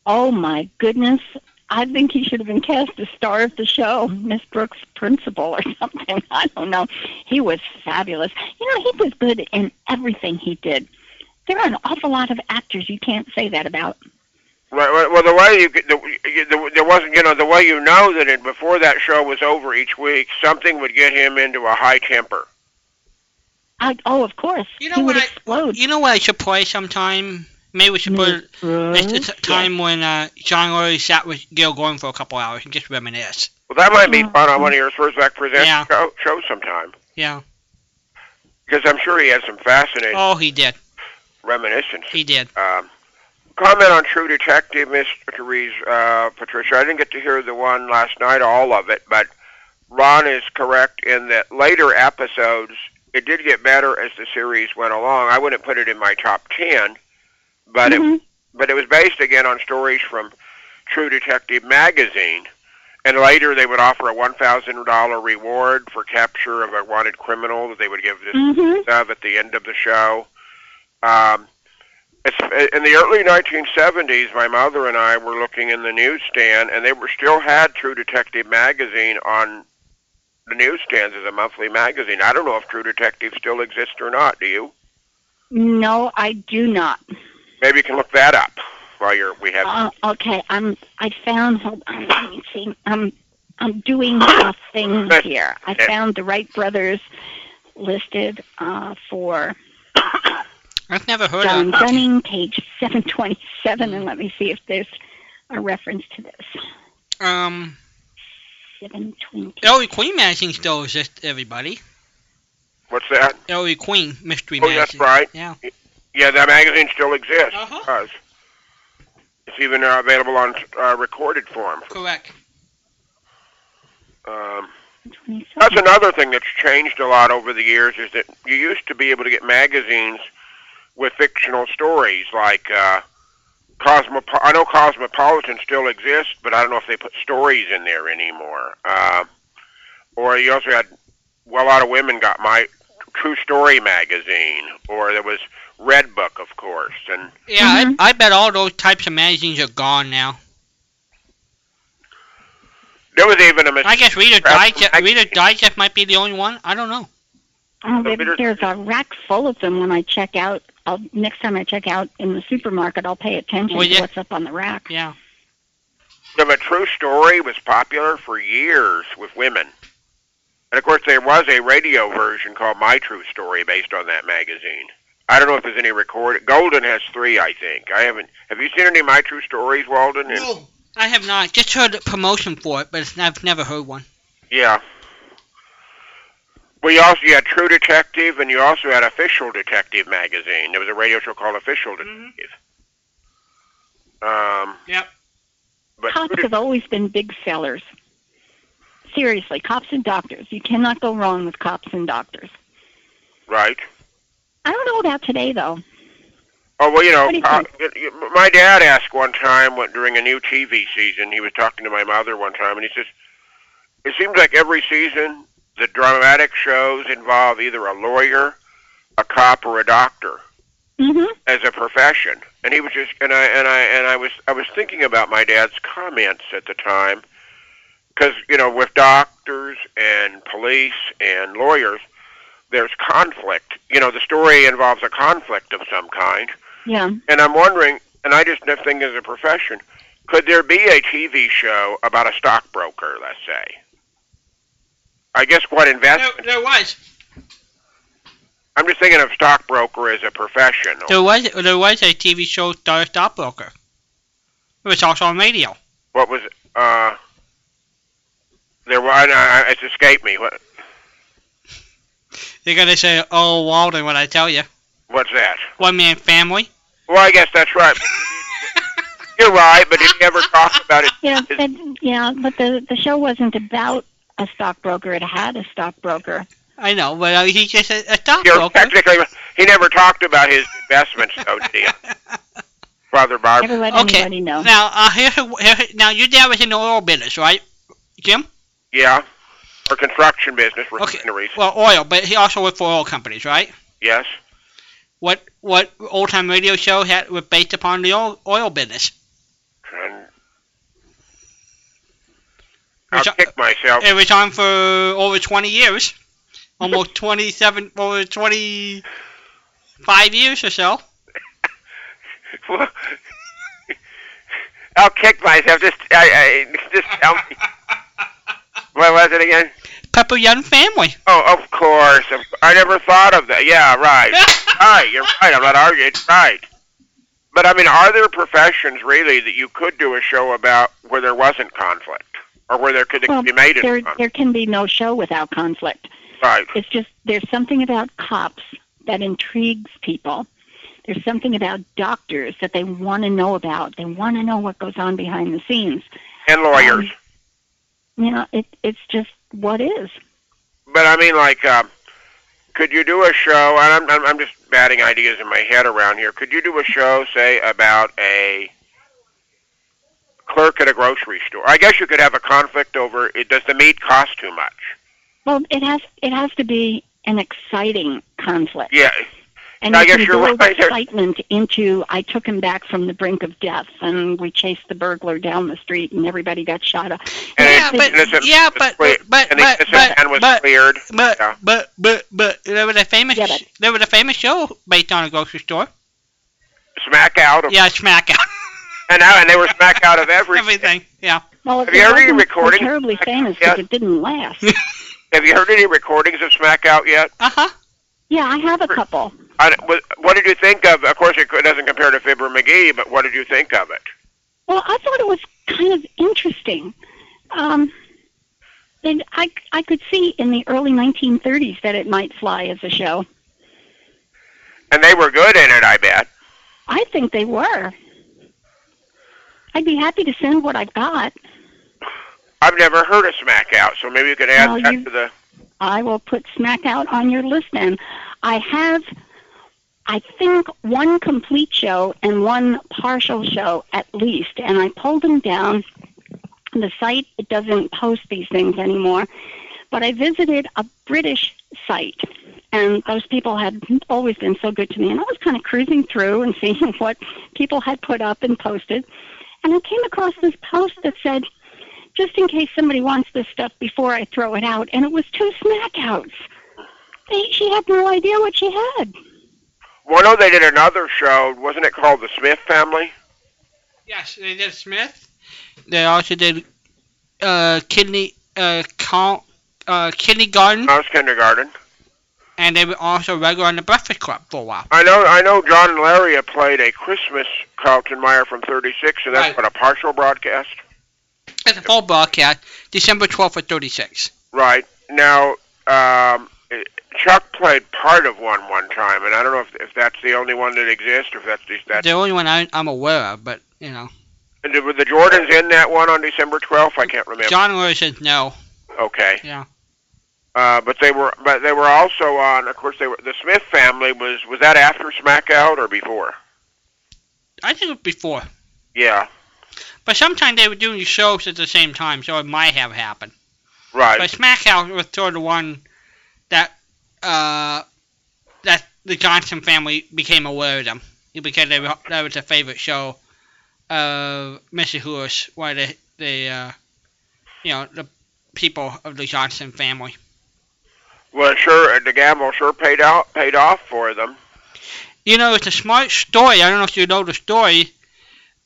Speaker 2: Oh my goodness. I think he should have been cast as star of the show, Miss Brooks principal or something. I don't know. He was fabulous. You know, he was good in everything he did. There are an awful lot of actors you can't say that about.
Speaker 5: Right. Well, well, the way you could- the, you- the, there wasn't you know the way you know that it, before that show was over each week something would get him into a high temper.
Speaker 2: I, oh, of course.
Speaker 3: You know
Speaker 2: he would
Speaker 3: what I-
Speaker 2: explode.
Speaker 3: You know what I should play sometime? Maybe we should put it-
Speaker 2: Mm-hmm.
Speaker 3: it's, it's a time when uh, John Lurie sat with Gil Gordon for a couple hours and just reminisce.
Speaker 5: Well, that might be fun on one of your first back presents
Speaker 3: Mm-hmm. Yeah.
Speaker 5: show, shows sometime
Speaker 3: Yeah.
Speaker 5: because I'm sure he had some fascinating
Speaker 3: Oh, he did.
Speaker 5: reminiscences.
Speaker 3: He did.
Speaker 5: Um, comment on True Detective, Miss Therese, uh, Patricia. I didn't get to hear the one last night, all of it, but Ron is correct in that later episodes, it did get better as the series went along. I wouldn't put it in my top ten, but
Speaker 3: Mm-hmm.
Speaker 2: Mhm.
Speaker 5: it but it was based again on stories from True Detective magazine. And later, they would offer a one thousand dollar reward for capture of a wanted criminal that they would give this
Speaker 2: Mhm.
Speaker 5: of at the end of the show. Um, it's, in the early 1970s, my mother and I were looking in the newsstand, and they were still had True Detective magazine on the newsstands as a monthly magazine. I don't know if True Detective still exists or not. Do you?
Speaker 2: No, I do not.
Speaker 5: Maybe you can look that up while you're we have.
Speaker 2: Uh, okay, I'm. I found. Hold on, let me see. I'm. I'm doing a thing here. I found the Wright brothers listed uh, for
Speaker 3: I've never heard
Speaker 2: John
Speaker 3: of him.
Speaker 2: Dunning, page 727, and let me see if there's a reference to this.
Speaker 3: Um,
Speaker 2: 720.
Speaker 3: Ellery E Queen magazine still exists, everybody.
Speaker 5: what's that?
Speaker 3: Ellery Queen mystery
Speaker 5: Oh, that's
Speaker 3: magazine.
Speaker 5: right.
Speaker 3: Yeah.
Speaker 5: Yeah, that magazine still exists.
Speaker 3: Uh-huh.
Speaker 5: Does. It's even uh, available on uh, recorded form.
Speaker 3: Correct.
Speaker 5: Um,
Speaker 2: 727.
Speaker 5: That's another thing that's changed a lot over the years is that you used to be able to get magazines with fictional stories like uh, Cosmopo- I know Cosmopolitan still exists, but I don't know if they put stories in there anymore. Uh, or you also had well, a lot of women got my True Story magazine, or there was Red Book, of course, and
Speaker 3: Yeah,
Speaker 2: Mhm.
Speaker 3: I, I bet all those types of magazines are gone now.
Speaker 5: there was even a mis-
Speaker 3: I guess Reader
Speaker 5: Perhaps
Speaker 3: Digest,
Speaker 5: magazine.
Speaker 3: Reader Digest might be the only one. I don't know.
Speaker 2: Oh,
Speaker 5: the
Speaker 2: there,
Speaker 5: bitter-
Speaker 2: there's a rack full of them when I check out. I'll, next time I check out in the supermarket, I'll pay attention
Speaker 3: Well, yeah.
Speaker 2: to what's up on the rack.
Speaker 3: Yeah.
Speaker 5: So the true story was popular for years with women. And of course, there was a radio version called My True Story based on that magazine. I don't know if there's any recorded. Golden has three, I think. I haven't. Have you seen any My True Stories, Walden? And-
Speaker 3: I have not. Just heard promotion for it, but it's, I've never heard one.
Speaker 5: Yeah. Well, you also you had True Detective, and you also had Official Detective magazine. There was a radio show called Official Detective.
Speaker 3: Mhm.
Speaker 5: Um,
Speaker 3: Yep.
Speaker 5: But True
Speaker 2: cops
Speaker 5: Det-
Speaker 2: have always been big sellers. Seriously, cops and doctors. You cannot go wrong with cops and doctors.
Speaker 5: right?
Speaker 2: I don't know about today though.
Speaker 5: Oh well, you know,
Speaker 2: What do you
Speaker 5: uh, y- y- my dad asked one time when, during a new TV season. He was talking to my mother one time, and he says, "It seems like every season the dramatic shows involve either a lawyer, a cop, or a doctor
Speaker 2: Mhm.
Speaker 5: as a profession." And he was just, and I and I and I was I was thinking about my dad's comments at the time, because you know, with doctors and police and lawyers, there's conflict. You know, the story involves a conflict of some kind.
Speaker 2: Yeah.
Speaker 5: And I'm wondering, and I just think as a profession, could there be a TV show about a stockbroker, let's say? I guess what
Speaker 3: There,
Speaker 5: investment.
Speaker 3: there was.
Speaker 5: I'm just thinking of stockbroker as a profession.
Speaker 3: There was there was a TV show Star Stockbroker. It was also on radio.
Speaker 5: What was uh? There was. I, I, it's escaped me. What?
Speaker 3: You're gonna say, "Oh, Walden," when I tell you,
Speaker 5: What's that?
Speaker 3: one man family.
Speaker 5: Well, I guess that's right. You're right, but did he ever talk about it?
Speaker 2: Yeah, but yeah, but the the show wasn't about a stockbroker. It had a stockbroker.
Speaker 3: I know, but uh, he's just a, a
Speaker 5: You're
Speaker 3: stockbroker.
Speaker 5: technically, he never talked about his investments, though, did he? Father Barber.
Speaker 2: Never let
Speaker 3: Okay.
Speaker 2: anybody know.
Speaker 3: Now, uh, here's, here, now your dad was in the oil business, right, Jim?
Speaker 5: Yeah. Or construction business
Speaker 3: Okay.
Speaker 5: refineries.
Speaker 3: Well, oil, but he also worked for oil companies, right?
Speaker 5: Yes.
Speaker 3: What what old time radio show had was based upon the oil, oil business?
Speaker 5: Trying- I'll
Speaker 3: Which-
Speaker 5: kick myself.
Speaker 3: It was on for over 20 years, almost 27, over 25 years or so.
Speaker 5: I'll kick myself. Just, I, I, just tell me. What was it again?
Speaker 3: Pepper Young family.
Speaker 5: Oh, of course. Of- I never thought of that. Yeah, right. right. You're right. I'm not arguing. It's right. But I mean, are there professions really that you could do a show about where there wasn't conflict, or where there could
Speaker 2: Well,
Speaker 5: be made
Speaker 2: There
Speaker 5: in conflict?
Speaker 2: there can be no show without conflict.
Speaker 5: Right.
Speaker 2: It's just there's something about cops that intrigues people. There's something about doctors that they want to know about. They want to know what goes on behind the scenes.
Speaker 5: And
Speaker 2: um,
Speaker 5: lawyers.
Speaker 2: You know, it it's just what is.
Speaker 5: But I mean, like, um, could you do a show? And I'm, I'm, I'm just batting ideas in my head around here. Could you do a show, say, about a clerk at a grocery store? I guess you could have a conflict over it. Does the meat cost too much?
Speaker 2: Well, it has it has to be an exciting conflict.
Speaker 5: Yeah,
Speaker 2: And
Speaker 5: I
Speaker 2: you
Speaker 5: guess
Speaker 2: can
Speaker 5: you're
Speaker 2: build
Speaker 5: right.
Speaker 2: excitement into I took him back from the brink of death and we chased the burglar down the street and everybody got shot up.
Speaker 5: And
Speaker 3: yeah,
Speaker 5: it's-
Speaker 3: but,
Speaker 5: and it's a-
Speaker 3: yeah,
Speaker 5: it's
Speaker 3: but,
Speaker 5: clear-
Speaker 3: but, but,
Speaker 5: and
Speaker 3: but,
Speaker 5: the innocent man was
Speaker 3: but, but,
Speaker 5: cleared.
Speaker 3: but,
Speaker 5: Yeah.
Speaker 3: but, but, but, there was a famous,
Speaker 2: Yeah, but-
Speaker 3: there was a famous show based on a grocery store.
Speaker 5: Smack out of,
Speaker 3: Yeah, smack out
Speaker 5: and now and they were smack out of everything.
Speaker 3: everything. Yeah,
Speaker 2: Well,
Speaker 5: Have
Speaker 2: it
Speaker 5: you ever
Speaker 2: wasn't
Speaker 5: recorded-
Speaker 2: terribly famous because
Speaker 5: Yeah.
Speaker 2: it didn't last.
Speaker 5: Have you heard any recordings of smack out yet?
Speaker 3: uh huh.
Speaker 2: yeah, I have a couple.
Speaker 5: I, what, what did you think of? Of course, it doesn't compare to Fibber McGee, but what did you think of it?
Speaker 2: Well, I thought it was kind of interesting. Um, and I, I could see in the early 1930s that it might fly as a show.
Speaker 5: And they were good in it, I bet.
Speaker 2: I think they were. I'd be happy to send what I've got.
Speaker 5: I've never heard of Smack Out, so maybe you could add
Speaker 2: Well,
Speaker 5: that
Speaker 2: you-
Speaker 5: to the.
Speaker 2: I will put Smack Out on your list then. I have, I think, one complete show and one partial show at least, and I pulled them down. The site it doesn't post these things anymore, but I visited a British site, and those people had always been so good to me. And I was kind of cruising through and seeing what people had put up and posted, and I came across this post that said, just in case somebody wants this stuff before I throw it out. And it was two smackouts. They, she had no idea what she had.
Speaker 5: Well, no, they did another show. Wasn't it called The Smith Family?
Speaker 3: Yes, they did Smith. They also did uh, kidney uh, con- uh, kidney
Speaker 2: Mm-hmm.
Speaker 3: garden,
Speaker 5: I was kindergarten.
Speaker 3: and they were also regular on the Breakfast Club for a while.
Speaker 5: I know. I know. John and Laria played a Christmas Carlton Meyer from '36, so that's
Speaker 3: Right.
Speaker 5: what a partial broadcast.
Speaker 3: It's a full broadcast, December 12th at 36.
Speaker 5: Right now, um, Chuck played part of one one time, and I don't know if, if that's the only one that exists or if that's just that.
Speaker 3: the only one I, I'm aware of, but you know,
Speaker 5: And Were the Jordans in that one on December 12th? I can't remember.
Speaker 3: John Lewis says no.
Speaker 5: Okay.
Speaker 3: Yeah.
Speaker 5: Uh, but they were, but they were also on. Of course, they were. The Smith family was was that after SmackOut or before?
Speaker 3: I did it before,
Speaker 5: Yeah.
Speaker 3: but sometimes they were doing shows at the same time, so it might have happened. But
Speaker 5: Right.
Speaker 3: SmackDown was sort of the one that uh, that the Johnson family became aware of them because they were, that was a favorite show of Mrs. Lewis, why the the uh, you know the people of the Johnson family.
Speaker 5: Well, sure. The gamble sure paid out paid off for them.
Speaker 3: You know, it's a smart story. I don't know if you know the story.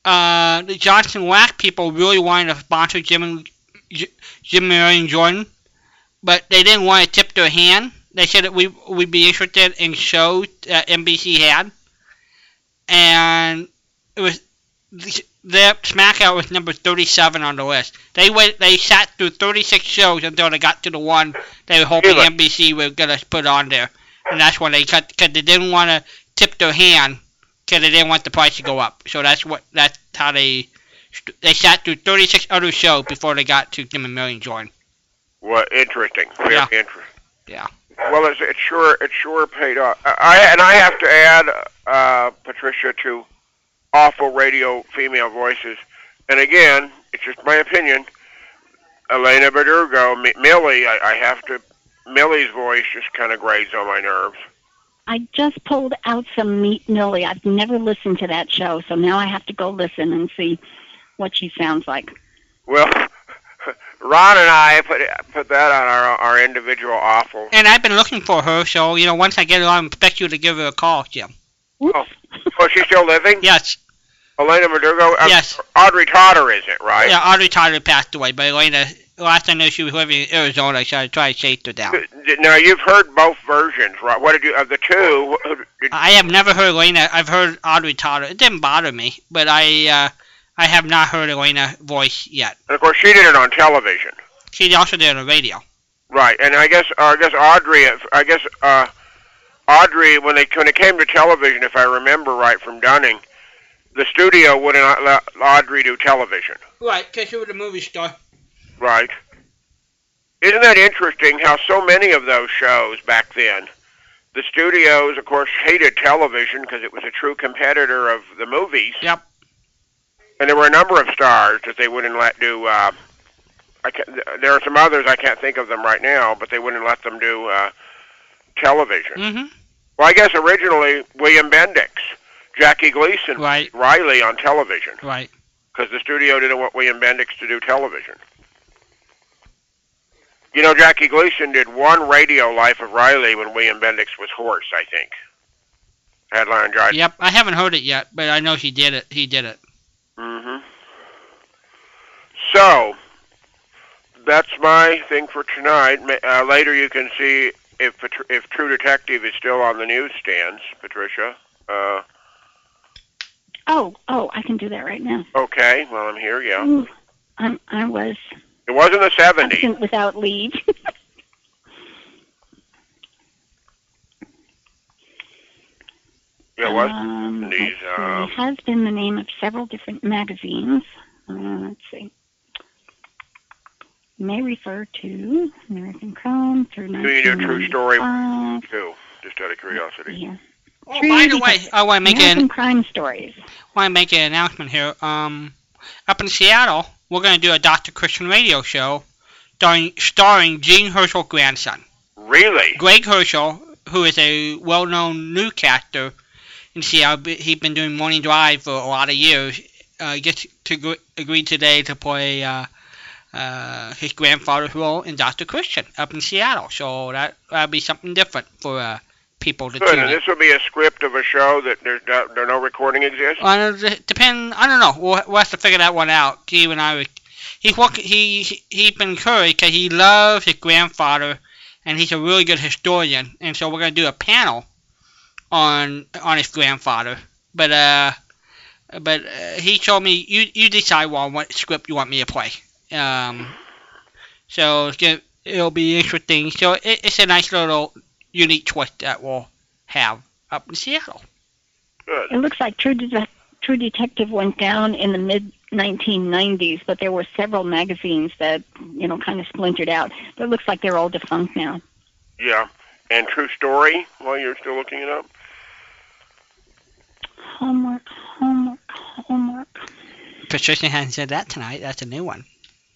Speaker 3: Uh, the Johnson Wax people really wanted to sponsor Jim and J- Jim Murray and Jordan, but they didn't want to tip their hand. They said that we would be interested in shows that NBC had, and it was th- their SmackDown was number 37 on the list. They went, they sat through 36 shows until they got to the one they were hoping
Speaker 5: Really?
Speaker 3: NBC were gonna put on there, and that's when they cut because they didn't want to tip their hand because they didn't want the price to go up. So that's what that's how they st- they sat through 36 other shows before they got to Jim and Mary and Jordan.
Speaker 5: Well, interesting. Very
Speaker 3: Yeah.
Speaker 5: interesting.
Speaker 3: Yeah.
Speaker 5: Well, it's, it sure it sure paid off. I- I and I have to add, uh, Patricia, to awful radio female voices. And again, it's just my opinion. Elena Badurgo, M- Millie, I, I have to. Millie's voice just kind of grates on my nerves.
Speaker 2: I just pulled out some Meat Millie. I've never listened to that show, so now I have to go listen and see what she sounds like.
Speaker 5: Well, Ron and I put put that on our our individual awful.
Speaker 3: And I've been looking for her, so you know once I get her, I expect you to give her a call, Jim.
Speaker 2: Oops.
Speaker 5: Oh. Oh, she's still living?
Speaker 3: Yes.
Speaker 5: Elena Madurgo? Uh,
Speaker 3: Yes.
Speaker 5: Audrey Totter is it, right?
Speaker 3: Yeah, Audrey Tyler passed away, but Elena, last I knew, she was living in Arizona, so I tried to chase her down.
Speaker 5: Now you've heard both versions, right? What did you of the two? who- who did-
Speaker 3: I have never heard Elena. I've heard Audrey Tyler. It didn't bother me, but I uh, I have not heard Elena's voice yet.
Speaker 5: and of course, she did it on television,
Speaker 3: She also did it on the radio.
Speaker 5: right? And I guess, uh, I guess Audrey, I guess uh, Audrey, when they when it came to television, if I remember right from Dunning, the studio would not let Audrey do television,
Speaker 3: Right, because she was a movie star.
Speaker 5: right? Isn't that interesting? How so many of those shows back then, the studios, of course, hated television because it was a true competitor of the movies.
Speaker 3: Yep.
Speaker 5: and there were a number of stars that they wouldn't let do. Uh, I can there are some others I can't think of them right now, but they wouldn't let them do uh, television.
Speaker 3: Mm-hmm.
Speaker 5: Well, I guess originally William Bendix, Jackie Gleason,
Speaker 3: Right,
Speaker 5: Riley on television
Speaker 3: right.
Speaker 5: because the studio didn't want William Bendix to do television. You know, Jackie Gleason did one radio life of Riley when William Bendix was hoarse, I think. Had laryngitis.
Speaker 3: Yep. I haven't heard it yet, but I know he did it. He did it.
Speaker 5: hmm So, that's my thing for tonight. Ma- Uh, later, you can see if Patr- if True Detective is still on the newsstands, Patricia. Uh,
Speaker 2: Oh, oh, I can do that right now.
Speaker 5: okay, well, I'm here, yeah.
Speaker 2: Ooh, I'm, I was
Speaker 5: It was in the 70s.
Speaker 2: absent without leave.
Speaker 5: It was.
Speaker 2: Um, let's
Speaker 5: These, uh,
Speaker 2: see. has been the name of several different magazines. Uh, let's see. May refer to American Crime through
Speaker 5: Do you do True Story
Speaker 2: 1995.
Speaker 5: too? Just out of curiosity.
Speaker 2: Yeah.
Speaker 3: Oh,
Speaker 2: True
Speaker 3: by the way,
Speaker 2: detective.
Speaker 3: I want to make
Speaker 2: American
Speaker 3: an
Speaker 2: Crime Stories.
Speaker 3: want to make an announcement here. Um, up in Seattle, we're going to do a Dr. Christian radio show, starring starring Gene Herschel's grandson,
Speaker 5: Really?
Speaker 3: Greg Herschel, who is a well-known newscaster in Seattle. B- He's been doing morning drive for a lot of years. Uh, he gets to gr- agree today to play uh, uh, his grandfather's role in Dr. Christian up in Seattle. So that that'll be something different for uh, people to
Speaker 5: Good.
Speaker 3: tune
Speaker 5: And
Speaker 3: in.
Speaker 5: this will be a script of a show that there's no, there no recording exists.
Speaker 3: I don't, it depend. I don't know. We'll, we'll have to figure that one out. Steve and I. Were, he's work. He he- he's been curry because he loves his grandfather, and he's a really good historian. And so we're gonna do a panel on on his grandfather. But uh, but uh, he told me you you decide Juan, what script you want me to play. Um, so it's gonna, it'll be interesting. So it, it's a nice little unique twist that we'll have up in Seattle.
Speaker 5: Good.
Speaker 2: It looks like True, De- True Detective went down in the mid 1990s, but there were several magazines that you know kind of splintered out. But it looks like they're all defunct now.
Speaker 5: Yeah. And true story while you're still looking it up.
Speaker 2: Homework, homework, homework.
Speaker 3: Patricia hasn't said that tonight. That's a new one.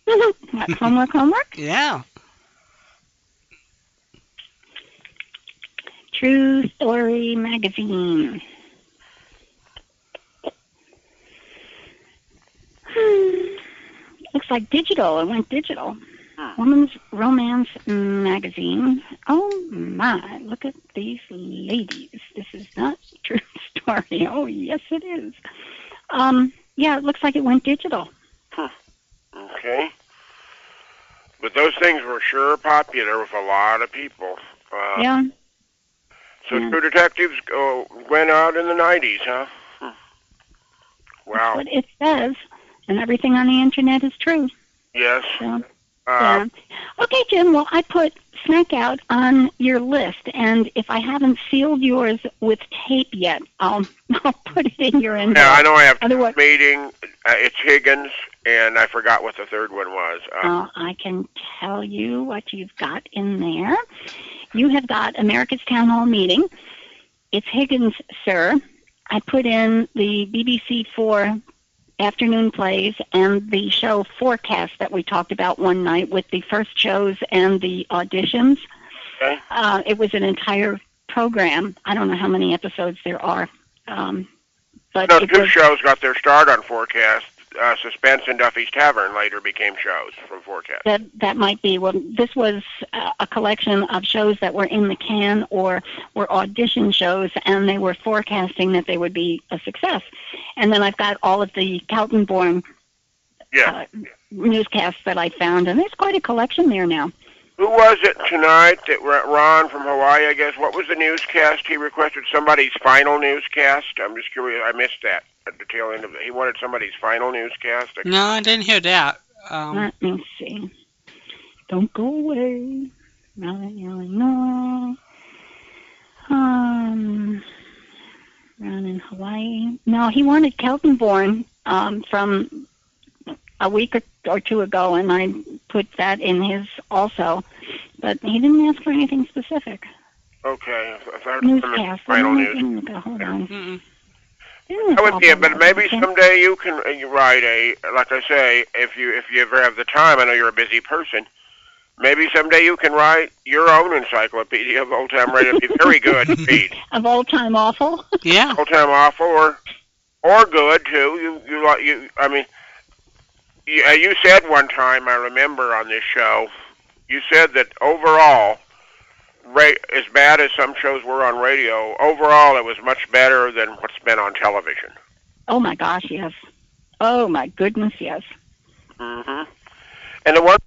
Speaker 2: what, homework, homework.
Speaker 3: Yeah.
Speaker 2: True Story magazine. Hmm. Looks like digital. It went digital. Woman's Romance Magazine. Oh my! Look at these ladies. This is not true story. Oh yes, it is. Um, yeah, it looks like it went digital.
Speaker 5: Okay. But those things were sure popular with a lot of people. Uh,
Speaker 2: Yeah.
Speaker 5: So
Speaker 2: Yeah.
Speaker 5: True Detectives go, went out in the 90s, huh? Hmm.
Speaker 2: That's
Speaker 5: Wow.
Speaker 2: what it says, and everything on the internet is true.
Speaker 5: Yes.
Speaker 2: So,
Speaker 5: Uh,
Speaker 2: yeah. Okay, Jim. Well, I put Snack Out on your list, and if I haven't sealed yours with tape yet, I'll I'll put it in your inbox.
Speaker 5: yeah, I know I have
Speaker 2: Otherwise-
Speaker 5: meeting. Uh, it's Higgins, and I forgot what the third one was. Uh,
Speaker 2: Uh, I can tell you what you've got in there. You have got America's Town Hall meeting. It's Higgins, sir. I put in the BBC Four afternoon plays and the show forecast that we talked about one night with the first shows and the auditions.
Speaker 5: Okay.
Speaker 2: Uh, it was an entire program. I don't know how many episodes there are, um, but
Speaker 5: no,
Speaker 2: it
Speaker 5: two
Speaker 2: was
Speaker 5: shows got their start on Forecast. Uh, Suspense and Duffy's Tavern later became shows from Forecast.
Speaker 2: that that might be. Well, this was uh, a collection of shows that were in the can or were audition shows, and they were forecasting that they would be a success. And then I've got all of the Kaltenborn
Speaker 5: Yeah.
Speaker 2: uh, newscasts that I found, and there's quite a collection there now.
Speaker 5: Who was it tonight that Ra- Ron from Hawaii, I guess? What was the newscast he requested? Somebody's final newscast? I'm just curious. I missed that at the tail end of it. He wanted somebody's final newscast.
Speaker 3: No, I didn't hear that. Um,
Speaker 2: Let me see. Don't go away, Northern Illinois. Um, around in Hawaii. No, he wanted Keltenborn um, from a week or, or two ago, and I put that in his also. But he didn't ask for anything specific.
Speaker 5: Okay. I thought it was
Speaker 2: Newscast. I
Speaker 5: final
Speaker 2: don't
Speaker 5: news.
Speaker 2: know, Hold on.
Speaker 3: mm-mm.
Speaker 5: That would be it, but maybe someday you can uh, you write a like I say, if you if you ever have the time. I know you're a busy person. Maybe someday you can write your own encyclopedia of old time radio. It'd be very good indeed.
Speaker 2: Of all time awful.
Speaker 3: Yeah.
Speaker 5: Old time awful or or good too. You you like you. I mean, you, uh, you said one time I remember on this show, you said that overall. Ra- as bad as some shows were on radio, overall it was much better than what's been on television.
Speaker 2: Oh my gosh, yes. Oh my goodness, yes.
Speaker 5: hmm And the one